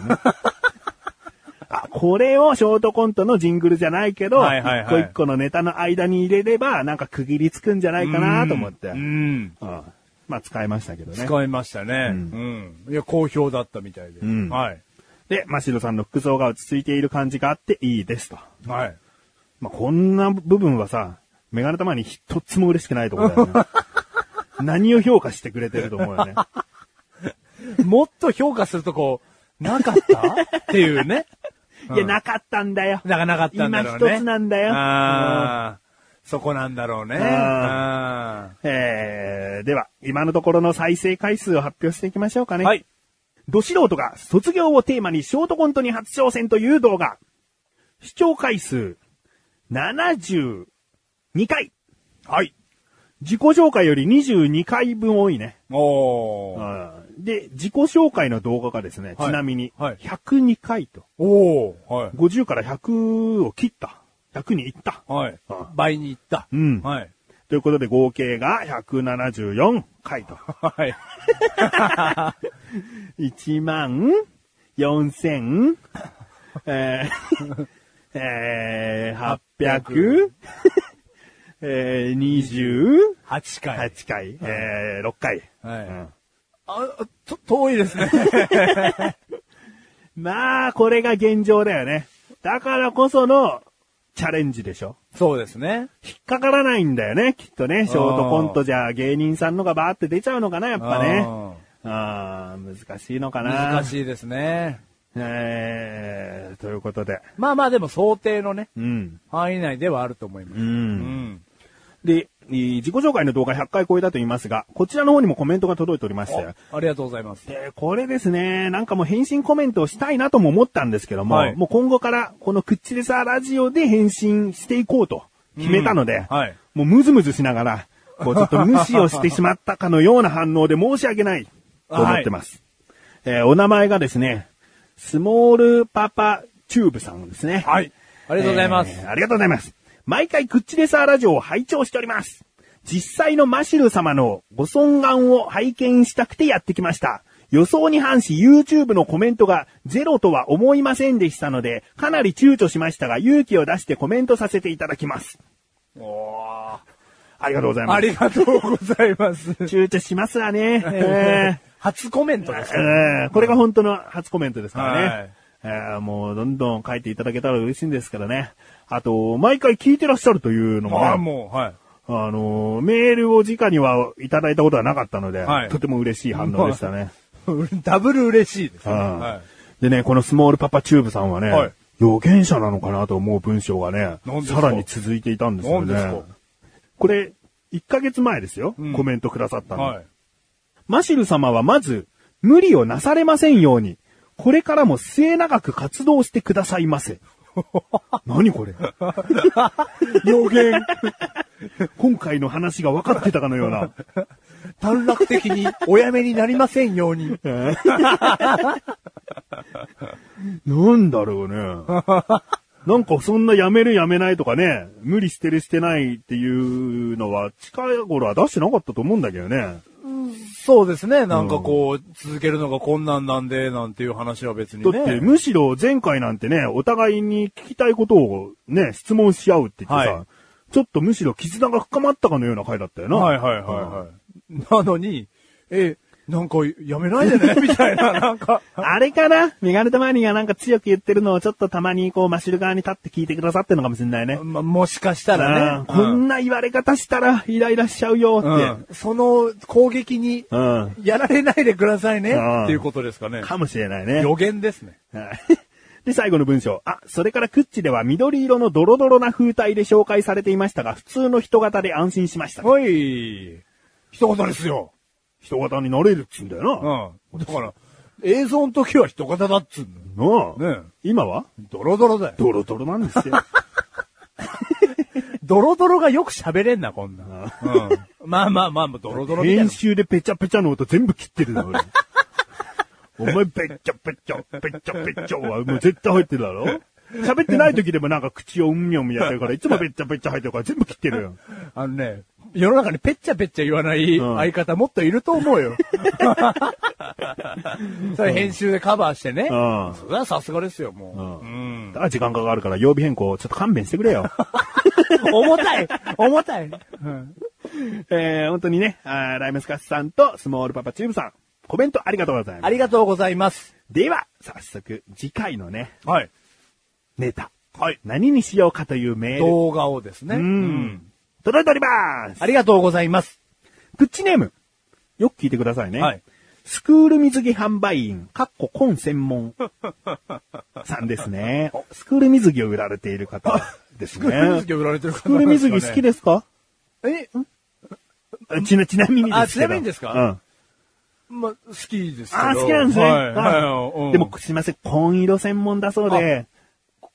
Speaker 1: あ、これをショートコントのジングルじゃないけど、
Speaker 2: はいはいはい
Speaker 1: 一個一個のネタの間に入れれば、なんか区切りつくんじゃないかなと思って。
Speaker 2: う
Speaker 1: うん
Speaker 2: ん。
Speaker 1: まあ使いましたけどね。
Speaker 2: 使いましたね。うん。いや、好評だったみたいで。
Speaker 1: ん
Speaker 2: はい。
Speaker 1: で、マシルさんの服装が落ち着いている感じがあっていいですと。
Speaker 2: はい。
Speaker 1: まあ、こんな部分はさ、メガネたまに一つも嬉しくないところだ
Speaker 2: *laughs*
Speaker 1: よね。何を評価してくれてると思うよね。
Speaker 2: もっと評価するとこ、なかったっていうね。
Speaker 1: いや、なかったんだよ。
Speaker 2: *laughs* なかなかったんだろうね。
Speaker 1: 今一つなんだよ
Speaker 2: ああ、そこなんだろうね。
Speaker 1: ん
Speaker 2: あ
Speaker 1: えー、では、今のところの再生回数を発表していきましょうか
Speaker 2: ー
Speaker 1: ね。
Speaker 2: はい。
Speaker 1: ど素人が卒業をテーマにショートコントに初挑戦という動画。視聴回数72回。
Speaker 2: はい。
Speaker 1: 自己紹介より22回分多いね。
Speaker 2: おー。
Speaker 1: うんで、自己紹介の動画がですね、
Speaker 2: はい
Speaker 1: ちなみに、
Speaker 2: はい
Speaker 1: 102回と、
Speaker 2: おー。はい。
Speaker 1: 50から100を切った。100に行った。
Speaker 2: はい
Speaker 1: あ。
Speaker 2: 倍に行った。
Speaker 1: うん
Speaker 2: はい。 *laughs*
Speaker 1: ということで合計が174回と。
Speaker 2: *laughs* はい。
Speaker 1: 1万4000、えーえー、800、えー、
Speaker 2: 8回。
Speaker 1: 28回、えー、6回。
Speaker 2: はい
Speaker 1: うん
Speaker 2: あ、と、遠いです *laughs* ね。
Speaker 1: まあ、これが現状だよね。だからこその、チャレンジでしょ
Speaker 2: そうですね。
Speaker 1: 引っかからないんだよね、きっとね。ショートコントじゃ芸人さんのがバーって出ちゃうのかな、やっぱね。
Speaker 2: ね。
Speaker 1: あー難しいのかな。
Speaker 2: 難
Speaker 1: い。
Speaker 2: しいですね。
Speaker 1: えー、ということで。
Speaker 2: まあまあでも想定のね、
Speaker 1: うん。
Speaker 2: 範囲内ではあると思いま
Speaker 1: う。
Speaker 2: す。うん
Speaker 1: で、えー自己紹介の動画100回超えたと言いますが、こちらの方にもコメントが届いておりまして。
Speaker 2: おありがとうございます。
Speaker 1: で、これですね、なんかもう返信コメントをしたいなとも思ったんですけども、
Speaker 2: はい
Speaker 1: もう今後からこのクッチレサーラジオで返信していこうと決めたので、
Speaker 2: うんはい
Speaker 1: もうムズムズしながら、こうちょっと無視をしてしまったかのような反応で申し訳ないと思ってます。えーお名前がですね、スモールパパチューブさんですね。
Speaker 2: はい。あ
Speaker 1: あ
Speaker 2: りがとうございます。
Speaker 1: ありがとうございます。毎回クッチレサーラジオを拝聴しております。実際のマシル様のご尊願を拝見したくてやってきました。予想に反し YouTube のコメントがゼロとは思いませんでしたので、かなり躊躇しましたが勇気を出してコメントさせていただきます。
Speaker 2: お
Speaker 1: ありがとうござい
Speaker 2: ーあ
Speaker 1: ます。
Speaker 2: りがとうございます。
Speaker 1: 躊躇します
Speaker 2: *laughs*
Speaker 1: わね。え
Speaker 2: 初コメントです
Speaker 1: ーえーこれが本当の初コメントですからね。
Speaker 2: はい
Speaker 1: えーもうどんどん書いていただけたら嬉しいんですからね。あと、毎回聞いてらっしゃるというのも、ね、
Speaker 2: ああ、もう、はい。
Speaker 1: あのーメールを直にはいただいたことはなかったので、
Speaker 2: はい
Speaker 1: とても嬉しい反応でしたね。
Speaker 2: ダブル嬉しいですね。
Speaker 1: う
Speaker 2: *laughs*
Speaker 1: ん
Speaker 2: は
Speaker 1: でね、このスモールパパチューブさんはね、
Speaker 2: はい
Speaker 1: 予言者なのかなと思う文章がね
Speaker 2: 何で、すか
Speaker 1: さらに続いていたん
Speaker 2: い。
Speaker 1: ですよ
Speaker 2: 何です
Speaker 1: ね
Speaker 2: か。
Speaker 1: これ、1ヶ月前ですよ、
Speaker 2: うん
Speaker 1: コメントくださったの。
Speaker 2: はい。
Speaker 1: マシル様はまず、無理をなされませんように、これからも末永く活動してください
Speaker 2: *laughs*
Speaker 1: ませ。何これ予言。 *laughs* 今回の話が分かってたかのような。
Speaker 2: 短絡的におやめになりませんように。
Speaker 1: なんだろうね。 *laughs* なんかそんなやめるやめないとかね、無理してるしてないっていうのは近い頃は出してなかったと思うんだけどね。
Speaker 2: そうですね。なんかこう、続けるのが困難なんで、なんていう話は別に
Speaker 1: だ
Speaker 2: ね。
Speaker 1: ってむしろ前回なんてね、お互いに聞きたいことをね、質問し合うって言ってさ、
Speaker 2: はい
Speaker 1: ちょっとむしろ絆が深まったかのような回だったよな。
Speaker 2: はいはいはいはい。なのに、え、なんかやめないで *laughs* ね、みたいな、なんか。
Speaker 1: あれかなメガネタマニがなんか強く言ってるのをちょっとたまにこうマシル側に立って聞いてくださってるのかもしれないね。
Speaker 2: ま、もしかした
Speaker 1: あ
Speaker 2: ら
Speaker 1: あ
Speaker 2: ね。
Speaker 1: こんな言われ方したらイライラしちゃうよって。
Speaker 2: うんその攻撃に、
Speaker 1: うん。
Speaker 2: やられないでくださいね、
Speaker 1: うん
Speaker 2: っていうことですかね。
Speaker 1: かもしれないね。
Speaker 2: 予言ですね。
Speaker 1: はいで、最後の文章。あ、それからクッチでは緑色のドロドロな風体で紹介されていましたが、普通の人型で安心しました。
Speaker 2: おい。一言ですよ。
Speaker 1: 人型になれるっつうんだ
Speaker 2: う
Speaker 1: よ
Speaker 2: ん。だから、映像の時は人型だっつう
Speaker 1: な。な
Speaker 2: の。ね
Speaker 1: 今は
Speaker 2: えドロドロだよ。
Speaker 1: ドロドロなんで
Speaker 2: *laughs*
Speaker 1: すよ。
Speaker 2: ドロドロがよく喋れんな、こんな。うん。まあまあまあ、ドロドロみたい
Speaker 1: 編
Speaker 2: な。
Speaker 1: 集でペチャペチャの音全部切ってるな、俺。
Speaker 4: お前、べっちょべっちょ、べっちょべっちょは、もう絶対入ってるだろ喋ってない時でもなんか口をうんにょみやってるから、いつもべっちゃべっちゃ入ってるから全部切ってるよ。
Speaker 2: あのね、世の中にぺっちゃぺっちゃ言わない
Speaker 4: うん
Speaker 2: 相方もっといると思うよ。それ編集でカバーして
Speaker 4: う
Speaker 2: ね。
Speaker 4: ん
Speaker 2: それはさすがですよ、もう。
Speaker 4: う
Speaker 2: うん。
Speaker 4: あ、時間かかるから曜日変更、ちょっと勘弁してくれよ。
Speaker 2: 重たい重たい、うん、
Speaker 1: *laughs* えー、本当にね、あーライムスカスさんとスモールパパチューブさん、コメントありがとうございま
Speaker 2: あ
Speaker 1: す。
Speaker 2: りがとうございます。
Speaker 1: では、早速、次回のね、
Speaker 2: はい。
Speaker 1: ネタ。はい。何にしようかというメール。
Speaker 2: 動画をですね。
Speaker 4: う
Speaker 2: うん
Speaker 4: ん。
Speaker 1: 届いております
Speaker 2: ありがとうございます。
Speaker 1: プッチネーム。よく聞いてくださいね。
Speaker 2: はい
Speaker 1: スクール水着販売員、かっこコン
Speaker 2: *laughs*
Speaker 1: 専門さんですね。おスクール水着を売られている方で
Speaker 2: *laughs* ス
Speaker 1: すね。
Speaker 2: クール水着を売られてる方
Speaker 1: スクール水着好き
Speaker 2: で。
Speaker 1: ですか
Speaker 2: え、
Speaker 1: あちなちなみにですけ
Speaker 2: *laughs*
Speaker 1: ど。
Speaker 2: あちなみにですか
Speaker 1: うん。
Speaker 2: ま、好きですけど。
Speaker 1: あ、好きなんですね。
Speaker 2: はい。
Speaker 1: あ
Speaker 2: はいうん
Speaker 1: でも、すいません、紺色専門だそうで。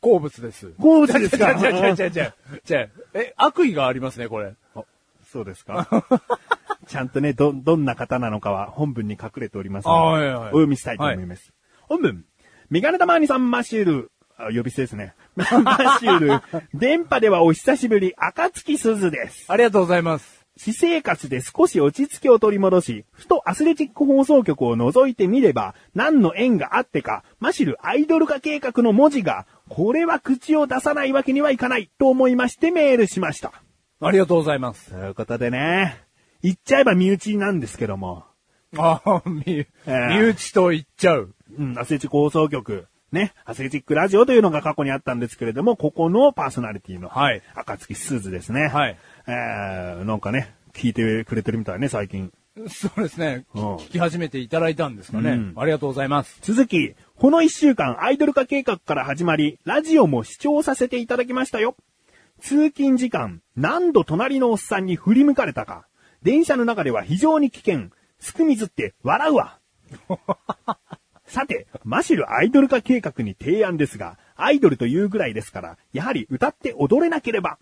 Speaker 2: 好物です。
Speaker 1: 好物で
Speaker 2: *laughs*
Speaker 1: すか
Speaker 2: じゃじゃじゃじゃじゃえ、悪意がありますね、これ。
Speaker 1: あそうで
Speaker 2: *laughs*
Speaker 1: すかちゃんとね、ど、どんな方なのかは本文に隠れておりますので、
Speaker 2: あはいはい
Speaker 1: お読みしたいと思います。本文、メガネたまーにさんマシュール、あ、呼び捨てですね。マシュ
Speaker 2: *laughs*
Speaker 1: ール、電波ではお久しぶり、赤月鈴です。
Speaker 2: ありがとうございます。
Speaker 1: 私生活で少し落ち着きを取り戻し、ふとアスレチック放送局を覗いてみれば、何の縁があってか、マシルアイドル化計画の文字が、これは口を出さないわけにはいかない、と思いましてメールしました。
Speaker 2: ありがとうございます。
Speaker 1: ということでね、言っちゃえば身内なんですけども、
Speaker 2: あみ、
Speaker 1: ー
Speaker 2: 身内と言っちゃう。
Speaker 1: うん、アスレチック放送局、ね、アスレチックラジオというのが過去にあったんですけれども、ここのパーソナリティの、
Speaker 2: はい
Speaker 1: 赤月すずですね。
Speaker 2: はい
Speaker 1: えー、なんかね、聞いてくれてるみたいね、最近。
Speaker 2: そうですね。き
Speaker 1: うん
Speaker 2: 聞き始めていただいたんですかね。
Speaker 1: うん
Speaker 2: ありがとうございます。
Speaker 1: 続き、この一週間アイドル化計画から始まり、ラジオも視聴させていただきましたよ。通勤時間、何度隣のおっさんに振り向かれたか。電車の中では非常に危険。すくみずって笑うわ。さて、マシルアイドル化計画に提案ですが、アイドルというぐらいですから、やはり歌って踊れなければ。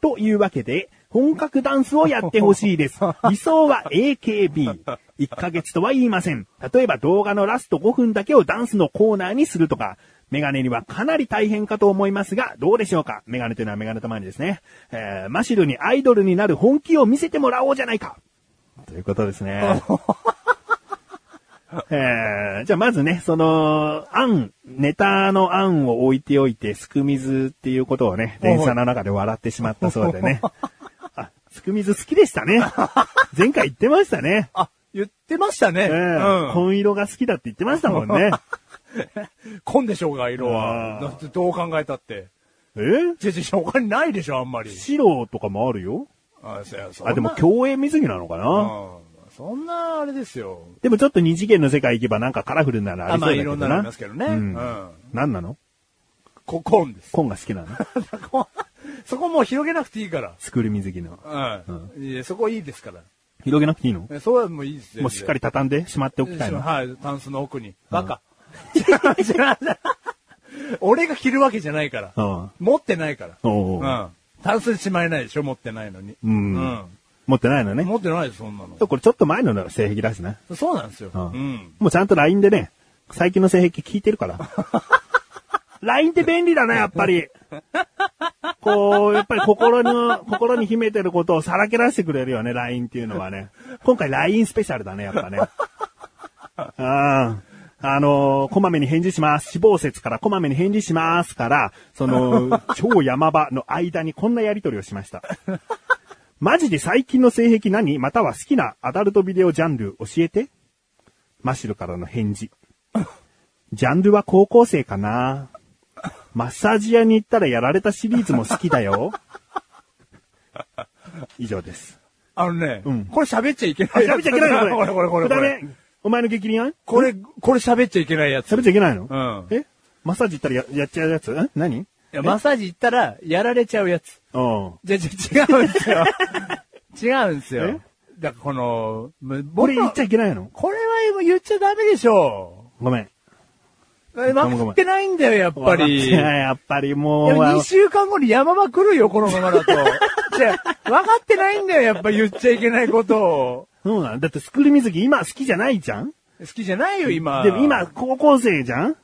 Speaker 1: というわけで、本格ダンスをやってほしいです。理想は AKB。1ヶ月とは言いません。例えば動画のラスト5分だけをダンスのコーナーにするとか、メガネにはかなり大変かと思いますが、どうでしょうかメガネというのはメガネたまにですね。えー、マシルにアイドルになる本気を見せてもらおうじゃないか。ということです
Speaker 2: *laughs*
Speaker 1: ね。えーじゃあまずね、その、案、ネタの案を置いておいて、すくみずっていうことをね、電車の中で笑ってしまったそう
Speaker 2: *laughs*
Speaker 1: でね。あ、すくみず好きでしたね。前回言ってましたね。
Speaker 2: あ、言ってましたね。
Speaker 1: えー
Speaker 2: うん。
Speaker 1: 紺色が好きだって言ってましたもん
Speaker 2: *laughs*
Speaker 1: ね。
Speaker 2: こんでしょうが、色は。
Speaker 1: あ
Speaker 2: だ
Speaker 1: ー
Speaker 2: ってどう考えたって。
Speaker 1: え
Speaker 2: 違う違う、他にないでしょ、あんまり。
Speaker 1: 白とかもあるよ。
Speaker 2: あ、そやそんな
Speaker 1: あ、でも競泳水着なのか
Speaker 2: う
Speaker 1: な、
Speaker 2: ん。そんな、あれですよ。
Speaker 1: でもちょっと二次元の世界行けばなんかカラフルなのあ
Speaker 2: あ、
Speaker 1: りそ
Speaker 2: まあ、
Speaker 1: うだけ
Speaker 2: いろ
Speaker 1: ど
Speaker 2: んな
Speaker 1: な。
Speaker 2: のありますけどね。
Speaker 1: う。
Speaker 2: うんん。
Speaker 1: 何なの
Speaker 2: こ、コンです。
Speaker 1: 紺が
Speaker 2: *laughs*
Speaker 1: 好きなの
Speaker 2: そこもう広げなくていいから。
Speaker 1: スクール水着の。
Speaker 2: うん。いや、そこいいですから。
Speaker 1: 広げなくていいの
Speaker 2: えそうはもういいですよ。
Speaker 1: もうしっかり畳んでしまっておきたいの。
Speaker 2: はい、タンスの奥に。バカ。 *laughs* 違う違う俺が着るわけじゃないか
Speaker 1: う
Speaker 2: ら。
Speaker 1: ん。
Speaker 2: 持ってないから。
Speaker 1: おうおう
Speaker 2: うん。タンスにしまえないでしょ、持ってないのに。
Speaker 1: うん持ってないのね。
Speaker 2: 持ってないです、そんなの。
Speaker 1: これちょっと前の性癖だしね。
Speaker 2: そうなんですよ。う
Speaker 1: うん
Speaker 2: ん。
Speaker 1: もうちゃんと LINE でね、最近の性癖聞いてるから。LINE って便利だな、やっぱり。こう、やっぱり心の、心に秘めてることをさらけ出してくれるよね、LINE っていうのはね。今回 LINE スペシャルだね、やっぱね。ああのーこまめに返事します。死亡説からこまめに返事しますから、その、超山場の間にこんなやりとりをしました。マジで最近の性癖何または好きなアダルトビデオジャンル教えてマシルからの返事。ジャンルは高校生かなマッサージ屋に行ったらやられたシリーズも好きだよ。以上です。
Speaker 2: あのね
Speaker 1: うん、
Speaker 2: これ喋っちゃいけ
Speaker 1: あ、
Speaker 2: ない。
Speaker 1: 喋っちゃいけない
Speaker 2: *laughs*
Speaker 1: の
Speaker 2: こ
Speaker 1: こ
Speaker 2: れ
Speaker 1: れ。
Speaker 2: これこれこ
Speaker 1: ダ
Speaker 2: れ。
Speaker 1: メ。お前の激励案
Speaker 2: これ、これ喋っちゃいけないやつ。
Speaker 1: 喋っちゃいけないの
Speaker 2: うん。い
Speaker 1: えマッサージ行ったらややっちゃうやつん何
Speaker 2: やマッサージ行ったら、やられちゃうやつ。
Speaker 1: うん。
Speaker 2: じゃ、じゃ、違うんですよ。 *laughs* 違うんですよ
Speaker 1: え。
Speaker 2: だからこの、む
Speaker 1: これ言っちゃいけないの
Speaker 2: これは言っちゃダメでしょ
Speaker 1: ごめん。
Speaker 2: う。まくってないんだよ、やっぱり。
Speaker 1: いややっぱりもう。
Speaker 2: 2週間後に山場来るよ、このまま
Speaker 1: *laughs*
Speaker 2: だと。じゃあ、分かってないんだよ、やっぱ言っちゃいけないことを。
Speaker 1: そうなんだってスクール水着今好きじゃないじゃん
Speaker 2: 好きじゃないよ、今。
Speaker 1: でも今、、高校生じゃん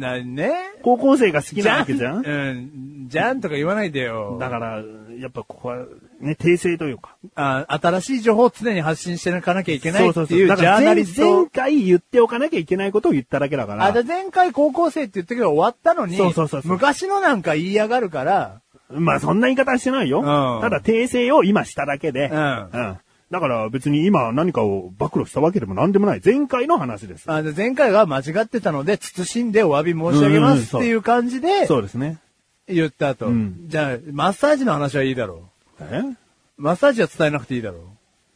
Speaker 2: な、ね
Speaker 1: 高校生が好きなわけじゃん
Speaker 2: うん、じゃんとか言わないでよ。
Speaker 1: だから、やっぱここは、ね、訂正というか。
Speaker 2: あ新しい情報を常に発信していかなきゃいけないって
Speaker 1: そう
Speaker 2: いうジ
Speaker 1: だか
Speaker 2: ャ
Speaker 1: ら
Speaker 2: ーナ
Speaker 1: 前
Speaker 2: リスト。
Speaker 1: 前回言っておかなきゃいけないことを言っただけだから。
Speaker 2: あ、で、前回高校生って言ったけど終わったのに、
Speaker 1: そうそうそうそう
Speaker 2: 昔のなんか言いやがるから、
Speaker 1: まあそんな言い方はしてないよ。
Speaker 2: ん
Speaker 1: ただ訂正を今しただけで。
Speaker 2: うん
Speaker 1: だから別に今何かを暴露したわけでも何でもない。前回の話です。
Speaker 2: あの前回は間違ってたので、慎んでお詫び申し上げ
Speaker 1: うん
Speaker 2: ま
Speaker 1: うん
Speaker 2: す
Speaker 1: そ
Speaker 2: っ
Speaker 1: う
Speaker 2: ていう感じで、
Speaker 1: そうですね。
Speaker 2: 言った後、
Speaker 1: うん
Speaker 2: じゃあ、マッサージの話はいいだろ
Speaker 1: えなんか
Speaker 2: う。マッサージは伝えなくていいだろ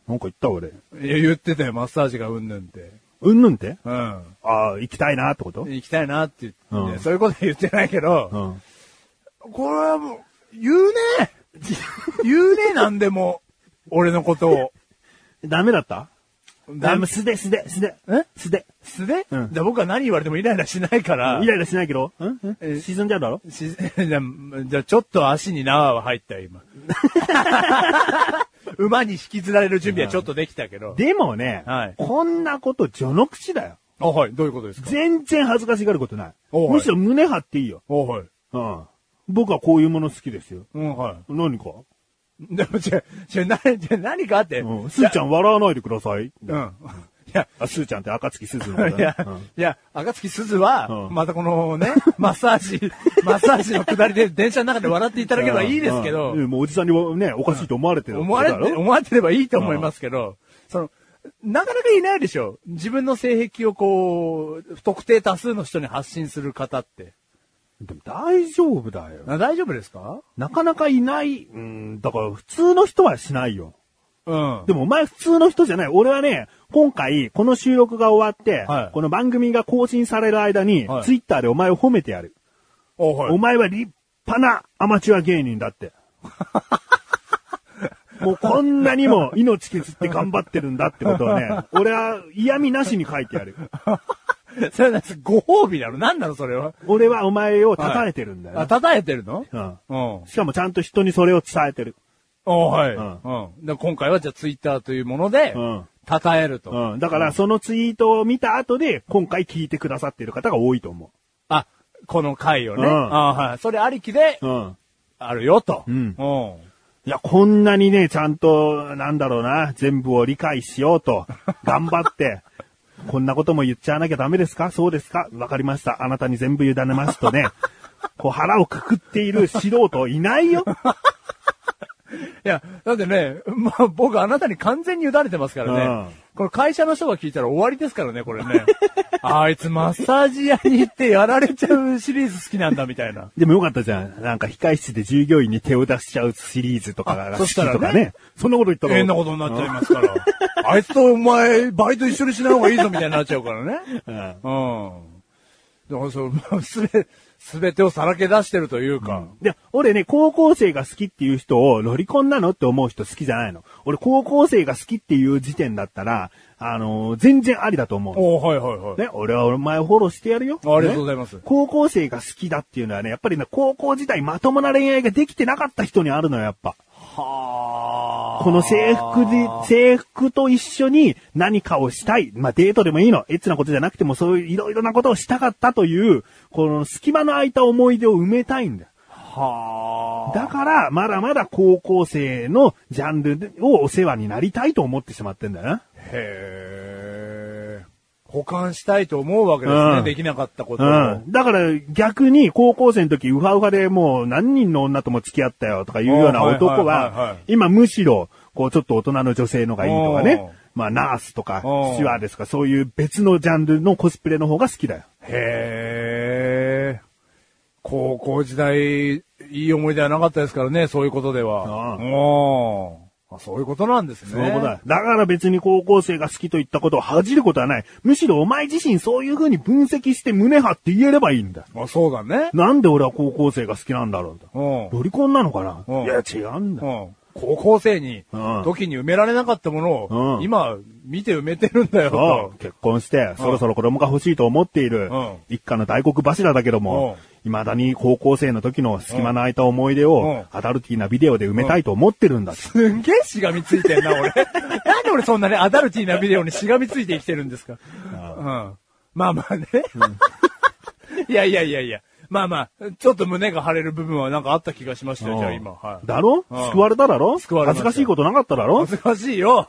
Speaker 1: 言った俺。
Speaker 2: う。いや、言ってたよ、マッサージがうんぬんって。
Speaker 1: うんぬんって
Speaker 2: うん。
Speaker 1: ああ、行きたいなってこと
Speaker 2: 行きたいなって言って、
Speaker 1: うん
Speaker 2: そういうことは言ってないけど、
Speaker 1: うん。
Speaker 2: これはもう、言うね *laughs* 言うねなんでも。俺のことを。
Speaker 1: ダメだった
Speaker 2: だ
Speaker 1: ダメ、素で素で素で。
Speaker 2: え
Speaker 1: 素で。
Speaker 2: 素で、
Speaker 1: うん
Speaker 2: じゃあ僕は何言われてもイライラしないから。
Speaker 1: イライラしないけど、ん
Speaker 2: え
Speaker 1: ん沈んじゃうだろ
Speaker 2: し *laughs* じゃあ、じゃあちょっと足に縄は入ったよ、
Speaker 1: *laughs*
Speaker 2: 今。馬に引きずられる準備はちょっとできたけど。
Speaker 1: でもね、
Speaker 2: はい
Speaker 1: こんなこと序の口だよ。
Speaker 2: あ、はい、どういうことですか
Speaker 1: 全然恥ずかしがることない。
Speaker 2: おい
Speaker 1: むしろ胸張っていいよ。
Speaker 2: あ、はい。
Speaker 1: うん。僕はこういうもの好きですよ。
Speaker 2: うん、は
Speaker 1: 何か
Speaker 2: い。でも、じゃあ、じゃあ、な、じゃあ何かあって。
Speaker 1: うん。すーちゃん笑わないでください。
Speaker 2: うん。いや、
Speaker 1: あ、すーちゃんって赤月すずのこ
Speaker 2: *laughs*
Speaker 1: と
Speaker 2: いや
Speaker 1: だ、ね。うん
Speaker 2: いや、赤月すずは、
Speaker 1: うん
Speaker 2: またこの
Speaker 1: *laughs*
Speaker 2: ね、マッサージ、マッサージの下りで電車の中で笑っていただければいいですけど
Speaker 1: うん、うんもうおじさんにはね、おかしいと思われてる。
Speaker 2: 思われて、
Speaker 1: だろ
Speaker 2: 思われてればいいと思いますけど、その、なかなかいないでしょ。自分の性癖をこう、不特定多数の人に発信する方って。
Speaker 1: でも大丈夫だよ。
Speaker 2: あ大丈夫ですか
Speaker 1: なかなかいない。うん、だから普通の人はしないよ。
Speaker 2: うん。
Speaker 1: でもお前普通の人じゃない。俺はね、今回、この収録が終わって、
Speaker 2: はい
Speaker 1: この番組が更新される間に、
Speaker 2: はい
Speaker 1: ツイッターでお前を褒めてやる。
Speaker 2: おは
Speaker 1: お
Speaker 2: い。
Speaker 1: 前は立派なアマチュア芸人
Speaker 2: *laughs*
Speaker 1: だって。もうこんなにも命削って頑張ってるんだってことはね、俺は嫌味なしに書いてやる。
Speaker 2: それなんですご褒美なの何なのそれ
Speaker 1: *laughs*
Speaker 2: は。
Speaker 1: 俺はお前を叩いてるんだよ、
Speaker 2: あ、叩いてるの
Speaker 1: うん。
Speaker 2: うん。
Speaker 1: しかもちゃんと人にそれを伝えてる。
Speaker 2: おはい。う
Speaker 1: うんん。
Speaker 2: で今回はじゃあツイッターというもので
Speaker 1: うん、
Speaker 2: 叩えると。
Speaker 1: うん。だからそのツイートを見た後で、今回聞いてくださってる方が多いと思
Speaker 2: あ、この回をね。
Speaker 1: うん
Speaker 2: あはい。それありきで
Speaker 1: う。、うん。
Speaker 2: あるよと。
Speaker 1: うん
Speaker 2: うん。
Speaker 1: いや、こんなにね、ちゃんと、なんだろうな、全部を理解しよう
Speaker 2: *laughs*
Speaker 1: と、頑張って、こんなことも言っちゃわなきゃダメですかそうですかわかりました。あなたに全部委ねます
Speaker 2: *laughs*
Speaker 1: とね、こう腹をくくっている素人いないよ。
Speaker 2: いや、だってね、 *laughs* まあ僕あなたに完全に委ねてますからね。この会社の人が聞いたら終わりですからね、これ
Speaker 1: *laughs*
Speaker 2: ね。あいつマッサージ屋に行ってやられちゃうシリーズ好きなんだ、みたいな。
Speaker 1: でもよかったじゃん。なんか控室で従業員に手を出しちゃうシリーズとか
Speaker 2: あ
Speaker 1: が
Speaker 2: そ
Speaker 1: 好
Speaker 2: し
Speaker 1: き
Speaker 2: たらね
Speaker 1: とかね。そんなこと言ったら。
Speaker 2: 変なことになっちゃいますから。あいつとお前、バイト一緒にしない方がいいぞ、みたいになっちゃうからね。う
Speaker 1: うん
Speaker 2: ん。だからそう、すべ、すべてをさらけ出してるというか。
Speaker 1: で、俺ね、高校生が好きっていう人をロリコンなのって思う人好きじゃないの。俺高校生が好きっていう時点だったら、あのー全然ありだと思うの。
Speaker 2: おはいはいはい。
Speaker 1: ね、俺はお前をフォローしてやるよ。
Speaker 2: ありがとうございます
Speaker 1: ね高校生が好きだっていうのはね、やっぱりね、高校時代まともな恋愛ができてなかった人にあるのよ、やっぱ。
Speaker 2: は
Speaker 1: この制服で、制服と一緒に何かをしたい。まあ、デートでもいいの。エッチなことじゃなくても、そういういろいろなことをしたかったという、この隙間の空いた思い出を埋めたいんだよ。
Speaker 2: は
Speaker 1: だから、まだまだ高校生のジャンルをお世話になりたいと思ってしまってんだよな。
Speaker 2: へえ。保管したいと思うわけですね。
Speaker 1: うん
Speaker 2: できなかったことを。
Speaker 1: うん。だから逆に高校生の時ウハウハでもう何人の女とも付き合ったよとかいうような男
Speaker 2: おーはいはいはいは、
Speaker 1: はい今むしろ、こうちょっと大人の女性のがいいとか
Speaker 2: おー
Speaker 1: ね。まあナースとか、
Speaker 2: おー
Speaker 1: スチュワーですか、そういう別のジャンルのコスプレの方が好きだよ。
Speaker 2: へえ。高校時代、いい思い出はなかったですからね、そういうことでは。
Speaker 1: う
Speaker 2: うん。あそういうことなんですね。
Speaker 1: そういうことだ。だから別に高校生が好きといったことを恥じることはない。むしろお前自身そういう風に分析して胸張って言えればいいんだ。
Speaker 2: あ、そうだね。
Speaker 1: なんで俺は高校生が好きなんだろうと。
Speaker 2: うん。
Speaker 1: ロリコンなのか
Speaker 2: うん
Speaker 1: ないや違うんだ
Speaker 2: う。ん。高校生に
Speaker 1: うん、
Speaker 2: 時に埋められなかったものを、
Speaker 1: うん
Speaker 2: 今、見て埋めてるんだよ
Speaker 1: そ
Speaker 2: と
Speaker 1: う、。結婚して、そろそろ子供が欲しいと思っている
Speaker 2: うん、
Speaker 1: 一家の大黒柱だけども、未だに高校生の時の隙間の空いた思い出を、アダルティーなビデオで埋めたいと思ってるんだって。
Speaker 2: すんげえしがみついてんな、俺。 *laughs* なんで俺そんなね、アダルティーなビデオにしがみついて生きてるんですか。うん。まあまあね。 *laughs* いやいやいやいや。まあまあ、ちょっと胸が張れる部分はなんかあった気がしましたよ、じゃあ今。はい。
Speaker 1: だろ
Speaker 2: うん
Speaker 1: 救われただろ
Speaker 2: 救われまし
Speaker 1: 恥ず
Speaker 2: た
Speaker 1: かしいことなかっただろ
Speaker 2: 恥ずかしいよ。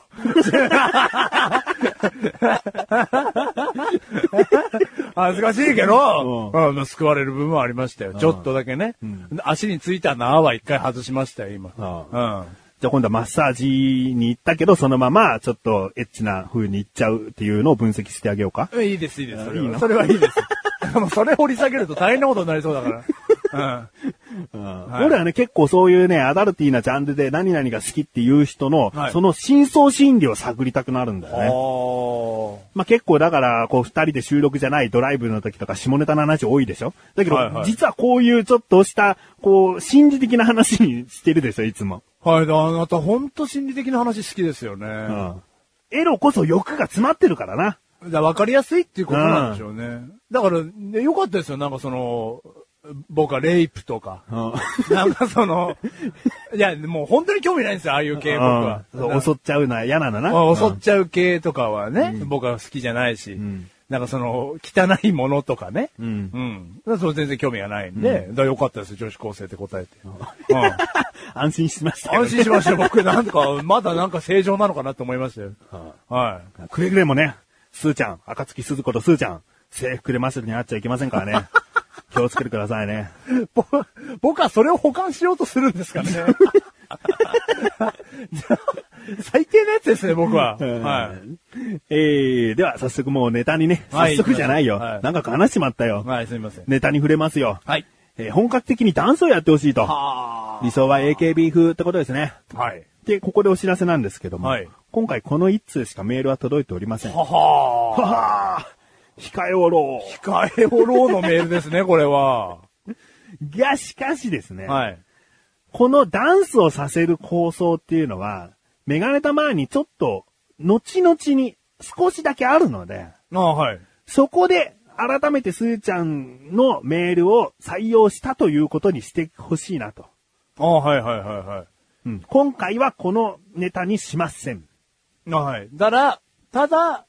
Speaker 2: 恥ずかしいけど、うん、救われる部分はありましたよ。ちょっとだけね。足についた縄は一回外しましたよ、今。うん。
Speaker 1: じゃあ今度はマッサージに行ったけど、そのままちょっとエッチな風に行っちゃうっていうのを分析してあげようか。
Speaker 2: いいです、いいです。それ
Speaker 1: いいの
Speaker 2: はそれはいい *laughs* です。もうそれ掘り下げると大変なことになりそうだから。
Speaker 1: 俺はね、結構そういうね、アダルティーなジャンルで何々が好きっていう人の、
Speaker 2: はい
Speaker 1: その真相心理を探りたくなるんだ
Speaker 2: うん。
Speaker 1: よね。
Speaker 2: お
Speaker 1: まあ、結構だから、こう二人で収録じゃないドライブの時とか下ネタの話多いでしょだけど、
Speaker 2: はいはい
Speaker 1: 実はこういうちょっとした、こう、心理的な話にしてるでしょ、いつも。
Speaker 2: はい、あなた本当心理的な話好きですよね。
Speaker 1: うんエロこそ欲が詰まってるからな。
Speaker 2: だから分かりやすいっていうことなんでしょうね。だから、ね、よかったですよ。なんかその、僕はレイプとか。なんかその、いや、もう本当に興味ないんですよ、ああいう系僕は。
Speaker 1: うんそう襲っちゃうのは嫌なのな。
Speaker 2: まあ襲っちゃう系とかはね、僕は好きじゃないし、なんかその、汚いものとかね、うん。だからそれ全然興味がないんで、だからよかったですよ、女子高生って答えて。うん
Speaker 1: 安心しましたよ
Speaker 2: 安心しましたよ、僕。なんか、まだなんか正常なのかなと思いましたよ。は
Speaker 1: くれぐれもね、すーちゃん、赤月鈴子とすーちゃん、制服でマスルになっちゃいけませんか
Speaker 2: *laughs*
Speaker 1: らね。気をつけてくださいね。
Speaker 2: い。 *laughs* ぼ僕はそれを保管しようとするんですか
Speaker 1: *laughs*
Speaker 2: ね。最低なやつですね、僕
Speaker 1: *laughs*
Speaker 2: は。はい。
Speaker 1: えー、では早速もうネタにね、
Speaker 2: は
Speaker 1: 早
Speaker 2: い
Speaker 1: 速じゃないよ。
Speaker 2: はい
Speaker 1: なんか話しちまったよ。
Speaker 2: はい、すみません。
Speaker 1: ネタに触れますよ。
Speaker 2: はい。
Speaker 1: えー本格的にダンスをやってほしいと。
Speaker 2: は
Speaker 1: 理想は AKB 風ってことですね。
Speaker 2: はい。
Speaker 1: で、ここでお知らせなんですけども、
Speaker 2: はい
Speaker 1: 今回この一通しかメールは届いておりません。は
Speaker 2: ははー。
Speaker 1: はー控えおろう。
Speaker 2: 控えおろうのメールですね、これは。
Speaker 1: が、しかしですね、
Speaker 2: はい。
Speaker 1: このダンスをさせる構想っていうのは、メガネた前にちょっと、後々に少しだけあるので、
Speaker 2: ああ、はい。
Speaker 1: そこで改めてスーちゃんのメールを採用したということにしてほしいなと。
Speaker 2: ああ、はいはいはいは
Speaker 1: うん今回はこのネタにしません。
Speaker 2: い。ああはい。だら、ただ、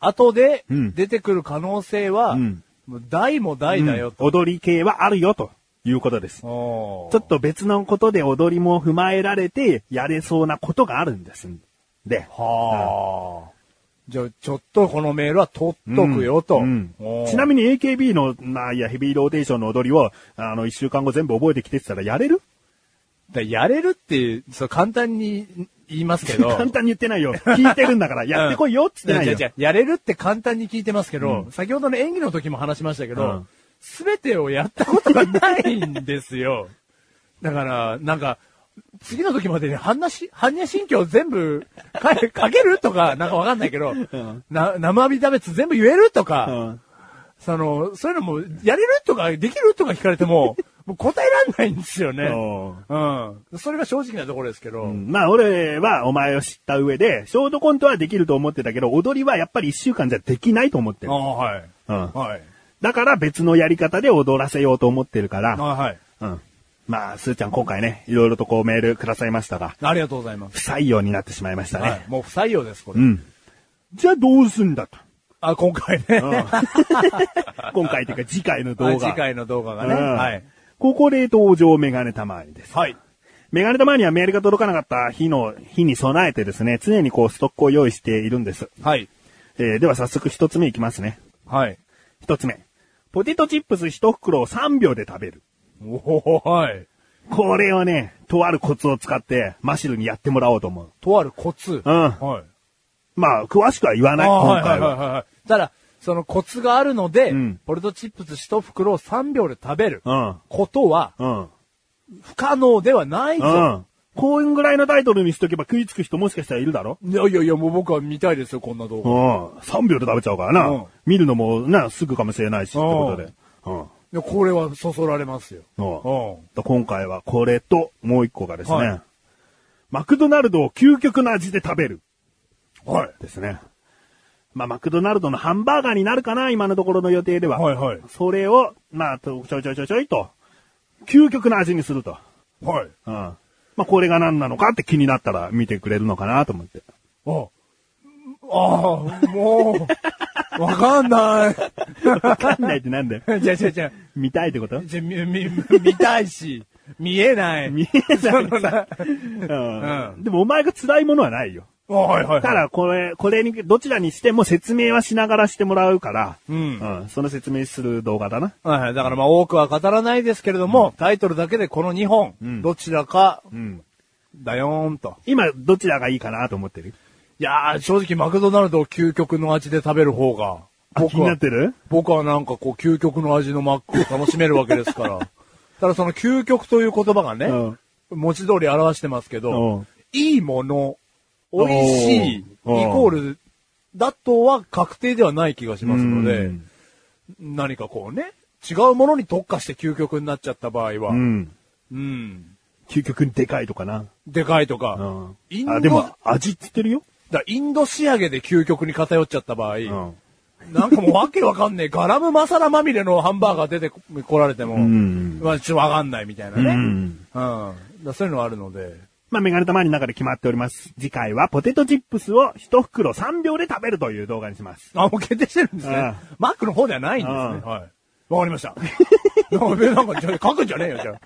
Speaker 2: 後で
Speaker 1: うん
Speaker 2: 出てくる可能性は、
Speaker 1: うん
Speaker 2: もう大も大だよと。
Speaker 1: 踊り系はあるよということです。
Speaker 2: おー
Speaker 1: ちょっと別のことで踊りも踏まえられて、やれそうなことがあるんです。で、
Speaker 2: はあ。じゃあ、ちょっとこのメールは取っとくよと。
Speaker 1: うんちなみに AKB の、まあ、いや、ヘビーローテーションの踊りを、あの、一週間後全部覚えてきてって言ったらやれる
Speaker 2: に。やれるって、そう簡単に言いますけど。
Speaker 1: *laughs* 簡単に言ってないよ。聞いてるんだから、やってこいよって言ってない
Speaker 2: や
Speaker 1: よ。
Speaker 2: ややれるって簡単に聞いてますけど、先ほどの演技の時も話しましたけ
Speaker 1: う
Speaker 2: ど
Speaker 1: ん、
Speaker 2: すべ、てをやったことがないんですよ。 *laughs* だから、なんか、次の時までに般若し、般若心経全部かえ、かけるとか、なんかわかんないけど、な、生阿弥陀仏全部言えるとか、
Speaker 1: うん
Speaker 2: その、そういうのも、やれるとか、できるとか聞かれて *laughs* も、もう答えられないんですよね。うん。それが正直なところですけど、
Speaker 1: うんまあ、俺はお前を知った上で、ショートコントはできると思ってたけど、踊りはやっぱり一週間じゃできないと思って
Speaker 2: あ
Speaker 1: る。
Speaker 2: あ、はい。
Speaker 1: うん
Speaker 2: はい。
Speaker 1: だから別のやり方で踊らせようと思ってるか
Speaker 2: あ
Speaker 1: ら、
Speaker 2: あ、はい。
Speaker 1: うん。まあ、すーちゃん今回ね、いろいろとこうメールくださいましたが、
Speaker 2: ありがとうございます。
Speaker 1: 不採用になってしまいましたね。
Speaker 2: はい、もう不採用です、これ。
Speaker 1: うん。じゃあどうすんだと。
Speaker 2: あ、今回ね。
Speaker 1: *laughs* 今回というか次回の動
Speaker 2: は
Speaker 1: 画。
Speaker 2: い次回の動画が
Speaker 1: うん
Speaker 2: ね。はい。
Speaker 1: ここで登場メガネたまにです。
Speaker 2: はい。
Speaker 1: メガネたまにはメールが届かなかった日の、日に備えてですね、常にこうストックを用意しているんです。
Speaker 2: はい。
Speaker 1: えーでは早速一つ目いきますね。
Speaker 2: はい。
Speaker 1: 一つ目。ポテトチップス一袋を3秒で食べる。
Speaker 2: おおはい。
Speaker 1: これをね、とあるコツを使って、マシルにやってもらおうと思う。
Speaker 2: とあるコツ。
Speaker 1: うん
Speaker 2: はい。
Speaker 1: まあ、詳しくは言わ
Speaker 2: あ
Speaker 1: ない、
Speaker 2: あ
Speaker 1: 今
Speaker 2: はいは
Speaker 1: 回
Speaker 2: いはい
Speaker 1: は。
Speaker 2: はい。ただ、そのコツがあるので、
Speaker 1: うん
Speaker 2: ポテトチップス一袋を3秒で食べる
Speaker 1: うん
Speaker 2: ことは
Speaker 1: うん。
Speaker 2: 不可能ではない
Speaker 1: うん。
Speaker 2: ぞ。
Speaker 1: こうんぐらいのタイトルにしとけば食いつく人もしかしたらいるだろ
Speaker 2: いやいやいや、もう僕は見たいですよ、こんな動
Speaker 1: う
Speaker 2: 画。
Speaker 1: ん。3秒で食べちゃうからな。
Speaker 2: うん
Speaker 1: 見るのもな、すぐかもしれないし、ってことで。うん。
Speaker 2: いやこれはそそられますよ。
Speaker 1: うん
Speaker 2: うん
Speaker 1: 今回はこれと、もう一個がですね、
Speaker 2: はい
Speaker 1: マクドナルドを究極の味で食べる。
Speaker 2: はい。
Speaker 1: ですね。まあ、マクドナルドのハンバーガーになるかな、今のところの予定では。
Speaker 5: はいはい
Speaker 1: それを、まあ、ちょちょいちょいちょいちょいと、究極の味にすると。
Speaker 5: はい。
Speaker 1: うん。まあ、これが何なのかって気になったら見てくれるのかなと思
Speaker 2: *laughs*
Speaker 1: って。
Speaker 2: あ、ああ、もう、わかん *laughs* ない。
Speaker 1: わかんないってなんだ
Speaker 2: *laughs*
Speaker 1: よ。
Speaker 2: じゃあじゃあじゃあ
Speaker 1: 見たいってこと
Speaker 2: じゃあ、み、み、見たいし、見えない。
Speaker 1: 見えない
Speaker 2: そのな。
Speaker 1: うん。
Speaker 2: う
Speaker 1: でもお前が辛いものはないよ。
Speaker 2: あはいはいはい。
Speaker 1: ただ、これ、これに、どちらにしても説明はしながらしてもらうから、
Speaker 2: うん
Speaker 1: うん。その説明する動画だな。
Speaker 2: はいはい。だからまあ多くは語らないですけれども、タイトルだけでこの2本、
Speaker 1: ん
Speaker 2: どちらか、
Speaker 1: うん。
Speaker 2: だよーんと。
Speaker 1: 今、どちらがいいかなと思ってる
Speaker 2: いやー、正直マクドナルドを究極の味で食べる方が、
Speaker 1: あ気になってる
Speaker 2: 僕はなんかこう、究極の味のマックを楽しめるわけです *laughs* から。ただその究極という言葉がね、
Speaker 1: うん
Speaker 2: 文字通り表してますけ
Speaker 1: う
Speaker 2: ど
Speaker 1: ん、
Speaker 2: いいもの、美味しい、イ
Speaker 1: おー
Speaker 2: コール、だとは確定ではない気がしますの
Speaker 1: う
Speaker 2: で
Speaker 1: ん、
Speaker 2: 何かこうね、違うものに特化して究極になっちゃった場合は、
Speaker 1: うん。
Speaker 2: うん。
Speaker 1: 究極にでかいとかな。
Speaker 2: でかいと
Speaker 1: う
Speaker 2: か
Speaker 1: ん。。
Speaker 2: イン
Speaker 1: あ、
Speaker 2: ド、
Speaker 1: でも、味って言ってるよ。
Speaker 2: だインド仕上げで究極に偏っちゃった場合、
Speaker 1: うん。
Speaker 2: なんかもうわけわかん
Speaker 1: *laughs*
Speaker 2: ねえ、ガラムマサラまみれのハンバーガー出てこ来られても、
Speaker 1: ん
Speaker 2: まあちょっとわかんないみたいなね。
Speaker 1: う
Speaker 2: うんん。だからそういうのはあるので、
Speaker 1: まあ、メガネたまに中で決まっております。次回はポテトチップスを一袋3秒で食べるという動画にします。
Speaker 2: あ、もう決定してるんですね。
Speaker 1: ああ
Speaker 2: マックの方ではないんですね。
Speaker 1: ああ
Speaker 2: はい。わかりま
Speaker 1: *laughs*
Speaker 2: した。なんかなんかちょ書くんじゃねえよ、じゃ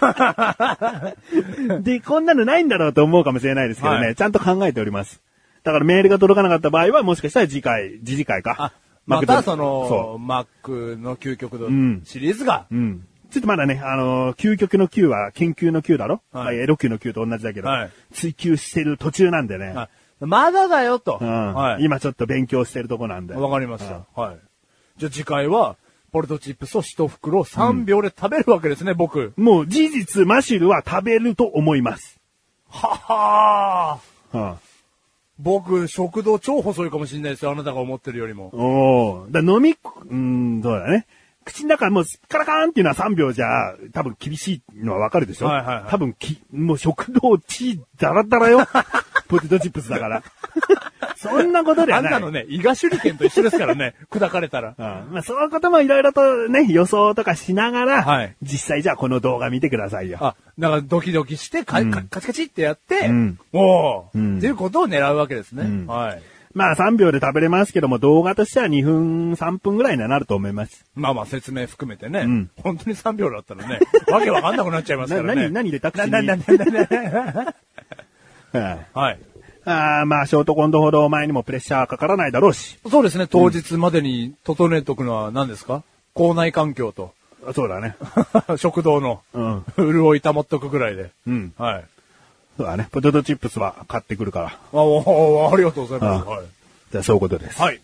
Speaker 2: あ。
Speaker 1: で、こんなのないんだろうと思うかもしれないですけどね、
Speaker 2: はい
Speaker 1: ちゃんと考えております。だからメールが届かなかった場合は、もしかしたら次回、次次回
Speaker 2: あ
Speaker 1: か。マ
Speaker 2: ま
Speaker 1: クド
Speaker 2: たその、
Speaker 1: そ
Speaker 2: マックの究極の
Speaker 1: ん
Speaker 2: シリーズが、
Speaker 1: う。うん。ちょっとまだね、あのー究極の9は研究の9だろ、
Speaker 2: はい
Speaker 1: まあエロ級の9と同じだけど、
Speaker 2: はい
Speaker 1: 追求してる途中なんでね。
Speaker 2: あまだだよと。
Speaker 1: うん
Speaker 2: はい。
Speaker 1: 今ちょっと勉強してるとこなんで。
Speaker 2: わかりました。はい。じゃあ次回は、ポルトチップスを一袋3秒で食べるわけですね、僕。
Speaker 1: もう事実、マシルは食べると思います。
Speaker 2: ははー
Speaker 1: うん
Speaker 2: 僕、食堂超細いかもしれないですよ、あなたが思ってるよりも。
Speaker 1: おお。だ飲み、うーん、そうだね。口の中もう、カラカーンっていうのは3秒じゃ、多分厳しいのはわかるでしょ
Speaker 2: はいはいはい
Speaker 1: 多分き、もう食堂血だらだ
Speaker 2: *laughs*
Speaker 1: らよ。ポテトチップスだから。そんなことで
Speaker 2: あ
Speaker 1: は
Speaker 2: ん
Speaker 1: ない。
Speaker 2: なのね、伊賀手裏剣と一緒ですからね、 *laughs* 砕かれたら
Speaker 1: う。ん。まあ、そういうこともいろいろとね、予想とかしながら、
Speaker 2: はい
Speaker 1: 実際じゃあこの動画見てくださいよ。
Speaker 2: *laughs* あ、なんかドキドキして、かかカチカチってやって、
Speaker 1: うん
Speaker 2: おー、
Speaker 1: ん
Speaker 2: っていうことを狙うわけですね。
Speaker 1: ん
Speaker 2: はい。
Speaker 1: まあ3秒で食べれますけども、動画としては2分、3分ぐらいにはなると思います。
Speaker 2: まあまあ説明含めてね。
Speaker 1: ん
Speaker 2: 本当に3秒だったらね、 *laughs* わけわかんなくなっちゃいますからね。
Speaker 1: な何何でタクシーに
Speaker 2: ななななな
Speaker 1: *laughs*
Speaker 2: な
Speaker 1: はい
Speaker 2: はい。
Speaker 1: あーまあ、ショートコントほどお前にもプレッシャーかからないだろうし。
Speaker 2: そうですね、当日までに整えとくのは何ですか校内環境と、 *laughs*
Speaker 1: あそうだね。
Speaker 2: 食堂の、
Speaker 1: うん。
Speaker 2: 潤い保っとくぐらいで。
Speaker 1: うん。
Speaker 2: はい。
Speaker 1: そうだね。ポテトチップスは買ってくるから。
Speaker 2: あ、おありがとうございます。
Speaker 1: あ
Speaker 2: はい。
Speaker 1: じゃあそういうことです。
Speaker 2: はい。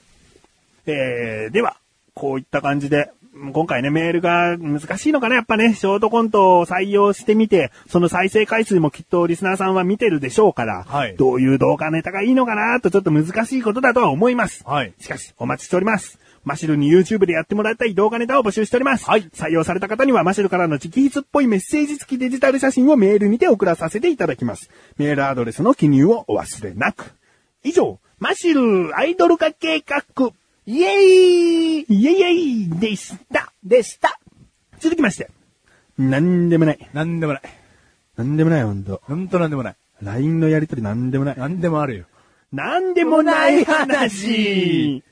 Speaker 1: えー、では、こういった感じで、うん今回ね、メールが難しいのかなやっぱね、ショートコントを採用してみて、その再生回数もきっとリスナーさんは見てるでしょうから、
Speaker 2: はい
Speaker 1: どういう動画ネタがいいのかなとちょっと難しいことだとは思います。
Speaker 2: はい
Speaker 1: しかし、お待ちしております。マシルに YouTube でやってもらいたい動画ネタを募集しております。
Speaker 2: はい
Speaker 1: 採用された方にはマシルからの直筆っぽいメッセージ付きデジタル写真をメールにて送らさせていただきます。メールアドレスの記入をお忘れなく。以上、マシルアイドル化計画、イエイイエイイエイでした。でした。続きまして。なんでもない。
Speaker 2: なんでもない。
Speaker 1: なんでもない、ほんと。
Speaker 2: ほんとなんでもない。
Speaker 1: LINE のやりとりなんでもない。
Speaker 2: なんでもあるよ。
Speaker 1: なんでもない話。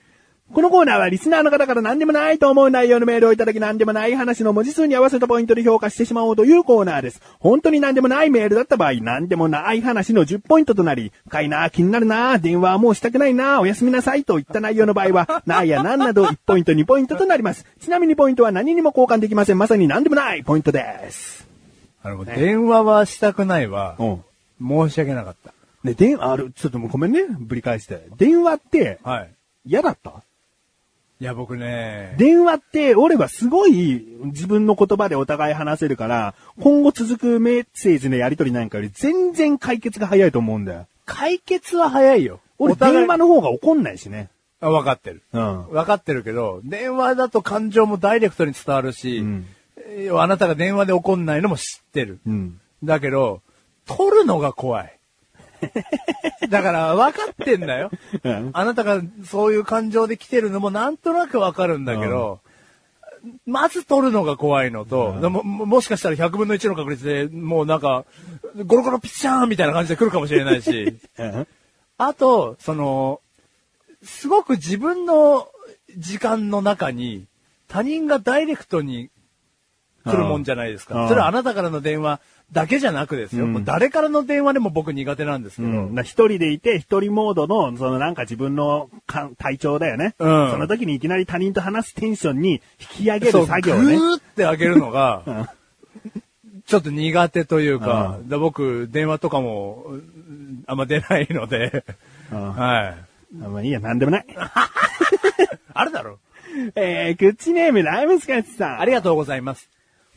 Speaker 1: このコーナーはリスナーの方から何でもないと思う内容のメールをいただき何でもない話の文字数に合わせたポイントで評価してしまおうというコーナーです。本当に何でもないメールだった場合、何でもない話の10ポイントとなり、深いなあ、気になるなあ、電話はもうしたくないなあ、おやすみなさいといった内容の場合は、なあやなんなど1ポイント2ポイントとなります。ちなみにポイントは何にも交換できません。まさに何でもないポイントです。
Speaker 2: あの、電話はしたくないわ。
Speaker 1: う
Speaker 2: 申
Speaker 1: ん。
Speaker 2: し訳なかっ
Speaker 1: で、電話、ある、ちょっともうごめんね、ぶり返して。電話って、
Speaker 2: た。はい。
Speaker 1: 嫌だった
Speaker 2: いや、僕ね、
Speaker 1: 電話って、俺はすごい自分の言葉でお互い話せるから、今後続くメッセージのやり取りなんかより全然解決が早いと思うんだよ。
Speaker 2: 解決は早いよ。
Speaker 1: 俺、
Speaker 2: お互
Speaker 1: 電
Speaker 2: い
Speaker 1: 話の方が怒んないしね。
Speaker 2: あわかってる。
Speaker 1: うん
Speaker 2: わかってるけど、電話だと感情もダイレクトに伝わるし、
Speaker 1: ん
Speaker 2: えーあなたが電話で怒んないのも知ってる。
Speaker 1: うん。
Speaker 2: だけど、取るのが怖い。だから、分かってんだよ。
Speaker 1: うん
Speaker 2: あなたがそういう感情で来てるのもなんとなく分かるんだけど、まず取るのが怖いのと、も、ももしかしたら100分の1の確率で、もうなんか、ゴロゴロピッシャーンみたいな感じで来るかもしれないし、あと、その、すごく自分の時間の中に、他人がダイレクトに来るもんじゃないです
Speaker 1: あ
Speaker 2: か。
Speaker 1: あ
Speaker 2: それはあなたからの電話だけじゃなくですよ。もう誰からの電話でも僕苦手なんですけ
Speaker 1: う
Speaker 2: ど。
Speaker 1: ん。だから一人でいて、一人モードの、そのなんか自分のか体調だよね。
Speaker 2: うん
Speaker 1: その時にいきなり他人と話すテンションに引き上げ
Speaker 2: そ
Speaker 1: る
Speaker 2: う、
Speaker 1: 作業ね
Speaker 2: ぐ。ーって上げるのが、ちょっと苦手というか、だ僕、電話とかも、うんあんま出ないので、
Speaker 1: うん
Speaker 2: はい。
Speaker 1: あまあいいや、なんでも
Speaker 2: *laughs*
Speaker 1: ない。
Speaker 2: あるだろ
Speaker 3: えー、グッチネームライムスカッチさん。
Speaker 2: ありがとうございます。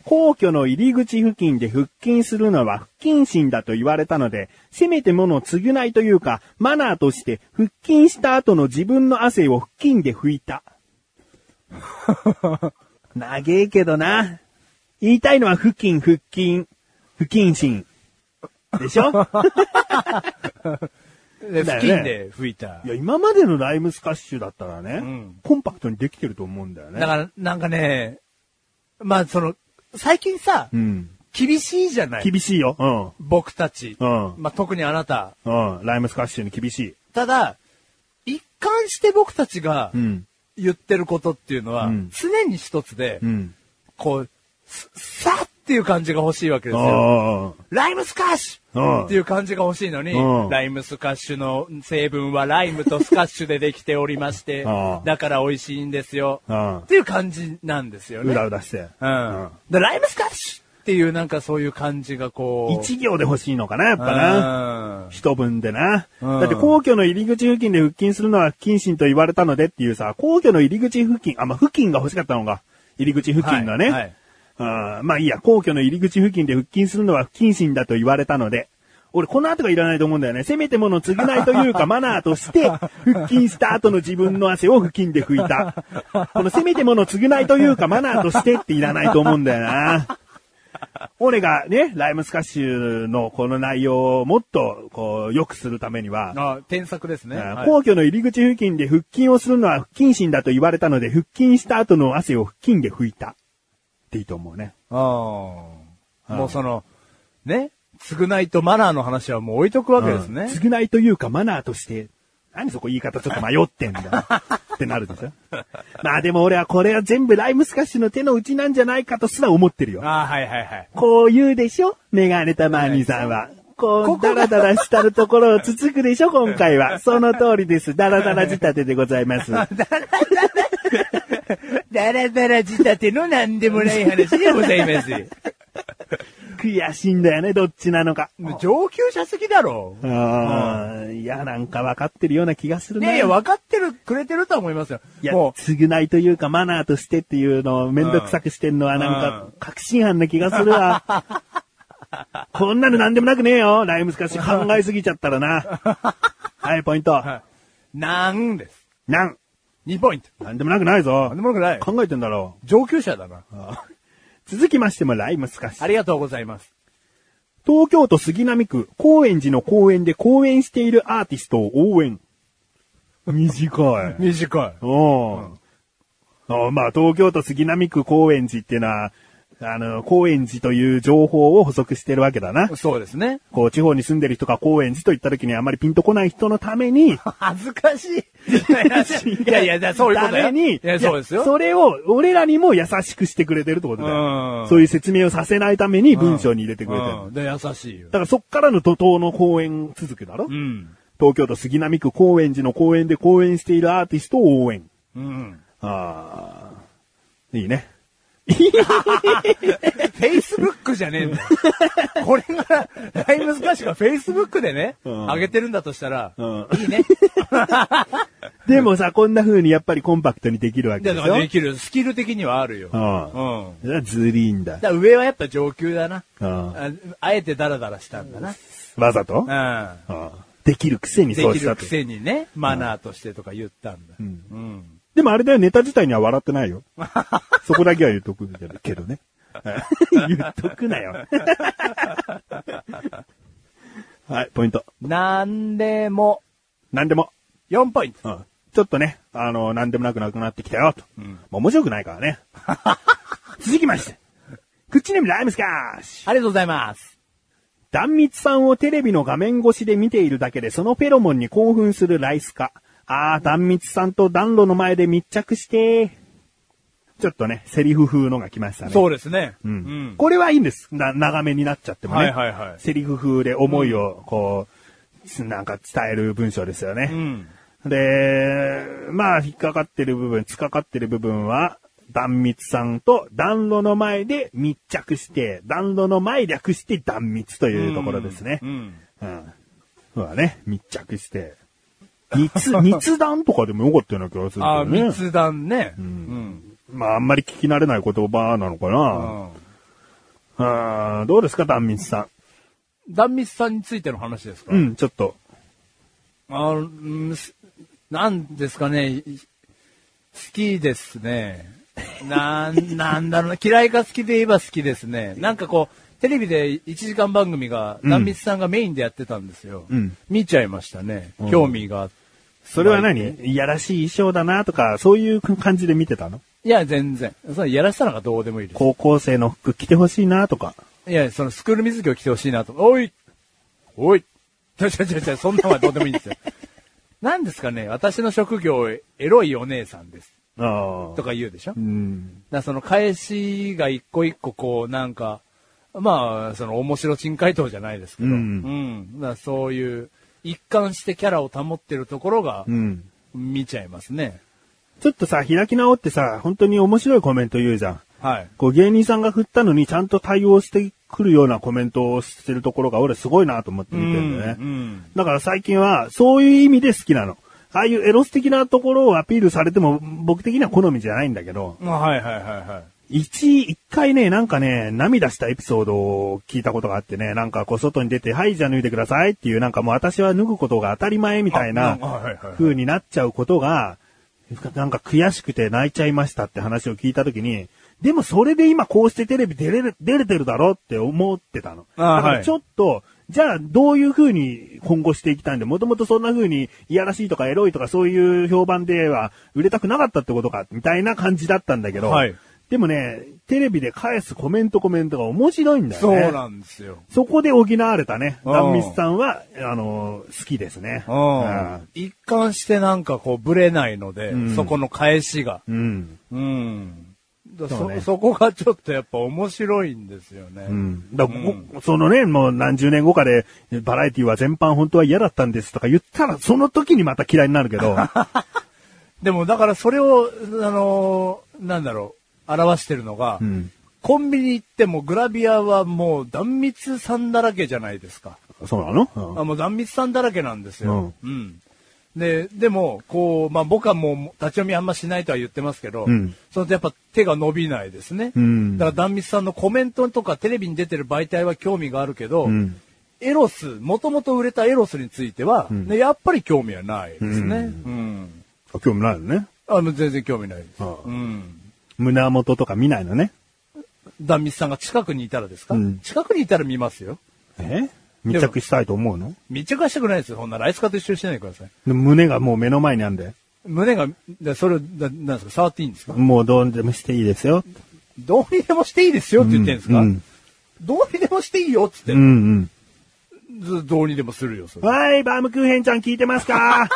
Speaker 3: 皇居の入り口付近で腹筋するのは不謹慎だと言われたので、せめてもの償いというか、マナーとして腹筋した後の自分の汗を腹筋で拭いた。 *laughs* 長えけどな。言いたいのは腹筋、腹筋、不謹慎。でしょ
Speaker 2: で、
Speaker 1: だよ
Speaker 2: 付近
Speaker 1: ね
Speaker 2: で吹いた
Speaker 1: *laughs* い。や、今までのライムスカッシュだったらね、
Speaker 2: ん
Speaker 1: コンパクトにできてると思うんだよね。
Speaker 2: だから、なんかね、まあ、その、最近さ、
Speaker 1: うん。
Speaker 2: 厳しいじゃない
Speaker 1: 厳しいよ。う
Speaker 2: 僕たち。
Speaker 1: うん
Speaker 2: まあ、特にあなた。
Speaker 1: ん。うん。ライムスカッシュに厳しい。
Speaker 2: ただ、一貫して僕たちが
Speaker 1: うん。
Speaker 2: 言ってることっていうのは、
Speaker 1: うん
Speaker 2: 常に一つで、
Speaker 1: うん。
Speaker 2: こう、すさっていう感じが欲しいわけですよ。
Speaker 1: あ
Speaker 2: ライムスカッシ
Speaker 1: うん
Speaker 2: ュっていう感じが欲しいのに
Speaker 1: うん、
Speaker 2: ライムスカッシュの成分はライムとスカッシュでできておりまして
Speaker 1: うん、
Speaker 2: だから美味しいんですよ。
Speaker 1: あ。
Speaker 2: っていう感じなんですよ
Speaker 1: うん。う
Speaker 2: ね。
Speaker 1: だうだして。
Speaker 2: うん。でライムスカッシュっていうなんかそういう感じがこう。
Speaker 1: 一行で欲しいのかな、やっぱな。
Speaker 2: な。
Speaker 1: 一文でな。
Speaker 2: うん
Speaker 1: だって皇居の入り口付近で腹筋するのは不謹慎と言われたのでっていうさ、皇居の入り口付近、あ、まあ、付近が欲しかったのが、入り口付近がね。
Speaker 2: はいはい
Speaker 1: あーまあいいや、皇居の入り口付近で腹筋するのは不謹慎だと言われたので。俺、この後がいらないと思うんだよね。せめてもの償いと
Speaker 2: *laughs*
Speaker 1: いうかマナーとして、腹筋した後の自分の汗を腹筋で拭いた。このせめてもの償いというかマナーとしてっていらないと思うんだよな。俺がね、ライムスカッシュのこの内容をもっと、こう、良くするためには、
Speaker 2: あ、添削ですね。
Speaker 1: あ
Speaker 2: はい
Speaker 1: 皇居の入り口付近で腹筋をするのは不謹慎だと言われたので、腹筋した後の汗を腹筋で拭いた。っていいと思うね。
Speaker 2: ああ。もうその、ね、償いとマナーの話はもう置いとくわけですね。
Speaker 1: うん償いというかマナーとして、何そこ言い方ちょっと迷ってん
Speaker 2: *laughs*
Speaker 1: だ。ってなるでしょ。まあでも俺はこれは全部ライムスカッシュの手の内なんじゃないかとすら思ってるよ。
Speaker 2: ああ、はいはいはい。
Speaker 3: こう言うでしょメガネたまーにさんは。こ
Speaker 2: こ
Speaker 3: う、
Speaker 2: こ
Speaker 3: ダ
Speaker 2: が
Speaker 3: ラダラしたるところをつつくでしょ今回は。その通りです。ダラダラ仕立てでございます。
Speaker 2: だらだら仕立ての何でもない話でございます。
Speaker 3: 悔しいんだよね、どっちなのか。
Speaker 2: *laughs* 上級者すぎだろ。
Speaker 3: ああ、いや、なんか分かってるような気がする
Speaker 2: い
Speaker 3: ね。
Speaker 2: やいや、分かってる、くれてるとは思いますよ。
Speaker 3: いや、
Speaker 2: も
Speaker 3: 償いというかマナーとしてっていうのをめんどくさくしてんのはなんか、確信犯な気がするわ。こんなのなんでもなくねえよ。ライムスカッシュ考えすぎちゃったらな。はい、ポイント。
Speaker 2: う、なんです。
Speaker 1: なん。
Speaker 2: 2ポイント。
Speaker 1: なんでもなくない
Speaker 2: な
Speaker 1: ぞ
Speaker 2: んで。もなくない。
Speaker 1: 考えてんだろ
Speaker 2: 上級者だな。
Speaker 3: 続きましてもライムスカッシュ
Speaker 2: ありがとうございます。
Speaker 3: 東京都杉並区高円寺の公園で公演しているアーティストを応援。
Speaker 1: う。短
Speaker 2: *laughs*
Speaker 1: い。
Speaker 2: 短い。
Speaker 1: おーおーまあ、東京都杉並区高円寺っていうのは、あの、高円寺という情報を補足してるわけだな。
Speaker 2: そうですね。
Speaker 1: こう、地方に住んでる人が高円寺と言った時にあまりピンとこない人のた
Speaker 2: *laughs*
Speaker 1: めに、
Speaker 2: 恥ずかしい。いやいやいや、そういうことよ。
Speaker 1: ために、
Speaker 2: いや、そうですよ。
Speaker 1: いやそれを、俺らにも優しくしてくれてるってことだ
Speaker 2: う
Speaker 1: よ。
Speaker 2: ん
Speaker 1: そういう説明をさせないために文章に入れてくれてる。
Speaker 2: うんで、優しいよ
Speaker 1: だ。からそっからの怒涛の公演続くだろ、
Speaker 2: うん。
Speaker 1: 東京都杉並区高円寺の公園で公演しているアーティストを応援。
Speaker 2: うん。
Speaker 1: ああ。いいね。
Speaker 2: フェイスブックじゃねえんだよ。 *laughs* これが、ライムスカッシュがフェイスブックでね、
Speaker 1: うん
Speaker 2: 上げてるんだとしたら、
Speaker 1: うん
Speaker 2: いいね。
Speaker 1: でもさ、こんな風にやっぱりコンパクトにできるわけ
Speaker 2: だ
Speaker 1: で
Speaker 2: か
Speaker 1: しょ
Speaker 2: ら *laughs* できる、スキル的にはあるよ。
Speaker 1: うん
Speaker 2: うん。
Speaker 1: だからずりーんだ
Speaker 2: だ。から上はやっぱ上級だな。
Speaker 1: うん
Speaker 2: ああえてダラダラしたんだな。
Speaker 1: わざと、
Speaker 2: うん。
Speaker 1: うんできるくせに
Speaker 2: で
Speaker 1: そう
Speaker 2: き
Speaker 1: した
Speaker 2: る
Speaker 1: っ
Speaker 2: く
Speaker 1: て。
Speaker 2: せにね、マナーとしてとか言ったんだ。うん。
Speaker 1: でもあれだよ、ネタ自体には笑ってな
Speaker 2: *laughs*
Speaker 1: いよ。そこだけは言っとくけどね。 *laughs*
Speaker 2: *laughs*
Speaker 3: 言っとくなよ。
Speaker 1: はい、ポイント。
Speaker 2: なんでも、
Speaker 1: なんでも。
Speaker 2: 4ポイント。
Speaker 1: うん。ちょっとね、あの、なんでもなくなくなってきたよ、と。うん。もう面白くないからね。 *laughs* 続きまして。クッチネームライムスカーシュ。
Speaker 2: ありがとうございます。
Speaker 1: 断蜜さんをテレビの画面越しで見ているだけでそのフェロモンに興奮するライスカ。あー、断蜜さんと暖炉の前で密着して。ちょっとね、セリフ風のが来ましたね。
Speaker 2: そうですね。う
Speaker 1: うん。。これはいいんです。な、長めになっちゃっても
Speaker 2: は
Speaker 1: ね。
Speaker 2: いはいはい
Speaker 1: セリフ風で思いを、こう、つなんか伝える文章ですよね。
Speaker 2: うん。
Speaker 1: で、まあ、引っかかってる部分、つかかってる部分は、断密さんと暖炉の前で密着して、暖炉の前略して断密というところですね。
Speaker 2: う
Speaker 1: うん。
Speaker 2: ん。
Speaker 1: そうだね。密着して。 *laughs* 密、密談とかでもよかったような気がする
Speaker 2: あー、
Speaker 1: けどね。
Speaker 2: 密談ね。うん。
Speaker 1: まあ、あんまり聞き慣れない言葉なのか
Speaker 2: う
Speaker 1: な。
Speaker 2: ん。
Speaker 1: うん、どうですか、断密さ
Speaker 2: 断密さんについての話ですか
Speaker 1: ん。うん、ちょっと。
Speaker 2: あうんすなんですかね、い好きですね。なん、 *laughs* なんだろうな、嫌いか好きで言えば好きですね。なんかこう、テレビで1時間番組が、
Speaker 1: ん
Speaker 2: 壇蜜さんがメインでやってたんですよ。
Speaker 1: うん
Speaker 2: 見ちゃいましたね。興味があって。
Speaker 1: それは何いやらしい衣装だなとか、そういう感じで見てたの
Speaker 2: いや、全然。それやらせたのがどうでもいいです。
Speaker 1: 高校生の服着てほしいなとか。
Speaker 2: いや、そのスクール水着を着てほしいなと。おいおい *laughs* ちょちょちょちょ、そんなのはどうでもいいんですよ。 *laughs* なんですかね、私の職業、エロいお姉さんです。
Speaker 1: あ
Speaker 2: とか言うでしょ
Speaker 1: うん。
Speaker 2: だからその返しが一個一個こうなんか、まあ、その面白珍回答じゃないですけど、
Speaker 1: うん
Speaker 2: うんだからそういう一貫してキャラを保ってるところが
Speaker 1: うん。
Speaker 2: 見ちゃいますね。
Speaker 1: ちょっとさ、開き直ってさ、本当に面白いコメント言うじゃん。
Speaker 2: はい。
Speaker 1: こう芸人さんが振ったのにちゃんと対応してくるようなコメントをしてるところが俺すごいなと思って見てるんだよね。
Speaker 2: うんうん
Speaker 1: だから最近はそういう意味で好きなの。ああいうエロス的なところをアピールされても僕的には好みじゃないんだけど、
Speaker 2: まあはいはいはいは
Speaker 1: 一、一回ね、なんかね、涙したエピソードを聞いたことがあってね、なんかこう外に出て、はい、じゃあ脱いでくださいっていう、なんかもう私は脱ぐことが当たり前みたいな
Speaker 2: あはいはいはい
Speaker 1: 風になっちゃうことが、なんか悔しくて泣いちゃいましたって話を聞いたときに、でもそれで今こうしてテレビ出れる、出れてるだろって思ってたの。
Speaker 2: あ
Speaker 1: だか
Speaker 2: は
Speaker 1: ら
Speaker 2: い
Speaker 1: ちょっと、じゃあどういう風に今後していきたいんで、もともとそんな風にいやらしいとかエロいとかそういう評判では売れたくなかったってことか、みたいな感じだったんだけど、
Speaker 2: はい
Speaker 1: でもね、テレビで返すコメントコメントが面白いんだ
Speaker 2: い。
Speaker 1: よ
Speaker 2: そう
Speaker 1: ね。
Speaker 2: なんですよ。
Speaker 1: そこで補われたね。
Speaker 2: うん
Speaker 1: ダンミスさんは、あのー好きですね。
Speaker 2: う
Speaker 1: うん
Speaker 2: ん。一貫してなんかこうブレないので、
Speaker 1: ん
Speaker 2: そこの返しが。
Speaker 1: うん。
Speaker 2: うん。だそ
Speaker 1: そう
Speaker 2: そ
Speaker 1: ね
Speaker 2: こがちょっとやっぱ面白いんですよね。
Speaker 1: うん。だからこ
Speaker 2: うん
Speaker 1: そのね、もう何十年後かで、バラエティは全般本当は嫌だったんですとか言ったら、その時にまた嫌いになるけ *laughs* ど、
Speaker 2: でもだからそれを、あのーなんだろう、表してるのが、
Speaker 1: うん
Speaker 2: コンビニ行ってもグラビアはもう断密さんだらけじゃないですか。
Speaker 1: そうなの、うん
Speaker 2: あもう断密さんだらけなんですよ。うん。で、でも、こう、まあ僕はもう立ち読みあんましないとは言ってますけど、
Speaker 1: うん
Speaker 2: そのやっぱ手が伸びないですね。
Speaker 1: うん
Speaker 2: だから断密さんのコメントとかテレビに出てる媒体は興味があるけど、
Speaker 1: ん
Speaker 2: エロス、もともと売れたエロスについては、ねやっぱり興味はないですね。うん
Speaker 1: あ興味ないのね。
Speaker 2: あ、もう全然興味ないです。
Speaker 1: ああ
Speaker 2: うん。
Speaker 1: 胸元とか見ないのね。
Speaker 2: ダンミスさんが近くにいたらですか、
Speaker 1: うん
Speaker 2: 近くにいたら見ますよ。
Speaker 1: え密着したいと思うの
Speaker 2: 密着はしたくないですよ。そんなライスカと一緒にしないでください。
Speaker 1: で胸がもう目の前にあんで。
Speaker 2: 胸が、だそれを、だなんですか、触っていいんですか
Speaker 1: もうどうでもしていいですよ。
Speaker 2: どうにでもしていいですよって言ってんですか、
Speaker 1: うん
Speaker 2: どうにでもしていいよって言
Speaker 1: うん
Speaker 2: って、
Speaker 1: うん。
Speaker 2: ずどうにでもするよ、それ。
Speaker 1: はい、バームクーヘンちゃん聞いてます *laughs* か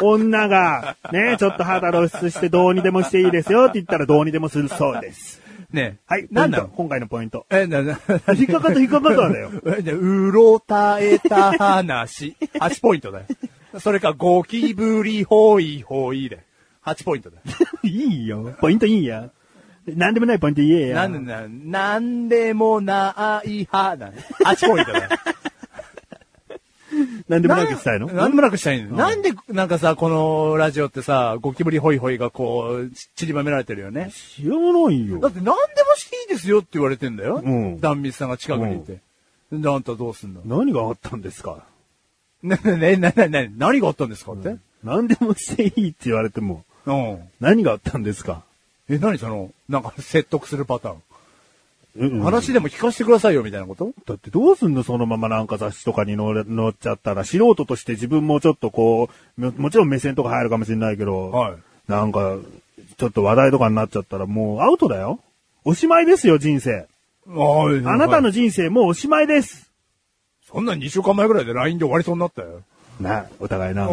Speaker 1: 女が、ね、ちょっと肌露出してどうにでもしていいですよって言ったらどうにでもするそうです。
Speaker 2: ねえ
Speaker 1: はい、
Speaker 2: なん
Speaker 1: ポイ
Speaker 2: な
Speaker 1: ン
Speaker 2: の
Speaker 1: ト今回のポイント。
Speaker 2: え、な、な、
Speaker 1: 引っかかった引っかかったんだよ。
Speaker 2: えでうろたえた話。8ポイントだよ。それか、ゴキブリホイホイで。8ポイントだよ。
Speaker 1: いいよ。ポイントいいや。なんでもないポイント言えや。
Speaker 2: なんでな、なんでもない派だね。8ポイントだよ。
Speaker 1: なんでもなくしたいの
Speaker 2: なんでもなくしたいの、なんで、なんかさ、このラジオってさ、ゴキブリホイホイがこう、ち散りばめられてるよね。
Speaker 1: 知らない
Speaker 2: だっ
Speaker 1: よ。
Speaker 2: て何でもしていいですよって言われてんだよ。
Speaker 1: うん
Speaker 2: ダンミスさんが近くにいて。であんたどうすんの *laughs*
Speaker 1: 何があったんですか
Speaker 2: ね、ね、ね、ね、ね、ね何があったんですかって、
Speaker 1: 何でもしていいって言われても、
Speaker 2: うん、
Speaker 1: 何があったんですか
Speaker 2: え、何その、なんか説得するパターン。
Speaker 1: うんうん
Speaker 2: 話でも聞かせてくださいよ、みたいなこと
Speaker 1: だってどうすんのそのままなんか雑誌とかに載れ載っちゃったら、素人として自分もちょっとこう、ももちろん目線とか入るかもしれないけど、
Speaker 2: はい
Speaker 1: なんか、ちょっと話題とかになっちゃったらもうアウトだよ。おしまいですよ、人生。あ
Speaker 2: あ
Speaker 1: なたの、人生もうおしまいです。
Speaker 2: そんなん2週間前ぐらいで LINE で終わりそうになったよ。
Speaker 1: な、お互いな。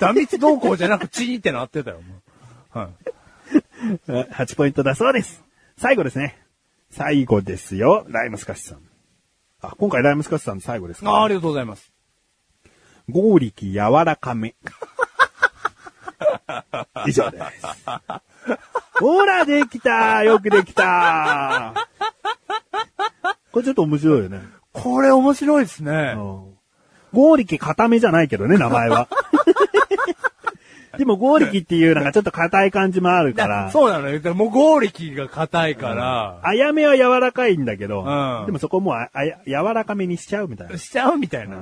Speaker 2: 断密動向じゃなくチーってなってたよ、もうはい。
Speaker 1: 8ポイントだそうです。最後ですね。最後ですよ、ライムスカシさん。あ、今回ライムスカシさん最後ですか、
Speaker 2: ああ、ありがとうございます。
Speaker 1: 合力柔らか
Speaker 2: *laughs*
Speaker 1: め。以上です。ほら、できたよくできたこれちょっと面白いよね。
Speaker 2: これ面白いです
Speaker 1: う
Speaker 2: ね。
Speaker 1: ん合力固めじゃないけどね、名
Speaker 2: *laughs*
Speaker 1: 前は。でも合力っていうのがちょっと硬い感じもあるから。
Speaker 2: そうなのよ。だからもう合力が硬いから、
Speaker 1: あやめは柔らかいんだけど、
Speaker 2: うん
Speaker 1: でもそこもうああや柔らかめにしちゃうみたい
Speaker 2: *laughs*
Speaker 1: な。
Speaker 2: しちゃうみたいな。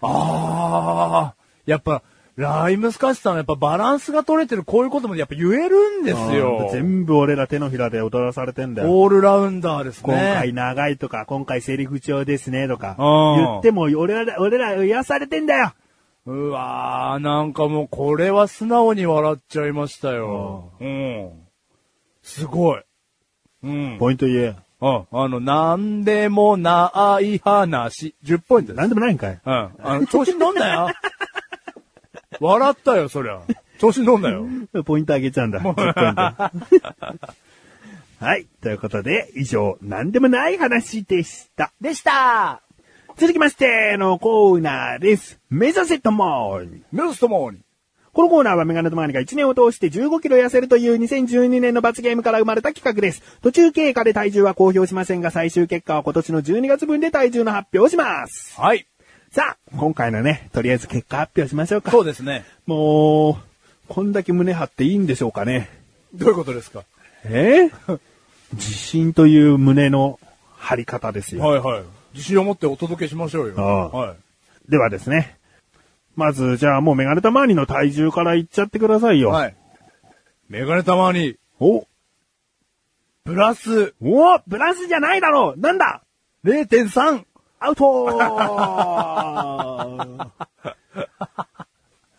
Speaker 2: ああ、やっぱ、ライムスカッシュさんはやっぱバランスが取れてる、こういうこともやっぱ言えるんですよ。
Speaker 1: 全部俺ら手のひらで踊らされてんだよ。
Speaker 2: オールラウンダーですね。
Speaker 1: 今回長いとか、今回セリフ調ですねとか、
Speaker 2: うん
Speaker 1: 言っても俺ら、俺ら癒されてんだよ
Speaker 2: うわー、なんかもうこれは素直に笑っちゃいましたよ。うん。すごい。うん。
Speaker 1: ポイント言え。
Speaker 2: うん。あの、なんでもない話。10ポイントです。
Speaker 1: なんでもない
Speaker 2: *laughs*
Speaker 1: んかい。
Speaker 2: うん。あの、調子に乗んな *laughs* よ。笑ったよ、そりゃ。調子に乗んなよ。
Speaker 1: ポイントあげちゃうんだ。10ポイント *laughs* はい。ということで、以上、なんでもない話でした。
Speaker 2: でした
Speaker 1: 続きましてのコーナーです。目指せともに
Speaker 2: メルスともに。
Speaker 3: このコーナーはメガネとマガネが1年を通して15キロ痩せるという2012年の罰ゲームから生まれた企画です。途中経過で体重は公表しませんが、最終結果は今年の12月分で体重の発表をします。
Speaker 2: はい。
Speaker 3: さあ、今回のね、とりあえず結果発表しましょうか。
Speaker 2: そうですね。
Speaker 3: もう、こんだけ胸張っていいんでしょうかね。
Speaker 2: *laughs* どういうことですか
Speaker 1: えー自信という胸の張り方ですよ。
Speaker 2: はいはい。自信を持ってお届けしましょうよ。
Speaker 1: ああ
Speaker 2: はい。
Speaker 1: ではですね。まず、じゃあもうメガネたまわりの体重からいっちゃってくださいよ。
Speaker 2: はい。メガネたまに、
Speaker 1: お、
Speaker 2: プラス
Speaker 1: おブラスじゃないだろうなんだ
Speaker 2: 0.3!
Speaker 1: アウ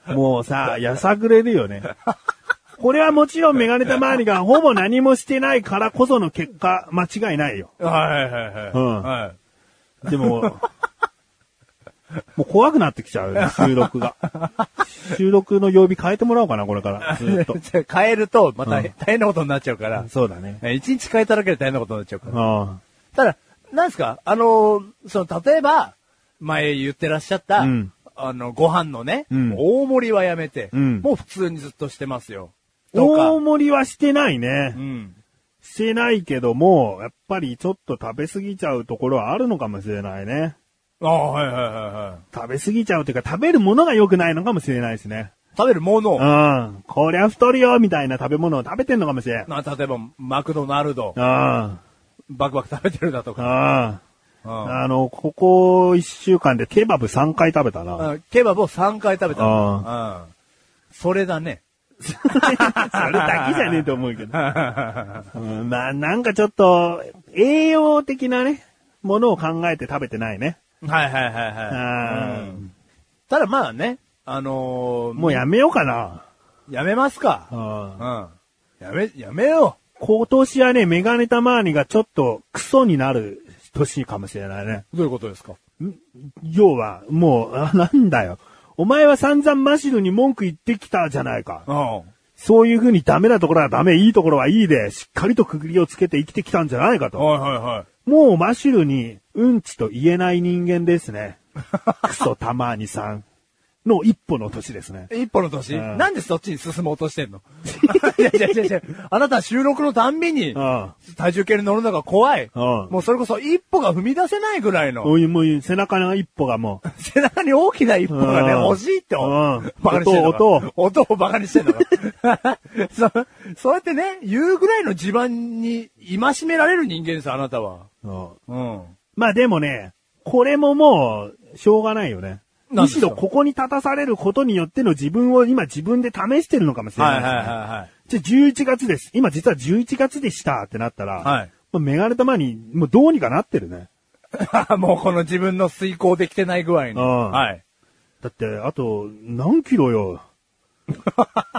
Speaker 1: トもうさ、やさぐれるよね。これはもちろんメガネたまわりがほぼ何もしてないからこその結果、間違いないよ。
Speaker 2: はいはいはい。
Speaker 1: うん
Speaker 2: はい。
Speaker 1: でも、もう怖くなってきちゃうよね、収録が。収録の曜日変えてもらおうかな、これから。ずっと。
Speaker 2: じゃあ変えると、また大変なことになっちゃうから。
Speaker 1: そうだね。
Speaker 2: え一日変えただけで大変なことになっちゃうから。
Speaker 1: あ
Speaker 2: ただ、なんですかあのー、その、例えば、前言ってらっしゃった、
Speaker 1: うん
Speaker 2: あの、ご飯のね、
Speaker 1: うん
Speaker 2: 大盛りはやめて、
Speaker 1: うん
Speaker 2: もう普通にずっとしてますよ。
Speaker 1: あ。
Speaker 2: とか
Speaker 1: 大、盛りはしてないね
Speaker 2: う。ん。
Speaker 1: してないけども、やっぱりちょっと食べ過ぎちゃうところはあるのかもしれないね。
Speaker 2: ああ、はいはいはいは
Speaker 1: 食べ過ぎちゃうというか、食べるものが良くないのかもしれないですね。
Speaker 2: い。食べるもの
Speaker 1: う
Speaker 2: を、
Speaker 1: ん。こりゃ太るよ、みたいな食べ物を食べてんのかもしれん。うん。
Speaker 2: まあ、例えば、マクドナルド、
Speaker 1: うん。
Speaker 2: バクバク食べてるだとか、
Speaker 1: あ
Speaker 2: うん
Speaker 1: の、ここ一週間でケバブ3回食べたな。
Speaker 2: *laughs* うんケバブを3回食べたのうん。それだね。 *laughs*
Speaker 1: それだけじゃねえと思うけど。うんな、なんかちょっと、栄養的なね、ものを考えて食べてないね。
Speaker 2: はいはいはいはい。
Speaker 1: うん
Speaker 2: うんただまあね、あのー
Speaker 1: もうやめようかな。
Speaker 2: やめますか。
Speaker 1: うん
Speaker 2: うん。やめ、やめよ
Speaker 1: 今年はね、メガネたまわりがちょっとクソになる年かもしれないね。
Speaker 2: う。どういうことですか
Speaker 1: 要は、もう、あなんだよ。お前は散々マシルに文句言ってきたじゃないか。
Speaker 2: うん。
Speaker 1: そういう風にダメなところはダメ、いいところはいいで、しっかりと区切りをつけて生きてきたんじゃないかと。
Speaker 2: はいはいはい。
Speaker 1: もうマシルに、うんちと言えない人間ですね。クソたまにさんの一歩の年ですね。
Speaker 2: 一歩の年、
Speaker 1: うん
Speaker 2: なんでそっちに進もうとしてんの *laughs* いやいやいやいやあなたは収録のたんびに
Speaker 1: う、ん。
Speaker 2: 体重計に乗るのが怖い。
Speaker 1: うん
Speaker 2: もうそれこそ一歩が踏み出せないぐらいの、
Speaker 1: おいもう背中の一歩がもう、
Speaker 2: 背中に大きな一歩がね、
Speaker 1: うん
Speaker 2: 欲しいって、
Speaker 1: うん
Speaker 2: バカにしてんのか
Speaker 1: 音を
Speaker 2: 音をバカにしてんのか *laughs* そそうやってね、言うぐらいの地盤に戒められる人間です、あなたは。
Speaker 1: うん
Speaker 2: うん。
Speaker 1: まあでもね、これももう、しょうがないよね。
Speaker 2: なんで
Speaker 1: む
Speaker 2: すか
Speaker 1: しろここに立たされることによっての自分を今自分で試してるのかもしれ
Speaker 2: は
Speaker 1: ない
Speaker 2: はい
Speaker 1: い
Speaker 2: はい
Speaker 1: ですね。
Speaker 2: はい。
Speaker 1: じゃあ11月です。今実は11月でしたってなったら、
Speaker 2: はい
Speaker 1: まあメガネたまに、もうどうにかなってるね。
Speaker 2: *laughs* もうこの自分の遂行できてない具合に。
Speaker 1: うん
Speaker 2: はい。
Speaker 1: だって、あと、何キ
Speaker 2: *laughs*
Speaker 1: ロよ。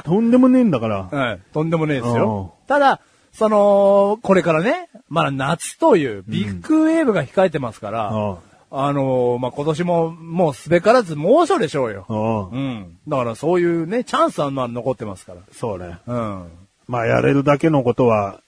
Speaker 1: とんでもねえんだから。
Speaker 2: はい。とんでもねえですよ。ただ、その、これからね、まだ夏というビッグウェーブが控えてますから、
Speaker 1: うん
Speaker 2: あのーまあ、今年ももうすべからず猛暑でしょうよ。
Speaker 1: うん
Speaker 2: うん。だからそういうね、チャンスはまだ残ってますか
Speaker 1: そうね。
Speaker 2: ら。うん。
Speaker 1: まあ、やれるだけのことは、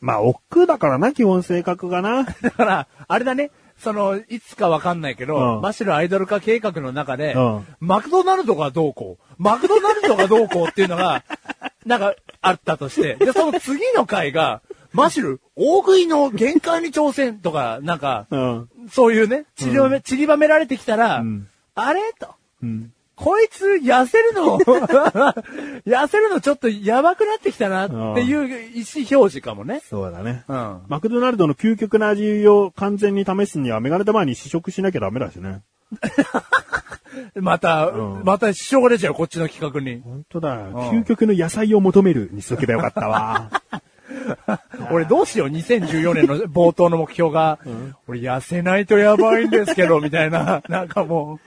Speaker 1: まあ、億劫だからな、基本性格がな。
Speaker 2: *laughs* だから、あれだね、その、いつかわかんないけど、
Speaker 1: うん
Speaker 2: マシュルアイドル化計画の中で、
Speaker 1: うん
Speaker 2: マクドナルドがどうこう、マクドナルドがどうこうっていうのが、 *laughs* なんか、あったとして、で、その次の回が、マシュル、大食いの限界に挑戦とか、なんか、
Speaker 1: うん。
Speaker 2: そういうね、散りばめ、散りばめられてきたら、
Speaker 1: ん
Speaker 2: あれと。
Speaker 1: うん。
Speaker 2: こいつ、痩せる *laughs* の、痩せるのちょっとやばくなってきたなっていう意思表示かもね。
Speaker 1: そうだね。
Speaker 2: うん。
Speaker 1: マクドナルドの究極な味を完全に試すには、メガネ玉に試食しなきゃダメだしね。
Speaker 2: また、
Speaker 1: うん
Speaker 2: また支障が出ちゃう、こっちの企画に。
Speaker 1: 本当だ。
Speaker 2: ん
Speaker 1: 究極の野菜を求めるにしとけばよかったわ。 *laughs*
Speaker 2: 俺どうしよう、2014年の冒頭の目標が、俺痩せないとやばいんですけど、みたい *laughs* な、なんかも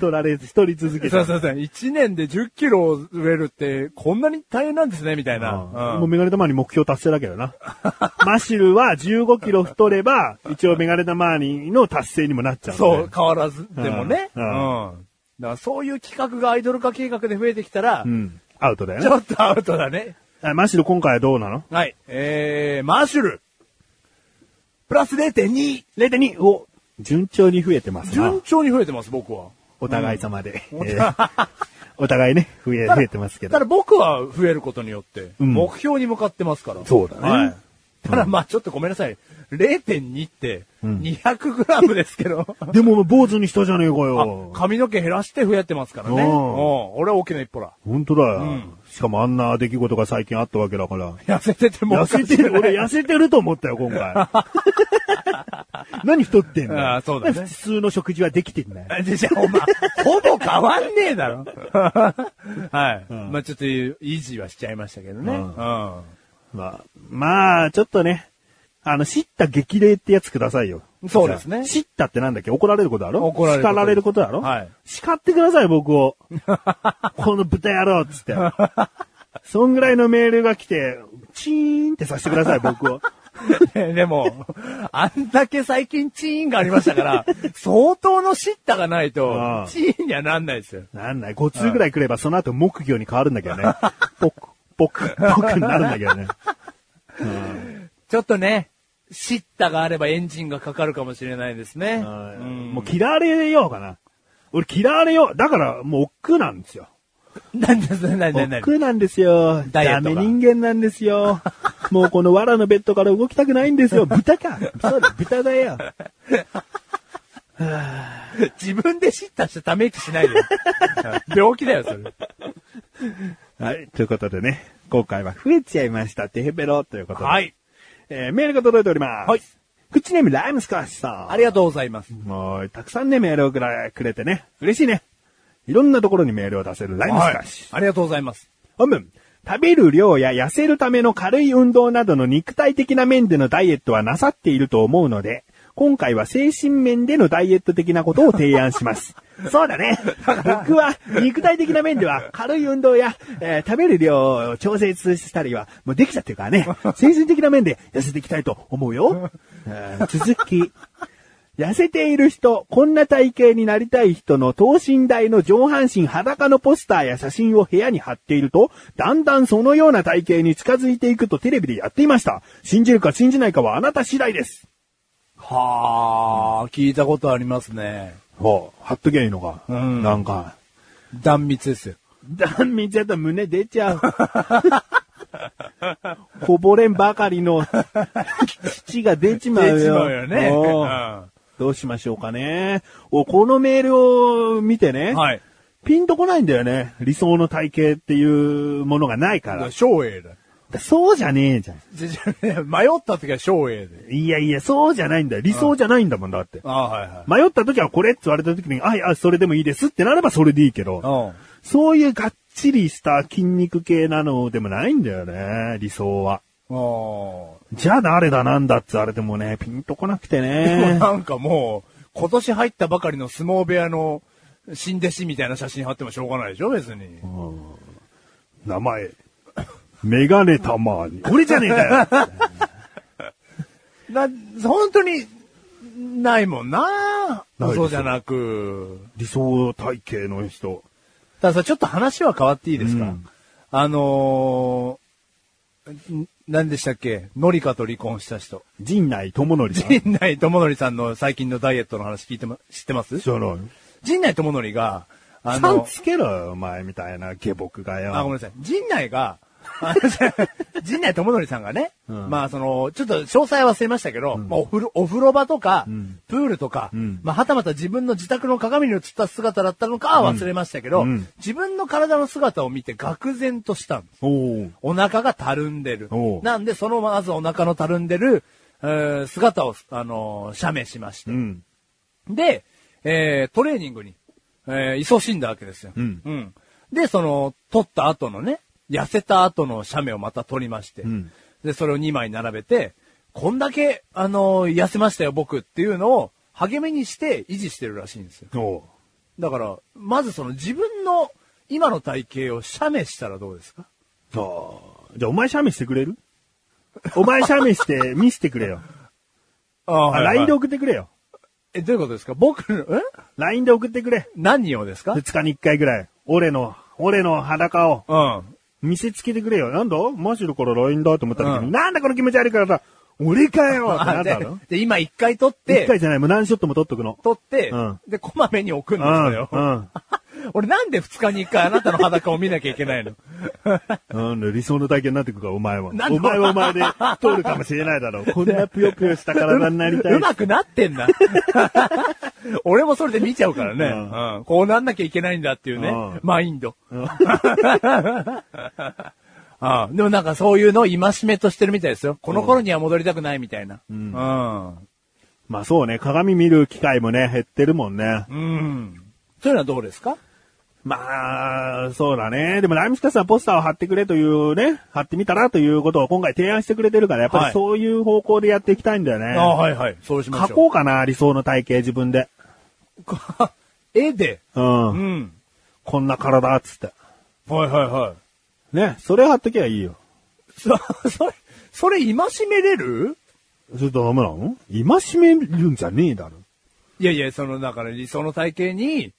Speaker 1: 取られず、一人続
Speaker 2: う、
Speaker 1: けち
Speaker 2: そ
Speaker 1: ゃ
Speaker 2: うそうそう、1年で10キロ増えるって、こんなに大変なんですね、みたいな。
Speaker 1: うん
Speaker 2: う
Speaker 1: もうんメガネ玉に目標達成だけどな。 *laughs* マシルは15キロ太れば、一応メガネ玉にの達成にもなっちゃうんで。
Speaker 2: そう、変わらず、でもね。う。
Speaker 1: うん
Speaker 2: だ
Speaker 1: ん
Speaker 2: からそういう企画がアイドル化計画で増えてきたら
Speaker 1: う、ん。アウトだよ
Speaker 2: ち
Speaker 1: ね。
Speaker 2: ょっとアウトだね。
Speaker 1: あマシル今回はどうなの
Speaker 2: はい。えー、マッシュル。プラス 0.2!
Speaker 1: 0.2を順調に増えてますな
Speaker 2: 順。調に増えてます、僕は。
Speaker 1: お互い様で。え *laughs* ーお互いね、増え、増えてますけ
Speaker 2: ただ。
Speaker 1: ど
Speaker 2: 僕は増えることによって、
Speaker 1: うん
Speaker 2: 目標に向かってますから。
Speaker 1: そうだね
Speaker 2: はい。ただまあちょっとごめんなさい。0.2って、200グラムですけ
Speaker 1: *laughs*
Speaker 2: ど、
Speaker 1: でも、坊主にしたじゃねえか
Speaker 2: あ
Speaker 1: よ。
Speaker 2: 髪の毛減らして増やってますからね。
Speaker 1: うん
Speaker 2: もう俺は大きな一歩だ。
Speaker 1: 本当だよ、
Speaker 2: ん
Speaker 1: しかもあんな出来事が最近あったわけだから。
Speaker 2: 痩せててもおか
Speaker 1: 痩せ
Speaker 2: してく
Speaker 1: る、
Speaker 2: ない
Speaker 1: 俺痩せてると思ったよ、今
Speaker 2: *laughs*
Speaker 1: 回。何太ってんだよ
Speaker 2: あーそうだね
Speaker 1: 普通の食事はできてんだよ。
Speaker 2: で *laughs* じゃあ、お前、ほぼ変わんねえだ *laughs* ろ。はい。
Speaker 1: ん
Speaker 2: まあちょっと、イージーはしちゃいましたけどね。
Speaker 1: うん
Speaker 2: うん
Speaker 1: まあ、まあ、ちょっとね、あの、叱咤激励ってやつくださいよ。
Speaker 2: そうですね
Speaker 1: 叱咤ってなんだっけ怒られることだろ
Speaker 2: 怒られること
Speaker 1: 叱られることだろ
Speaker 2: はい
Speaker 1: 叱ってください、僕
Speaker 2: *laughs*
Speaker 1: を。この豚野郎っつって。そんぐらいのメールが来て、チーンってさせてください、僕を。
Speaker 2: ね *laughs* でも、あんだけ最近チーンがありましたから、相当の叱咤がないと
Speaker 1: うん、
Speaker 2: チーンにはなんないですよ。
Speaker 1: なんない。5通ぐらい来れば、その後木魚に変わるんだけどね。
Speaker 2: *laughs*
Speaker 1: ポク、ポク、ポクになるんだけどね。
Speaker 2: ちょっとね、叱咤があればエンジンがかかるかもしれないですね。
Speaker 1: うん
Speaker 2: も
Speaker 1: もう嫌われようかな。俺嫌われよう。だから、もう億劫なんですよ。
Speaker 2: う、なんでそれ、なんで、なん
Speaker 1: 億劫なんですよ。
Speaker 2: ダイエッ
Speaker 1: ダ
Speaker 2: トが
Speaker 1: メ人間なんで
Speaker 2: *laughs*
Speaker 1: すよ。もうこの藁のベッドから動きたくないんですよ。豚か。そうだ、豚だ
Speaker 2: *laughs*
Speaker 1: よ。
Speaker 2: 自分で叱咤してため息し *laughs* ないで。病気だよ、それ。
Speaker 1: はい、ということでね、今回は増えちゃいました。テヘペロということで。。
Speaker 2: はいい。
Speaker 1: えーメールが届いております。
Speaker 2: はい。
Speaker 1: 口ネームライムスカッシュさん。
Speaker 2: ありがとうございます。
Speaker 1: もう、たくさんね、メールをくらくれてね。嬉しいね。いろんなところにメールを出せるライムスカッシュ。
Speaker 2: はいありがとうございます。
Speaker 1: 本文。食べる量や痩せるための軽い運動などの肉体的な面でのダイエットはなさっていると思うので、今回は精神面でのダイエット的なことを提案し
Speaker 2: *laughs*
Speaker 1: ます。そうだね。僕は肉体的な面では軽い運動や、えー食べる量を調節したりはもうできちゃってるからね。精神的な面で痩せていきたいと思
Speaker 2: *laughs*
Speaker 1: うよ。えー続き。痩せている人、こんな体型になりたい人の等身大の上半身裸のポスターや写真を部屋に貼っていると、だんだんそのような体型に近づいていくとテレビでやっていました。信じるか信じないかはあなた次第です。
Speaker 2: はあ、聞いたことありますね。
Speaker 1: ほう、貼っときゃいいのか。
Speaker 2: うん
Speaker 1: なんか。
Speaker 2: 断密ですよ。
Speaker 1: だんみちゃった胸出ちゃう。 *laughs* こぼれんばかりの父が出ちまうよ。
Speaker 2: 出ちまうよね
Speaker 1: おう
Speaker 2: うん
Speaker 1: どうしましょうかね。お、このメールを見てね。
Speaker 2: はい。
Speaker 1: ピンとこないんだよね。理想の体型っていうものがないか
Speaker 2: だからら。照英だ。
Speaker 1: そうじゃねえじゃん。
Speaker 2: じゃじゃ迷った時は照英で。
Speaker 1: いやいや、そうじゃないんだよ。理想じゃないんだもんだって。
Speaker 2: ああ、はいは
Speaker 1: 迷った時はこれって言われた時に、あいあ、それでもいいですってなればそれでいいけど、
Speaker 2: い。うん。
Speaker 1: そういうがっちりした筋肉系なのでもないんだよね、理想は。
Speaker 2: あ
Speaker 1: じゃあ誰だなんだっつあれでもね、ピンとこなくて
Speaker 2: あ。でも *laughs*
Speaker 1: ね。
Speaker 2: なんかもう、今年入ったばかりの相撲部屋の新弟子みたいな写真貼ってもしょうがないでしょ、別に。
Speaker 1: 名前。メガネたまに。俺じゃねえかよ。
Speaker 2: な、本当に、ないもんな。
Speaker 1: ないです
Speaker 2: そうじゃなく。
Speaker 1: 理想体型の人。
Speaker 2: たださ、ちょっと話は変わっていいですか、
Speaker 1: うん
Speaker 2: あのー、ん何でしたっけノリカと離婚した人。
Speaker 1: 陣内智則さん。
Speaker 2: 陣内智則さんの最近のダイエットの話聞いてま、知ってます
Speaker 1: 知らない。
Speaker 2: 陣内智則が、あ
Speaker 1: さん
Speaker 2: の、
Speaker 1: つけろよ、お前みたいな下僕がよ。
Speaker 2: あ、ごめんなさい。陣内が、あの *laughs* 陣内智則さんがね、
Speaker 1: うん
Speaker 2: まあその、ちょっと詳細は忘れましたけど、まあお風呂、お風呂場とか、
Speaker 1: ん
Speaker 2: プールとか、
Speaker 1: うん
Speaker 2: まあはたまた自分の自宅の鏡に映った姿だったのかは忘れましたけど、
Speaker 1: うんうん
Speaker 2: 自分の体の姿を見て愕然としたんです。
Speaker 1: おー
Speaker 2: お腹がたるんでる
Speaker 1: お。う
Speaker 2: なんで、そのまずお腹のたるんでる、えー姿を、あのー写メしまして
Speaker 1: う。ん。
Speaker 2: で、えートレーニングに、えー、勤しんだわけですよ。
Speaker 1: うん
Speaker 2: で、その、撮った後のね、痩せた後の写メをまた撮りまして、
Speaker 1: うん
Speaker 2: で、それを2枚並べて、こんだけ、あのー痩せましたよ、僕っていうのを、励みにして維持してるらしいんですよ。
Speaker 1: おう
Speaker 2: だから、まずその自分の今の体型を写メしたらどうですか
Speaker 1: あーじゃあお前写メしてくれるお前写メして見せてく
Speaker 2: *laughs*
Speaker 1: れよ。
Speaker 2: あ
Speaker 1: あ、LINE で送ってくれよ。
Speaker 2: え、どういうことですか僕の、え
Speaker 1: LINE で送ってくれ。
Speaker 2: 何をですか
Speaker 1: 2日に1回ぐらい。俺の、俺の裸を
Speaker 2: うん。
Speaker 1: 見せつけてくれよ。なんだマシルから LINE だと思った時に、
Speaker 2: うん
Speaker 1: なんだこの気持ち悪いからさ、俺かよってな
Speaker 2: あ
Speaker 1: ん
Speaker 2: *laughs*
Speaker 1: だろ
Speaker 2: でで、今一回撮っ
Speaker 1: ?1
Speaker 2: て、
Speaker 1: 回じゃない、もう何ショットも撮っとくの。
Speaker 2: 撮って、
Speaker 1: うん
Speaker 2: で、こまめに置くん
Speaker 1: う
Speaker 2: です
Speaker 1: ん、
Speaker 2: よ。
Speaker 1: うん。
Speaker 2: *laughs* 俺なんで二日に一回あなたの裸を見なきゃいけないの
Speaker 1: なんだよ理想の体験になってくから、お前は。お
Speaker 2: なんだ
Speaker 1: 前はお前で通るかもしれないだろう。こんなぷよぷよした体になりた
Speaker 2: *laughs*
Speaker 1: い。
Speaker 2: うまくなってんな。俺もそれで見ちゃうからね、
Speaker 1: うん
Speaker 2: うんこうなんなきゃいけないんだっていうね、
Speaker 1: うん
Speaker 2: マインド。
Speaker 1: うん
Speaker 2: *laughs* あでもなんかそういうのを戒めとしてるみたいですよ。この頃には戻りたくないみたいな。うん。
Speaker 1: まあそうね、鏡見る機会もね、減ってるもんね。
Speaker 2: うん。そういうのはどうですか
Speaker 1: まあ、そうだね。でも、ライムスカスはポスターを貼ってくれというね、貼ってみたらということを今回提案してくれてるから、やっぱ
Speaker 2: はい
Speaker 1: りそういう方向でやっていきたいんだよね。
Speaker 2: あはいはい。そうしまし
Speaker 1: 書
Speaker 2: ょ
Speaker 1: こうかな、理想の体型自分で。
Speaker 2: う。絵で。
Speaker 1: うん。
Speaker 2: うん。
Speaker 1: こんな体、つって。
Speaker 2: はいはいはい。
Speaker 1: ね、それ貼っときゃいいよ。
Speaker 2: そ、それ、それ戒めれる
Speaker 1: それとダメなの今しめるんじゃねえだろ。
Speaker 2: いやいや、その、だから理想の体型に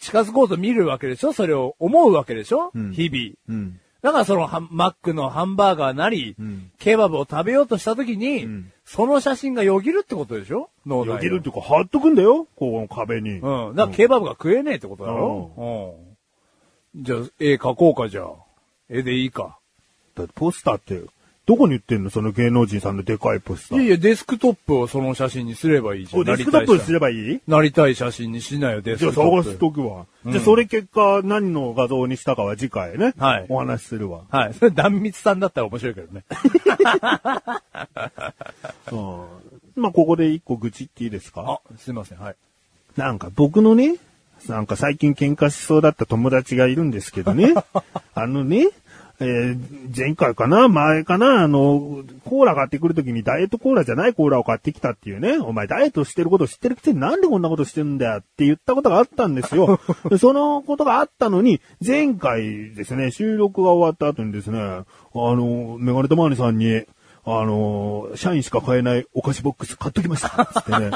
Speaker 2: 近づこうと見るわけでしょそれを思うわけでしょ、
Speaker 1: ん
Speaker 2: 日々。
Speaker 1: うん。
Speaker 2: だからそのハンマックのハンバーガーなり、
Speaker 1: ん
Speaker 2: ケバブを食べようとした時に、
Speaker 1: ん
Speaker 2: その写真がよぎるってことでしょ脳内を
Speaker 1: よぎるっていうか、貼っとくんだよ。ここの壁に。
Speaker 2: うん。だからケバブが食えねえってことだろうん。じゃあ、絵描こうか、じゃあ。絵でいいか。
Speaker 1: だってポスターって、どこに売ってんのその芸能人さんのでかいポスタ
Speaker 2: いや
Speaker 1: ー。
Speaker 2: いや、デスクトップをその写真にすればいいじゃ
Speaker 1: お
Speaker 2: ん。
Speaker 1: デスクトップに
Speaker 2: なりたい写
Speaker 1: すればいい
Speaker 2: なりたい写真にしなよ、デス
Speaker 1: じゃあ
Speaker 2: クトップ。
Speaker 1: 探しとくわ。じゃあそれ結果何の画像にしたかは次回ね。
Speaker 2: はい
Speaker 1: お話しするわ。
Speaker 2: はい。それ、断密さんだったら面白いけど
Speaker 1: *laughs*
Speaker 2: ね。
Speaker 1: うん。まあ、ここで一個愚痴っていいですか
Speaker 2: あ、すいません、はい。
Speaker 1: なんか僕のね、なんか最近喧嘩しそうだった友達がいるんですけどね。あのね、えー前回かな前かなあの、コーラ買ってくるときにダイエットコーラじゃないコーラを買ってきたっていうね。お前ダイエットしてること知ってるくせになんでこんなことしてんだよって言ったことがあったんですよ。でそのことがあったのに、前回ですね、収録が終わった後にですね、あの、メガネとマーニさんに、あの、社員しか買えないお菓子ボックス買っときました。つってね。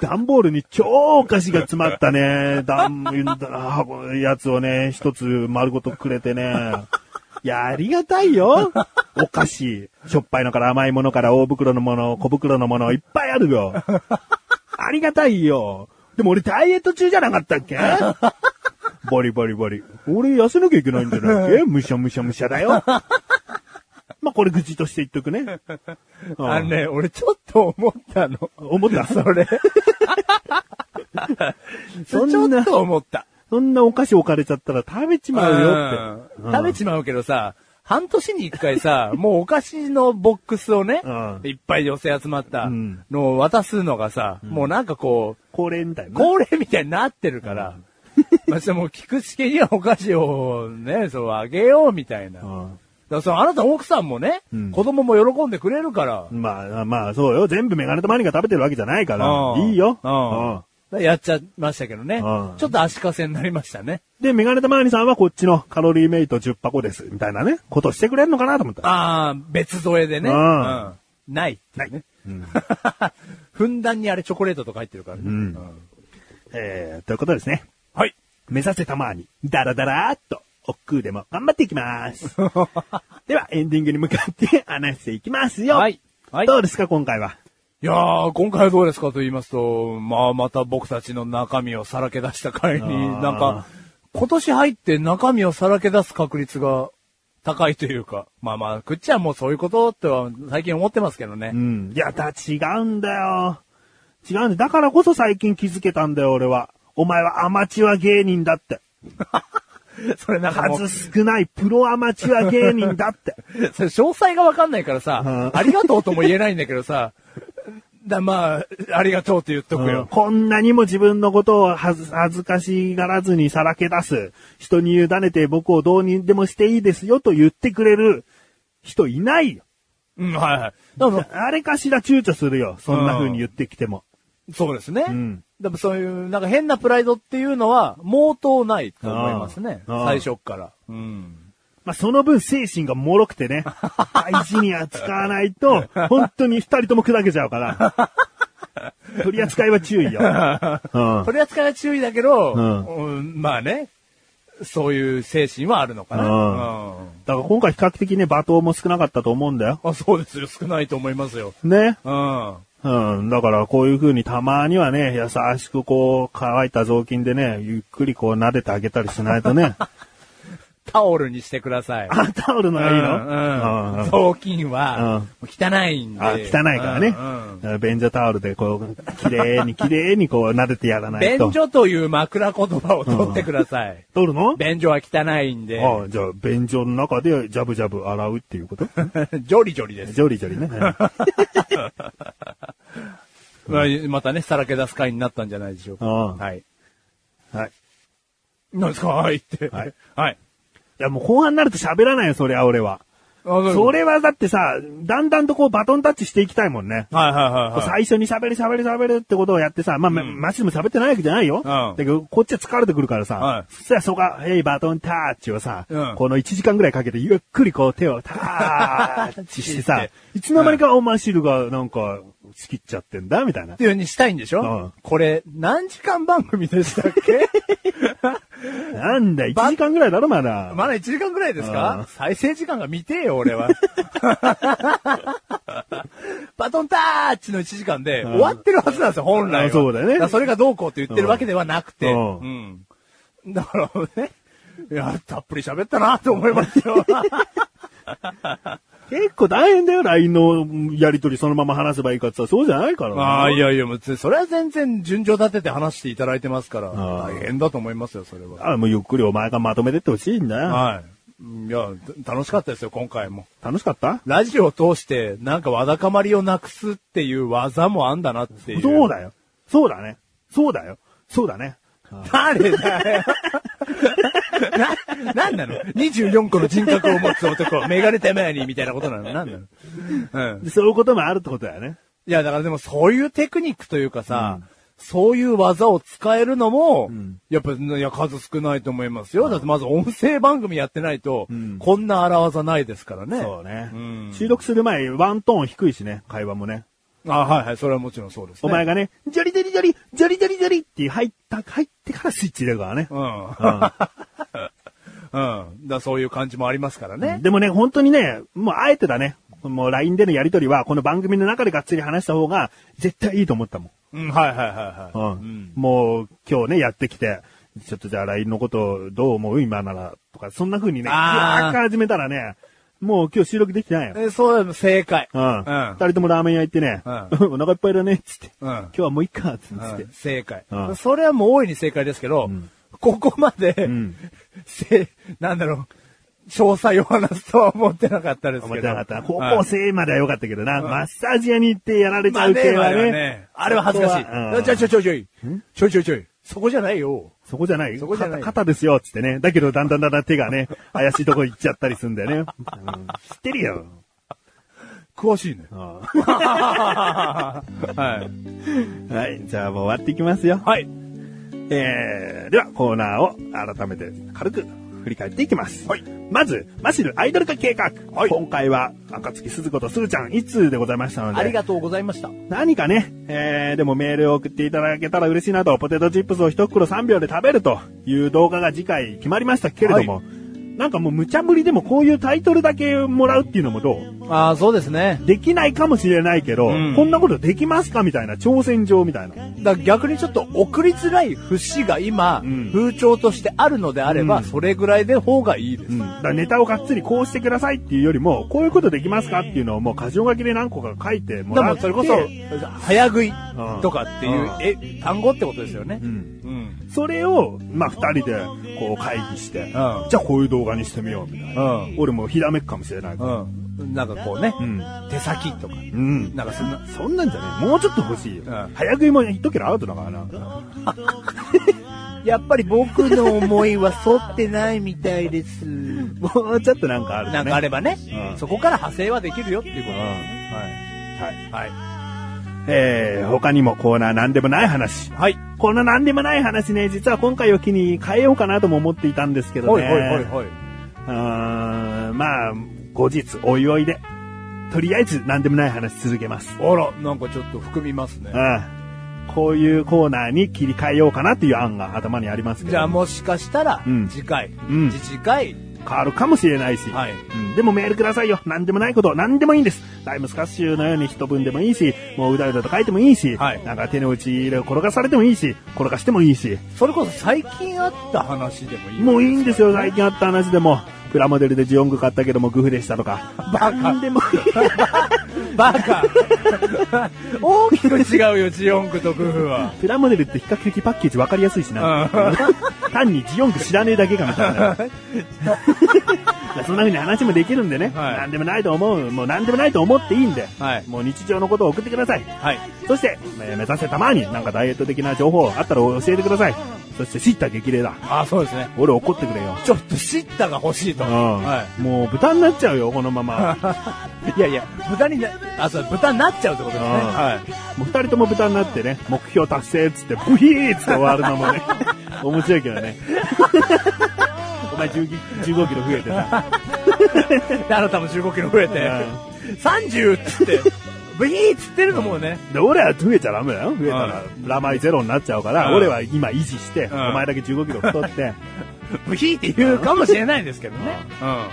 Speaker 1: 段ボールに超お菓子が詰まったね、段、箱やつをね、一つ丸ごとくれてね。いや、ありがたいよ。お菓子。しょっぱいのから甘いものから大袋のもの、小袋のもの、いっぱいあるよ。ありがたいよ。でも俺ダイエット中じゃなかったっけバリバリバリ。俺痩せなきゃいけないんじゃないっけむしゃむしゃむしゃだよ。まあ、これ愚痴として言っとくね。うん
Speaker 2: あのね、俺ちょっと思ったの。
Speaker 1: 思った
Speaker 2: そ *laughs* れ。
Speaker 1: そんな
Speaker 2: ちょっと思った。
Speaker 1: そんなお菓子置かれちゃったら食べちまうよって。
Speaker 2: うん食べちまうけどさ、半年に一回
Speaker 1: *laughs*
Speaker 2: さ、もうお菓子のボックスをね
Speaker 1: うん、
Speaker 2: いっぱい寄せ集まった
Speaker 1: うん
Speaker 2: のを渡すのがさ、もうなんかこう、 *laughs*
Speaker 1: 恒例みたいな。
Speaker 2: 恒例みたいになってるから、まあ、その、菊池家にはお菓子をね、そう、あげようみたいな。だから、その、あなた奥さんもね、
Speaker 1: うん
Speaker 2: 子供も喜んでくれるから、
Speaker 1: まあ、まあ、そうよ。全部メガネとマニが食べてるわけじゃないから。
Speaker 2: うん
Speaker 1: いいよ。
Speaker 2: うん
Speaker 1: うん
Speaker 2: やっちゃいましたけどね。
Speaker 1: うん
Speaker 2: ちょっと足かせになりましたね。
Speaker 1: で、メガネとマニさんはこっちのカロリーメイト10箱です。みたいなね。ことしてくれるのかなと思った。
Speaker 2: ああ、別添えでね。
Speaker 1: う
Speaker 2: うんんないっていうね。 *laughs* ふんだんにあれチョコレートとか入ってるからね。
Speaker 1: んえー、ということですね。
Speaker 2: はい。
Speaker 1: 目指せたまに、ダラダラーっと、おっくうでも頑張っていき
Speaker 2: *laughs*
Speaker 1: ます。では、エンディングに向かって話していきますよ。
Speaker 2: はい。はい。
Speaker 1: どうですか、今回は。
Speaker 2: いやー、今回はどうですかと言いますと、まあまた僕たちの中身をさらけ出した回
Speaker 1: あ
Speaker 2: に、
Speaker 1: ー
Speaker 2: なんか、今年入って中身をさらけ出す確率が高いというか、まあまあ、くっちゃんもそういうことっては最近思ってますけどね
Speaker 1: う。ん。いや、だ、違うんだよ。違うんだ。だからこそ最近気づけたんだよ、俺は。お前はアマチュア芸人だって。
Speaker 2: それなんかもう
Speaker 1: 数少ないプロアマチュア芸人だ
Speaker 2: *laughs*
Speaker 1: って。
Speaker 2: それ詳細がわかんないからさ、
Speaker 1: うん
Speaker 2: ありがとうとも言えないんだけどさ、だまあ、ありがとうって言っとくよ。
Speaker 1: こんなにも自分のことを恥ず恥ずかしがらずにさらけ出す。人に委ねて僕をどうにでもしていいですよと言ってくれる人いないよ。
Speaker 2: うん、はいはい。だから
Speaker 1: あれかしら躊躇するよ。そんな風に言ってきても。
Speaker 2: そうですね。
Speaker 1: うん
Speaker 2: でもそういう、なんか変なプライドっていうのは、毛頭ないと思いますね。
Speaker 1: ああ
Speaker 2: 最初っから。うん。
Speaker 1: まあ、その分精神が脆く
Speaker 2: *laughs*
Speaker 1: てね。大事に扱わないと、本当に二人とも砕けちゃうから。
Speaker 2: *laughs*
Speaker 1: 取り扱いは注意よ。うん
Speaker 2: 取り扱いは注意だけど、
Speaker 1: うん
Speaker 2: うんまあね、そういう精神はあるのかな。
Speaker 1: うん
Speaker 2: うん
Speaker 1: だから今回比較的ね、罵倒も少なかったと思うんだよ。
Speaker 2: あそうですよ。少ないと思いますよ。
Speaker 1: ね。
Speaker 2: うん。
Speaker 1: うん。だからこういう風にたまにはね、優しくこう、乾いた雑巾でね、ゆっくりこう撫でてあげたりしない
Speaker 2: *laughs*
Speaker 1: とね。
Speaker 2: タオルにしてください。
Speaker 1: あ、タオルのがいいの
Speaker 2: うんうん
Speaker 1: うん
Speaker 2: 雑巾は、汚いんで。
Speaker 1: あ、汚いからね
Speaker 2: うん。
Speaker 1: 便所タオルでこう、綺麗に綺麗にこう撫でてやらないと。
Speaker 2: 便所という枕言葉を取ってください。
Speaker 1: 取るの
Speaker 2: 便所は汚いんで、
Speaker 1: あじゃあ、便所の中でジャブジャブ洗うっていうこと
Speaker 2: *laughs* ジョリジョリです。
Speaker 1: ジョリジョリ
Speaker 2: *laughs*
Speaker 1: ね。はい
Speaker 2: まあまたね、さらけ出す回になったんじゃないでしょうか。
Speaker 1: うん
Speaker 2: はい。
Speaker 1: はい。
Speaker 2: なんですかはいって。
Speaker 1: はい。
Speaker 2: はい。
Speaker 1: いや、もう後半になると喋らないよ、そりゃ俺は。そ
Speaker 2: そ
Speaker 1: れはだってさ、だんだんとこうバトンタッチしていきたいもんね。
Speaker 2: はいはいはい、はい。
Speaker 1: 最初に喋る喋る喋るってことをやってさ、まあ、まマシでも喋ってないわけじゃないよ。
Speaker 2: ん
Speaker 1: だけど、こっちは疲れてくるからさ、
Speaker 2: はい
Speaker 1: そしたらそこは、ヘイバトンタッチをさ、
Speaker 2: うん、
Speaker 1: この1時間ぐらいかけてゆっくりこう手をタッチしてさ
Speaker 2: *laughs*
Speaker 1: いつの間にかお前汁がなんか、仕切っちゃってんだ、みたいな
Speaker 2: っ。ていうようにしたいんでしょ、
Speaker 1: うん
Speaker 2: これ、何時間番組でしたっけ *laughs*
Speaker 1: なんだ、1時間ぐらいだろ、まだ。
Speaker 2: まだ1時間ぐらいですか、
Speaker 1: うん
Speaker 2: 再生時間が見てえよ、俺
Speaker 1: *laughs*
Speaker 2: は。バトンタッチの1時間で終わってるはずなんですよ、本来は。
Speaker 1: あそうだよね
Speaker 2: からそれがどうこうって言ってるわけではなくて。
Speaker 1: う
Speaker 2: うんん。だからね、いや、たっぷり喋ったなと思います
Speaker 1: *laughs*
Speaker 2: よ。
Speaker 1: 結構大変だよ、LINE のやりとりそのまま話せばいいかってさ、そうじゃないからな
Speaker 2: ああ、いやいや、もう、それは全然順序立てて話していただいてますから、
Speaker 1: あー
Speaker 2: 大変だと思いますよ、それは。
Speaker 1: あもうゆっくりお前がまとめてってほしいんだよ。
Speaker 2: はい。いや、た楽しかったですよ、今回も。
Speaker 1: 楽しかった
Speaker 2: ラジオを通して、なんかわだかまりをなくすっていう技もあんだなっていう。
Speaker 1: そうだよ。そうだね。そうだよ。そうだね。
Speaker 2: 誰だ
Speaker 1: *laughs*
Speaker 2: よ。な、なんなの ?24 個の人格を持つ男、メガネたまにみたいなことな
Speaker 1: *laughs*
Speaker 2: のなんなのうん。
Speaker 1: でそういうこともあるってことだよね。
Speaker 2: いや、だからでもそういうテクニックというかさ、そういう技を使えるのも、やっぱ、いや、数少ないと思いますよ。だってまず音声番組やってないと、こんな荒技ないですからね。
Speaker 1: そうね
Speaker 2: うん。
Speaker 1: 収録する前、ワントーン低いしね、会話もね。
Speaker 2: あ、はいはい、それはもちろんそうです、
Speaker 1: お
Speaker 2: ね。
Speaker 1: 前がね、ジョリジョリジョリ、ジョリジョリジョリって入った、入ってからスイッチ入れるからね。
Speaker 2: うん。うん。だそういう感じもありますからね。
Speaker 1: でもね、本当にね、もうあえてだね。もう LINE でのやりとりは、この番組の中でがっつり話した方が、絶対いいと思ったもん。
Speaker 2: うん、はいはいはいはい。
Speaker 1: うん。もう、今日ね、やってきて、ちょっとじゃあ LINE のことどう思う今なら、とか、そんな風にね、
Speaker 2: あー
Speaker 1: やーっ始めたらね、もう今日収録できてないよ。
Speaker 2: えそうだよ、正解。
Speaker 1: うん。
Speaker 2: うん
Speaker 1: 二。人ともラーメン屋行ってね、
Speaker 2: うん
Speaker 1: *laughs* お腹いっぱいだね、つって。
Speaker 2: うん
Speaker 1: 今日はもういいか、つって。
Speaker 2: うん正解
Speaker 1: うん。
Speaker 2: それはもう大いに正解ですけど、ここまで
Speaker 1: ん、
Speaker 2: せ、なんだろう、詳細を話すとは思ってなかったです
Speaker 1: 思っ
Speaker 2: け
Speaker 1: て
Speaker 2: ど。
Speaker 1: なかったな。高
Speaker 2: はい
Speaker 1: 校生までは良かったけどな、マッサージ屋に行ってやられちゃう系は
Speaker 2: まあねまあ
Speaker 1: ね。
Speaker 2: ねあれは恥ずかしい。
Speaker 1: ここはうん
Speaker 2: ちょいちょいちょいちょい。ちょいちょいちょい。そこじゃないよ。
Speaker 1: そこじゃない
Speaker 2: そこじゃない
Speaker 1: 肩肩ですよ、つってね。だけど、だんだんだんだん手がね、怪しいとこ行っちゃったりするんだよね。うん知ってるよ。
Speaker 2: 詳しい *laughs* ね。
Speaker 1: あ
Speaker 2: はい。
Speaker 1: あはい、じゃあもう終わっていきますよ。
Speaker 2: はい。
Speaker 1: えー、では、コーナーを改めて軽く振り返っていきます。
Speaker 2: はい
Speaker 1: まず、マシルアイドル化計画。
Speaker 2: はい
Speaker 1: 今回は、赤月鈴子とすずちゃん一通でございましたので。
Speaker 2: ありがとうございました。
Speaker 1: 何かね、えー、でもメールを送っていただけたら嬉しいなと、ポテトチップスを一袋3秒で食べるという動画が次回決まりましたけれども、
Speaker 2: は
Speaker 1: なんかもう無茶ぶりでもこういうタイトルだけもらうっていうのもどう
Speaker 2: ああ、そうですね。
Speaker 1: できないかもしれないけど、
Speaker 2: うん
Speaker 1: こんなことできますかみたいな挑戦状みたいな。
Speaker 2: だから逆にちょっと送りづらい節が今、
Speaker 1: うん
Speaker 2: 風潮としてあるのであれば、
Speaker 1: うん
Speaker 2: それぐらいで方がいいです。
Speaker 1: うん、だからネタをがっつりこうしてくださいっていうよりも、こういうことできますかっていうのをもう箇条書きで何個か書いても
Speaker 2: で
Speaker 1: らっ
Speaker 2: も
Speaker 1: て。
Speaker 2: それこそ、早食いとかっていう、
Speaker 1: うん
Speaker 2: え、単語ってことですよね
Speaker 1: う。ん。
Speaker 2: うん。
Speaker 1: それを、まあ、二人で、こう会議して、じゃあこういう動画にしてみようみたいな。
Speaker 2: うん。
Speaker 1: 俺もひらめくかもしれないから。
Speaker 2: うん。なんかこうね、
Speaker 1: うん。
Speaker 2: 手先とか、
Speaker 1: うん。
Speaker 2: なんかそんな、
Speaker 1: そんなんじゃねえ。もうちょっと欲しいよ。
Speaker 2: うん
Speaker 1: 早食いも一キロアウトだからな。
Speaker 2: やっぱり僕の思いは沿ってないみたいです。
Speaker 1: もうちょっとなんかある
Speaker 2: なんかあればね、
Speaker 1: うん
Speaker 2: そこから派生はできるよっていうこと。
Speaker 1: はい。
Speaker 2: はい。
Speaker 1: えー、他にもコーナーなんでもない話。
Speaker 2: はい。
Speaker 1: このなんでもない話ね、実は今回を機に変えようかなとも思っていたんですけど
Speaker 2: ほい
Speaker 1: ね。
Speaker 2: ほいほいほい。
Speaker 1: うーん、まあ、後日、おいおいで。とりあえず、なんでもない話続けます。
Speaker 2: あら、なんかちょっと含みますね。
Speaker 1: うん。こういうコーナーに切り替えようかなっていう案が頭にありますけど。
Speaker 2: じゃあもしかしたら、
Speaker 1: うん
Speaker 2: 次回、
Speaker 1: ん
Speaker 2: 次回、
Speaker 1: 変わるかもしれないし。
Speaker 2: はい
Speaker 1: うんでもメールくださいよ。何でもないこと、何でもいいんです。ライムスカッシュのように一文でもいいし、もううだうだと書いてもいいし、
Speaker 2: はい
Speaker 1: なんか手の内で転がされてもいいし、転がしてもいいし、
Speaker 2: それこそ最近あった話でもいい。
Speaker 1: もういいんですよ、最近あった話でも。プラモデルでジオング買ったけどもグフでした
Speaker 2: *laughs*
Speaker 1: とか。
Speaker 2: バ
Speaker 1: 何
Speaker 2: カ、
Speaker 1: でもいい。
Speaker 2: バカ。 *laughs* 大きく違うよ、ジオンクとグフは。
Speaker 1: プラモデルって比較的パッケージ分かりやすいしな。単にジオング知らねえだけかみたい
Speaker 2: *laughs*
Speaker 1: な。そんな風に話もできるんでね。
Speaker 2: はい
Speaker 1: 何でもないと思う。もう何でもないと思っていいんで。
Speaker 2: はい。
Speaker 1: もう日常のことを送ってください。
Speaker 2: はい。
Speaker 1: そして、えー目指せたまになんかダイエット的な情報あったら教えてください。そして、知った激励だ。
Speaker 2: あ、そうですね。
Speaker 1: 俺怒ってくれよ。
Speaker 2: ちょっとシッタが欲しい *laughs* と。
Speaker 1: うん。
Speaker 2: は
Speaker 1: もう豚になっちゃうよ、このま
Speaker 2: *laughs*
Speaker 1: ま。
Speaker 2: い。いやいや、豚にな、あ、そう、豚になっちゃうってことですね。
Speaker 1: うん
Speaker 2: はい。
Speaker 1: もう二人とも豚になってね、目標達成っつって、ブヒーっつって終わるの
Speaker 2: *laughs*
Speaker 1: もね、面白いけどね。お前10キ15キロ増えてさ。
Speaker 2: で、あなたも15キロ増えて、30っつって、ブヒーっつってるのもうね。
Speaker 1: で、俺は増えちゃダメだよ。増えたら、ラマイゼロになっちゃうから、
Speaker 2: うん
Speaker 1: 俺は今維持して、
Speaker 2: ん
Speaker 1: お前だけ15キロ太って、
Speaker 2: ブヒーって言うかもしれないんですけどね。うん。
Speaker 1: まあ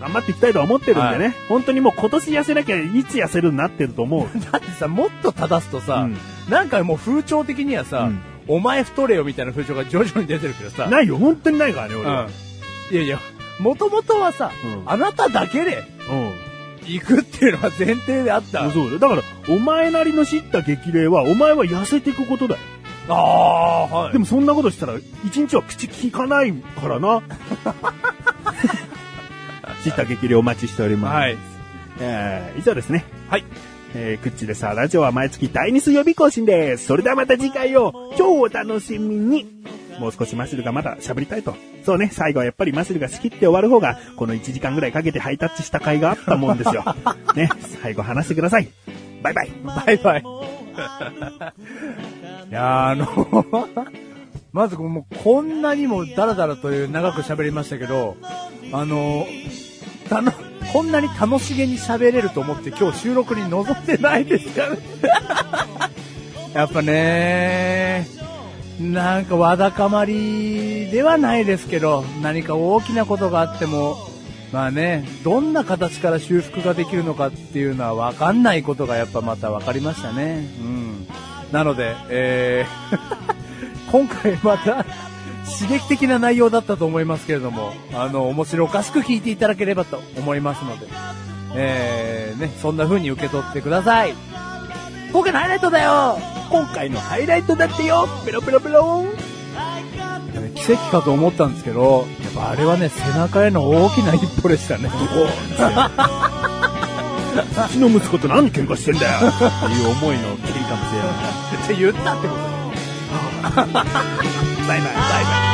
Speaker 1: 頑張っていきたいと思ってるんでね、
Speaker 2: は
Speaker 1: 本当にもう今年痩せなきゃいつ痩せるようになってると思う。
Speaker 2: だってさ、もっと正すとさ、
Speaker 1: うん
Speaker 2: なんかもう風潮的にはさ、
Speaker 1: うん
Speaker 2: お前太れよみたいな風潮が徐々に出てるけどさ、
Speaker 1: ないよ、本当にないからね、俺は。
Speaker 2: うん、いやいや、もともとはさ、
Speaker 1: うん
Speaker 2: あなただけで
Speaker 1: うん。
Speaker 2: 行くっていうのが前提であった。あ
Speaker 1: そうだよ。だから、お前なりの知った激励は、お前は痩せていくことだよ。
Speaker 2: あー、はい。
Speaker 1: でもそんなことしたら、一日は口聞かないか
Speaker 2: *laughs*
Speaker 1: らな。知った激励お待ちしております。
Speaker 2: はい。
Speaker 1: えー以上ですね。
Speaker 2: はい。
Speaker 1: えー、クッチでさ、ラジオは毎月第2水曜日更新です。それではまた次回を、超お楽しみに。もう少しマシルがまだ喋りたいと。そうね、最後はやっぱりマシルが仕切って終わる方が、この1時間ぐらいかけてハイタッチした甲斐があったも
Speaker 2: *laughs*
Speaker 1: んですよ。ね、最後話してください。バイバイ。
Speaker 2: バイバイ。いやーあの、まずもうこんなにもダラダラという長く喋りましたけど、あの、たの、こんなに楽しげに喋れると思って今日収録に臨んでないですから。やっぱねなんかわだかまりではないですけど、何か大きなことがあっても、まあね、どんな形から修復ができるのかっていうのはわかんないことがやっぱまた分かりましたね。うん。なので、えー *laughs* 今回また刺激的な内容だったと思いますけれども、あの、面白おかしく聞いていただければと思いますので、えー、ね、そんな風に受け取ってください。今回のハイライトだよ今回のハイライトだってよペロペロペロン奇跡かと思ったんですけど、やっぱあれはね、背中への大きな一歩でしたね。
Speaker 1: うちの息子
Speaker 2: *laughs*
Speaker 1: と何喧嘩してんだよ。っていう思いの切りかもしれない。
Speaker 2: って言ったってことだよ。
Speaker 1: バイバイ。バイバイ。